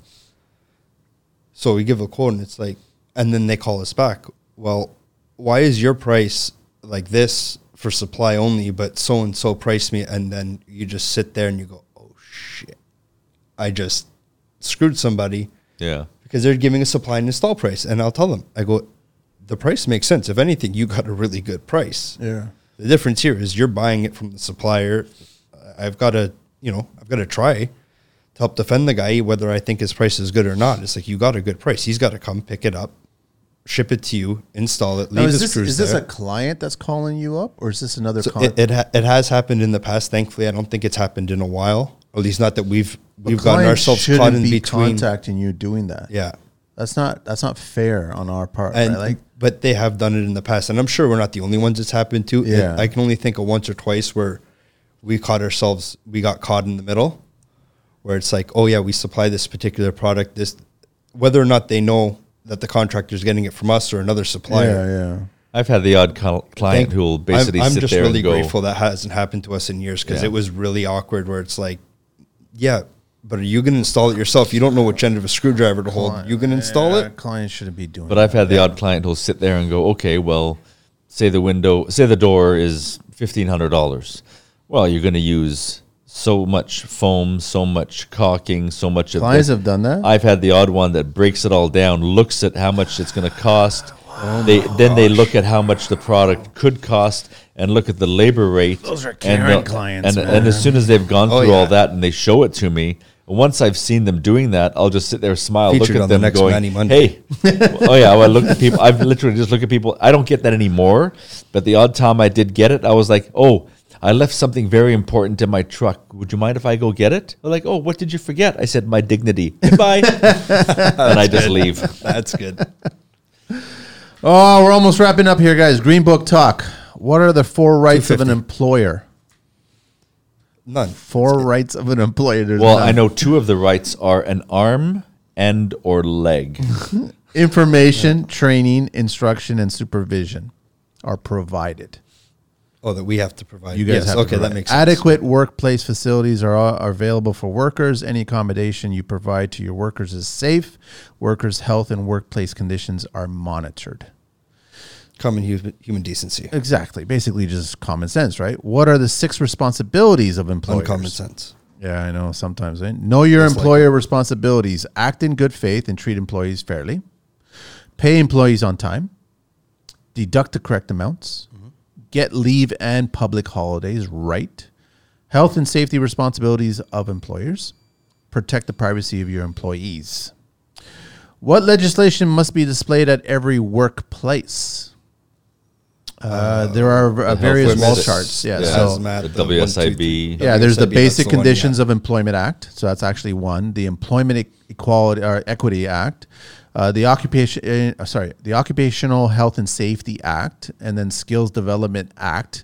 Speaker 1: So we give a quote and it's like, and then they call us back. Well, why is your price like this for supply only, but so and so priced me? And then you just sit there and you go, oh shit, I just screwed somebody
Speaker 3: yeah."
Speaker 1: because they're giving a supply and install price. And I'll tell them, I go, the price makes sense. If anything, you got a really good price.
Speaker 2: Yeah.
Speaker 1: The difference here is you're buying it from the supplier. I've got to, you know, I've got to try to help defend the guy whether I think his price is good or not. It's like you got a good price. He's got to come pick it up, ship it to you, install it, leave
Speaker 2: Now, is
Speaker 1: his
Speaker 2: this,
Speaker 1: crews
Speaker 2: is this
Speaker 1: there.
Speaker 2: a client that's calling you up, or is this another
Speaker 1: So
Speaker 2: client?
Speaker 1: it it, ha- it has happened in the past. Thankfully, I don't think it's happened in a while. Or at least not that we've we've gotten ourselves caught in
Speaker 2: be
Speaker 1: between.
Speaker 2: contacting you doing that.
Speaker 1: Yeah.
Speaker 2: that's not that's not fair on our part.
Speaker 1: and
Speaker 2: right? Like,
Speaker 1: but they have done it in the past, and I'm sure we're not the only ones it's happened to. It-
Speaker 2: Yeah.
Speaker 1: I can only think of once or twice where we caught ourselves, we got caught in the middle, where it's like, oh yeah, we supply this particular product, this whether or not they know that the contractor's getting it from us or another supplier.
Speaker 2: yeah, yeah.
Speaker 3: I've had the odd cl- client who will basically
Speaker 1: I'm, I'm
Speaker 3: sit
Speaker 1: just
Speaker 3: there
Speaker 1: really
Speaker 3: and go,
Speaker 1: grateful that hasn't happened to us in years because
Speaker 3: Yeah.
Speaker 1: it was really awkward. Where it's like, yeah, but are you going to install it yourself? You don't know which end of a screwdriver to hold. You going to install
Speaker 2: Yeah,
Speaker 1: it?
Speaker 2: Client shouldn't be doing.
Speaker 3: But I've had the odd client who'll sit there and go, okay, well, say the window, say the door is fifteen hundred dollars. Well, you're going to use so much foam, so much caulking, so much of
Speaker 2: clients
Speaker 3: this.
Speaker 2: have done that.
Speaker 3: I've had the odd one that breaks it all down, looks at how much it's going to cost.
Speaker 2: Oh
Speaker 3: they then they look at how much the product could cost and look at the labor rate.
Speaker 2: Those are
Speaker 3: and
Speaker 2: Karen
Speaker 3: they'll-
Speaker 2: clients,
Speaker 3: And, and as
Speaker 2: man.
Speaker 3: soon as they've gone
Speaker 1: Oh,
Speaker 3: through all
Speaker 1: yeah.
Speaker 3: that and they show it to me, Once I've seen them doing that, I'll just sit there, smile,
Speaker 1: Featured
Speaker 3: look at
Speaker 1: on the
Speaker 3: them,
Speaker 1: next Money
Speaker 3: going,
Speaker 1: Monday.
Speaker 3: "Hey, oh yeah." Well, I look at people. I've literally just look at people. I don't get that anymore. But the odd time I did get it, I was like, "Oh, I left something very important in my truck. Would you mind if I go get it?" They're like, "Oh, what did you forget?" I said, "My dignity." Goodbye, and I just leave.
Speaker 1: That's good.
Speaker 2: Oh, we're almost wrapping up here, guys. Green Book talk. What are the four rights of an
Speaker 1: 250.
Speaker 2: employer?
Speaker 1: None.
Speaker 2: Four rights of an employer. There's
Speaker 3: Well,
Speaker 2: none.
Speaker 3: I know two of the rights are an arm and or leg.
Speaker 2: Information, training, instruction, and supervision are provided.
Speaker 1: Oh, that we have to provide.
Speaker 2: You
Speaker 1: yes.
Speaker 2: guys have to
Speaker 1: okay, that
Speaker 2: provide.
Speaker 1: makes sense.
Speaker 2: adequate workplace facilities are, are available for workers. Any accommodation you provide to your workers is safe. Workers' health and workplace conditions are monitored.
Speaker 1: common human, human decency.
Speaker 2: Exactly. Basically, just common sense, right? What are the six responsibilities of employers?
Speaker 1: Uncommon sense.
Speaker 2: Yeah, I know. Sometimes, right? Know your
Speaker 1: It's like-
Speaker 2: employer responsibilities. Act in good faith and treat employees fairly. Pay employees on time. Deduct the correct amounts. Get leave and public holidays right. Health and safety responsibilities of employers. Protect the privacy of your employees. What legislation must be displayed at every workplace? Uh, there are uh, various
Speaker 1: and
Speaker 2: wall
Speaker 1: safety.
Speaker 2: charts. Yeah,
Speaker 1: Yeah.
Speaker 2: so
Speaker 1: Hazmat,
Speaker 3: the
Speaker 1: the one, two,
Speaker 3: WSIB.
Speaker 2: yeah, there's the
Speaker 1: WSIB, that's
Speaker 2: Basic
Speaker 1: the one,
Speaker 2: Conditions of Employment Act, so that's actually one. The Employment E- Equality or Equity Act, uh, the occupation, uh, sorry, the Occupational Health and Safety Act, and then Skills Development Act,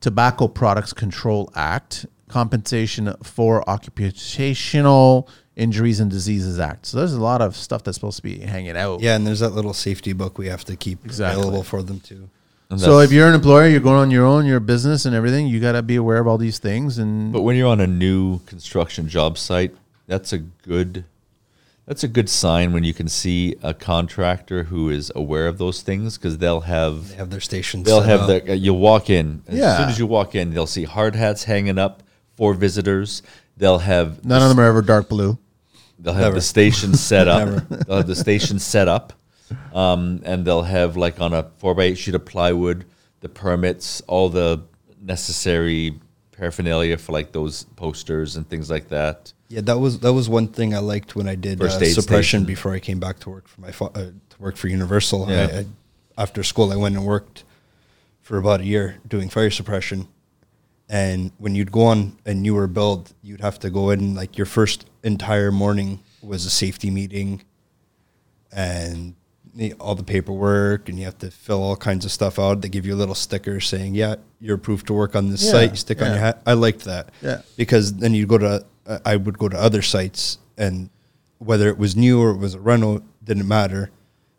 Speaker 2: Tobacco Products Control Act, Compensation for Occupational Injuries and Diseases Act. So there's a lot of stuff that's supposed to be hanging out.
Speaker 1: Yeah, and there's that little safety book we have to keep
Speaker 2: Exactly.
Speaker 1: available for them too.
Speaker 3: And
Speaker 2: So
Speaker 3: that's-
Speaker 2: if you're an employer, you're going on your own, your business and everything, you got to be aware of all these things and
Speaker 3: But when you're on a new construction job site, that's a good that's a good sign when you can see a contractor who is aware of those things because they'll have
Speaker 1: They have their stations.
Speaker 3: they'll
Speaker 1: set
Speaker 3: have
Speaker 1: up.
Speaker 3: the you'll walk in as
Speaker 2: Yeah.
Speaker 3: soon as you walk in they'll see hard hats hanging up for visitors. They'll have
Speaker 2: none of them are ever dark blue.
Speaker 3: They'll have
Speaker 1: Never.
Speaker 3: the station set
Speaker 1: Never.
Speaker 3: up. they'll have the station set up, um, and they'll have like on a four by eight sheet of plywood the permits, all the necessary paraphernalia for like those posters and things like that.
Speaker 1: Yeah, that was that was one thing I liked when I did uh,
Speaker 3: First aid
Speaker 1: suppression
Speaker 3: station.
Speaker 1: before I came back to work for my fa- uh, to work for Universal. I-
Speaker 3: Yeah.
Speaker 1: I, after school, I went and worked for about a year doing fire suppression. And when you'd go on a newer build, you'd have to go in like your first entire morning was a safety meeting, and the- all the paperwork, and you have to fill all kinds of stuff out. They give you a little sticker saying, "Yeah, you're approved to work on this
Speaker 2: Yeah,
Speaker 1: site. You stick on
Speaker 2: yeah.
Speaker 1: your hat." I liked that
Speaker 2: Yeah.
Speaker 1: because then you go to uh, I would go to other sites and whether it was new or it was a rental didn't matter.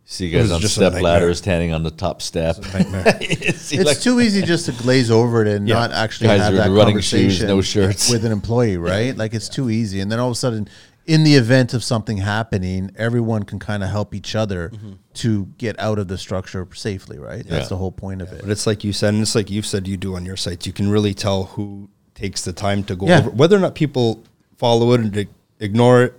Speaker 3: See you
Speaker 1: It
Speaker 3: guys
Speaker 1: was
Speaker 3: on
Speaker 1: just a
Speaker 3: step
Speaker 1: nightmare.
Speaker 3: ladders, standing on the top step.
Speaker 1: Nightmare.
Speaker 3: it's
Speaker 2: It's too easy just to glaze over it and
Speaker 1: Yeah.
Speaker 2: not actually
Speaker 3: Guys
Speaker 2: have
Speaker 3: are in
Speaker 2: that
Speaker 3: running
Speaker 2: conversation
Speaker 3: shoes, no shirts.
Speaker 2: with an employee, right? Like it's too easy, and then all of a sudden, in the event of something happening, everyone can kind of help each other to get out of the structure safely, right? That's
Speaker 3: Mm-hmm. Yeah.
Speaker 2: the whole point of
Speaker 1: but
Speaker 2: it.
Speaker 1: it's like you said, and it's like you've said you do on your sites. You can really tell who takes the time to go
Speaker 2: Yeah.
Speaker 1: over whether or not people follow it and ig- ignore it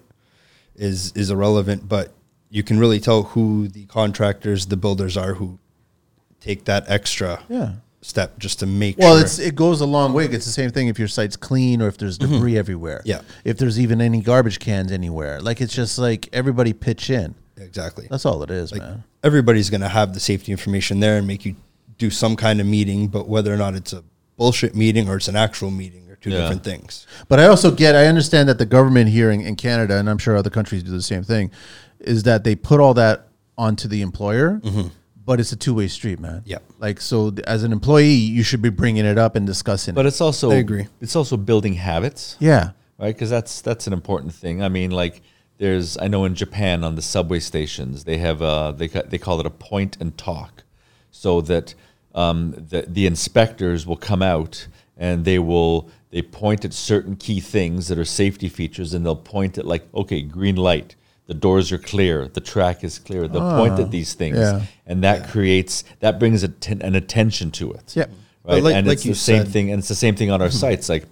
Speaker 1: is is irrelevant, but you can really tell who the contractors, the builders are who take that extra
Speaker 2: Yeah.
Speaker 1: step just to make
Speaker 2: Well,
Speaker 1: sure
Speaker 2: it's it goes a long way. It's the same thing if your site's clean or if there's
Speaker 3: Mm-hmm.
Speaker 2: debris everywhere.
Speaker 1: Yeah.
Speaker 2: If there's even any garbage cans anywhere, like it's just like everybody pitch in.
Speaker 1: exactly.
Speaker 2: That's all it is, man.
Speaker 1: everybody's going to have the safety information there and make you do some kind of meeting, but whether or not it's a bullshit meeting or it's an actual meeting are two
Speaker 3: Yeah.
Speaker 1: different things.
Speaker 2: But I also get, I understand that the government here in, in Canada, and I'm sure other countries do the same thing, is that they put all that onto the employer,
Speaker 1: Mm-hmm.
Speaker 2: but it's a two way street, man.
Speaker 1: Yep.
Speaker 2: Like, so th- as an employee, you should be bringing it up and discussing
Speaker 3: but
Speaker 2: it.
Speaker 3: it's also
Speaker 1: I agree.
Speaker 3: It's also building habits.
Speaker 2: Yeah.
Speaker 3: right? Because that's that's an important thing. I mean, like there's I know in Japan on the subway stations they have uh they ca- they call it a point and talk, so that um, the the inspectors will come out and they will they point at certain key things that are safety features and they'll point at like okay green light the doors are clear the track is clear they'll point at these things
Speaker 2: Ah, yeah.
Speaker 3: and that creates that brings atten- an attention to it
Speaker 2: Yeah.
Speaker 1: But
Speaker 3: right
Speaker 1: like-
Speaker 3: and
Speaker 1: like
Speaker 3: it's
Speaker 1: you
Speaker 3: the same
Speaker 1: said-
Speaker 3: thing and it's the same thing on our sites like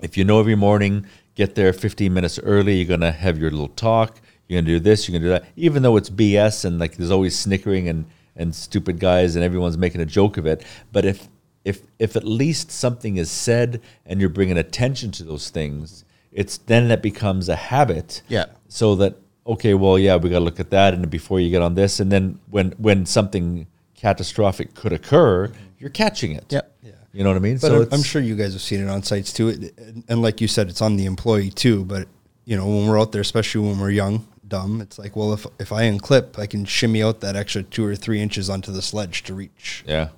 Speaker 3: if you know every morning, get there 15 minutes early, you're going to have your little talk, you're going to do this, you're going to do that, even though it's BS and like there's always snickering and, and stupid guys and everyone's making a joke of it. But if, if, if at least something is said and you're bringing attention to those things, it's then that becomes a habit.
Speaker 2: Yeah.
Speaker 3: So that okay, well, yeah, we got to look at that, and before you get on this, and then when when something catastrophic could occur, you're catching it.
Speaker 2: Yep.
Speaker 3: Yeah. You know what I mean?
Speaker 1: But I'm, I'm
Speaker 3: it's-
Speaker 1: sure you guys have seen it on sites too. It, and- and like you said, it's on the employee too. But you know, when we're out there, especially when we're young, dumb, it's like, well, if if I unclip, I can shimmy out that extra two or three inches onto the sledge to reach.
Speaker 3: Yeah.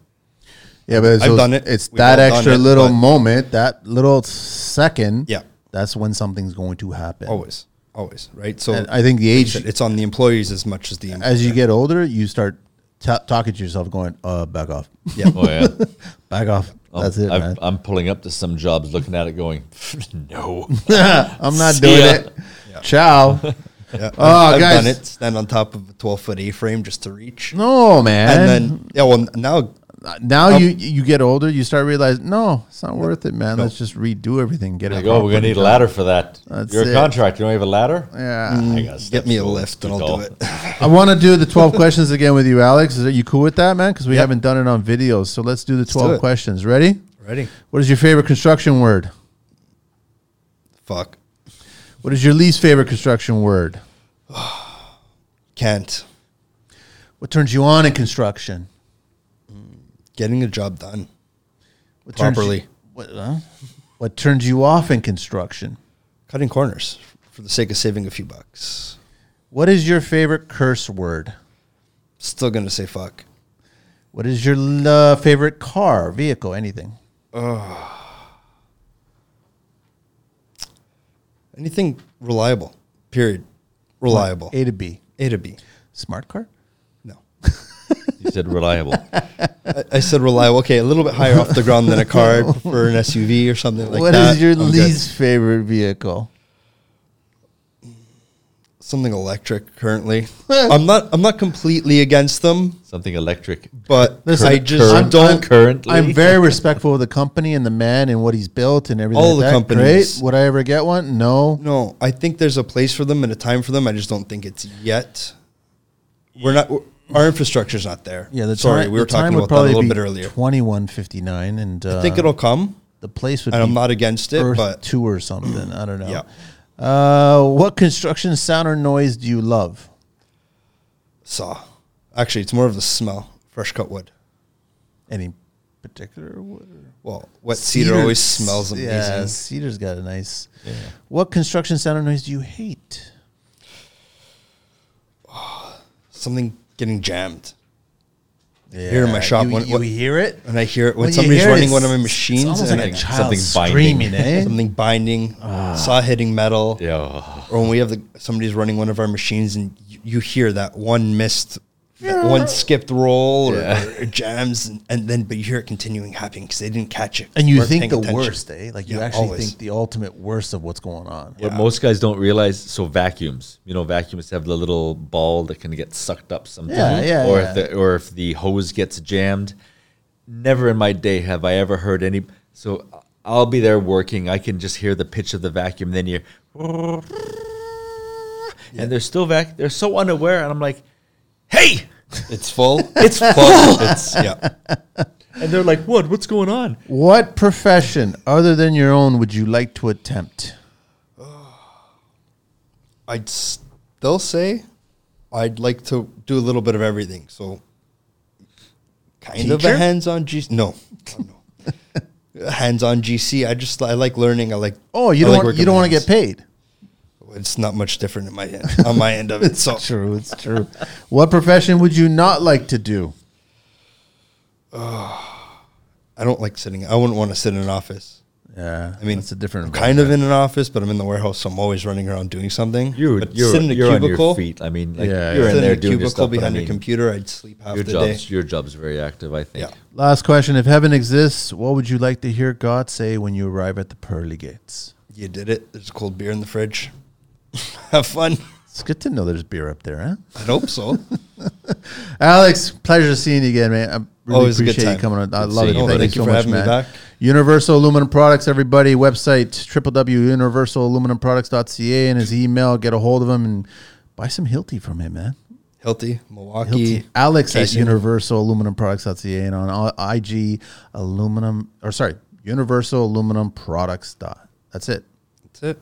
Speaker 2: Yeah, but it's,
Speaker 1: I've
Speaker 2: those-
Speaker 1: done it.
Speaker 2: it's
Speaker 1: We've
Speaker 2: that
Speaker 1: all done
Speaker 2: extra
Speaker 1: it,
Speaker 2: little
Speaker 1: but-
Speaker 2: moment, that little second.
Speaker 1: Yeah. Oh,
Speaker 2: That's when something's going to happen.
Speaker 1: Always, always, right? So
Speaker 2: And I think the
Speaker 1: like you
Speaker 2: age,
Speaker 1: said, it's on the employees as much as the employee.
Speaker 2: as you get older, you start ta talking to yourself, going, uh, back off.
Speaker 1: yeah. Oh,
Speaker 3: Oh yeah.
Speaker 2: back off. That's it,
Speaker 3: I've-
Speaker 2: man.
Speaker 3: I'm pulling up to some jobs, looking at it, going, no.
Speaker 2: I'm not
Speaker 3: See
Speaker 2: doing
Speaker 3: ya.
Speaker 2: it. Ciao.
Speaker 1: yeah.
Speaker 2: Oh,
Speaker 1: I've
Speaker 2: guys.
Speaker 1: done it. Stand on top of a 12 foot A frame just to reach.
Speaker 2: No, man.
Speaker 1: and then um, yeah, well now
Speaker 2: now you you get older, you start realizing, no, it's not worth it, man. Let's just redo everything. Get it.
Speaker 3: Like, oh, we're gonna need a ladder for that.
Speaker 2: That's
Speaker 3: You're a
Speaker 2: it.
Speaker 3: contractor. You don't have a ladder?
Speaker 2: Yeah.
Speaker 3: I got
Speaker 1: get me a lift and I'll do it.
Speaker 2: I want to do the 12 questions again with you, Alex. Is that you cool with that, man? Because we haven't done it on videos. So let's do the
Speaker 1: do
Speaker 2: 12
Speaker 1: it.
Speaker 2: questions. Ready?
Speaker 1: Ready?
Speaker 2: What is your favorite construction word?
Speaker 1: Fuck.
Speaker 2: What is your least favorite construction word?
Speaker 1: Can't.
Speaker 2: What turns you on in construction?
Speaker 1: Getting the job done.
Speaker 2: What turns you-
Speaker 1: Properly.
Speaker 2: what, huh? what turns you off in construction?
Speaker 1: Cutting corners for the sake of saving a few bucks.
Speaker 2: What is your favorite curse word?
Speaker 1: Still gonna say fuck.
Speaker 2: What is your uh, favorite car, vehicle, anything?
Speaker 1: Anything reliable. Period. Reliable.
Speaker 2: A to B.
Speaker 1: A to B.
Speaker 2: Smart car?
Speaker 1: No.
Speaker 3: You said reliable.
Speaker 1: I, I said reliable. Okay, a little bit higher off the ground than a car. I prefer an SUV or something like
Speaker 2: What
Speaker 1: that.
Speaker 2: is your
Speaker 1: I'm good.
Speaker 2: least favorite vehicle?
Speaker 1: something electric currently? I'm not I'm not completely against them,
Speaker 3: Something electric.
Speaker 1: but
Speaker 2: Listen,
Speaker 1: I just
Speaker 3: current-
Speaker 1: don't
Speaker 3: currently.
Speaker 2: I'm very respectful of the company and the man and what he's built and everything.
Speaker 1: All
Speaker 2: like
Speaker 1: the
Speaker 2: that.
Speaker 1: companies.
Speaker 2: Great. Would I ever get one? No.
Speaker 1: No, I think there's a place for them and a time for them. I just don't think it's yet. We're not. we our infrastructure's not there.
Speaker 2: Yeah, the
Speaker 1: sorry,
Speaker 2: time,
Speaker 1: we were
Speaker 2: the time
Speaker 1: talking
Speaker 2: would
Speaker 1: about that a
Speaker 2: probably
Speaker 1: little
Speaker 2: be
Speaker 1: bit earlier.
Speaker 2: Twenty-one fifty-nine, and uh,
Speaker 1: I think it'll come,
Speaker 2: the place would
Speaker 1: and
Speaker 2: be
Speaker 1: I'm not against it,
Speaker 2: Earth
Speaker 1: but
Speaker 2: Two or something. I don't know.
Speaker 1: Yeah.
Speaker 2: Uh, what construction sound or noise do you love?
Speaker 1: saw. Actually, it's more of the smell, fresh cut wood.
Speaker 2: Any particular wood?
Speaker 1: Well, wet cedar, always smells amazing.
Speaker 2: Yeah, cedar's got a nice. What construction sound or noise do you hate?
Speaker 1: Something getting jammed, Here in my shop,
Speaker 2: you,
Speaker 1: when-
Speaker 2: you
Speaker 1: what-
Speaker 2: hear it
Speaker 1: and I hear it when
Speaker 2: you
Speaker 1: somebody's
Speaker 2: hear it,
Speaker 1: running
Speaker 2: it's-
Speaker 1: one of my
Speaker 2: it's
Speaker 1: machines,
Speaker 2: almost
Speaker 1: and
Speaker 2: like
Speaker 1: I-
Speaker 2: a
Speaker 3: I-
Speaker 2: child
Speaker 3: something
Speaker 2: screaming, eh? Ah.
Speaker 1: something binding, saw hitting metal,
Speaker 3: Yeah. Oh.
Speaker 1: or when we have the somebody's running one of our machines and you, you hear that one missed that one skipped roll or,
Speaker 3: Yeah.
Speaker 1: or jams and, and then but you hear it continuing happening because they didn't catch it
Speaker 2: and you
Speaker 1: weren't
Speaker 2: think
Speaker 1: paying
Speaker 2: the
Speaker 1: attention.
Speaker 2: worst, eh? Like you
Speaker 1: Yeah,
Speaker 2: actually
Speaker 1: always.
Speaker 2: think the ultimate worst of what's going on.
Speaker 3: What most guys don't realize, so vacuums. You know, vacuums have the little ball that can get sucked up sometimes.
Speaker 2: Yeah, yeah,
Speaker 3: or
Speaker 2: yeah.
Speaker 3: if the or if the hose gets jammed. Never in my day have I ever heard any so I'll be there working. I can just hear the pitch of the vacuum, then you and they're still vac they're so unaware and I'm like, Hey,
Speaker 1: it's full
Speaker 3: it's full.
Speaker 1: it's yeah
Speaker 3: and they're like, What? What's going on?
Speaker 2: What profession other than your own would you like to attempt?
Speaker 1: i'd still say i'd like to do a little bit of everything so kind of
Speaker 2: Teacher?
Speaker 1: a hands-on gc no Oh, no. hands-on gc i just i like learning i like
Speaker 2: Oh, you
Speaker 1: I like
Speaker 2: don't want,
Speaker 1: working
Speaker 2: you don't
Speaker 1: with
Speaker 2: want to
Speaker 1: hands.
Speaker 2: get paid.
Speaker 1: it's not much different in my end, on my end of it so
Speaker 2: True, it's true. what profession would you not like to do?
Speaker 1: I don't like sitting. I wouldn't want to sit in an office.
Speaker 2: Yeah,
Speaker 1: I mean,
Speaker 2: it's a different
Speaker 1: I'm kind of in an office, but I'm in the warehouse, so I'm always running around doing something.
Speaker 3: You
Speaker 1: but
Speaker 3: you're,
Speaker 1: sit in a
Speaker 3: you're
Speaker 1: cubicle.
Speaker 3: on your feet. I mean, like,
Speaker 2: Yeah,
Speaker 3: you're
Speaker 2: yeah.
Speaker 1: sit
Speaker 3: in
Speaker 1: in
Speaker 3: there
Speaker 1: a
Speaker 3: doing your
Speaker 1: cubicle
Speaker 3: stuff, but I
Speaker 1: behind
Speaker 3: mean,
Speaker 1: a computer. I'd sleep half
Speaker 3: Your
Speaker 1: the
Speaker 3: job's
Speaker 1: day.
Speaker 3: your job's very active, I think.
Speaker 1: Yeah.
Speaker 2: Last question: If heaven exists, what would you like to hear God say when you arrive at the pearly gates?
Speaker 1: You did it. There's cold beer in the fridge. Have fun.
Speaker 2: It's good to know there's beer up there, huh?
Speaker 1: I hope so.
Speaker 2: Alex, pleasure seeing you again, man. I really
Speaker 1: Always a good
Speaker 2: appreciate you
Speaker 1: time.
Speaker 2: coming on. I
Speaker 3: Good
Speaker 2: love it.
Speaker 3: seeing you,
Speaker 2: Thank,
Speaker 3: buddy.
Speaker 2: you
Speaker 1: Thank
Speaker 2: so
Speaker 1: you for
Speaker 2: much,
Speaker 1: having me
Speaker 2: man.
Speaker 1: back.
Speaker 2: Universal Aluminum Products, everybody. Website www.universaluminumproducts.ca and his email. Get a hold of him and buy some Hilti from him, man.
Speaker 1: Healthy Milwaukee.
Speaker 2: Hilti. Alex at
Speaker 1: Jason.
Speaker 2: Universal Aluminum Products.ca and on all- IG Aluminum or sorry Universal Aluminum Products. Dot. That's it.
Speaker 1: That's it.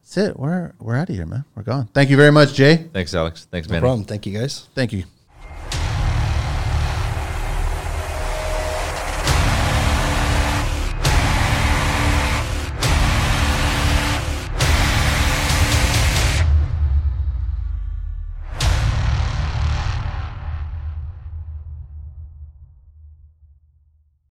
Speaker 1: That's it. We're we're out of here, man. We're gone. Thank you very much, Jay.
Speaker 2: Thanks, Alex. Thanks,
Speaker 3: No
Speaker 2: Manny.
Speaker 3: problem. Thank you guys.
Speaker 1: Thank you.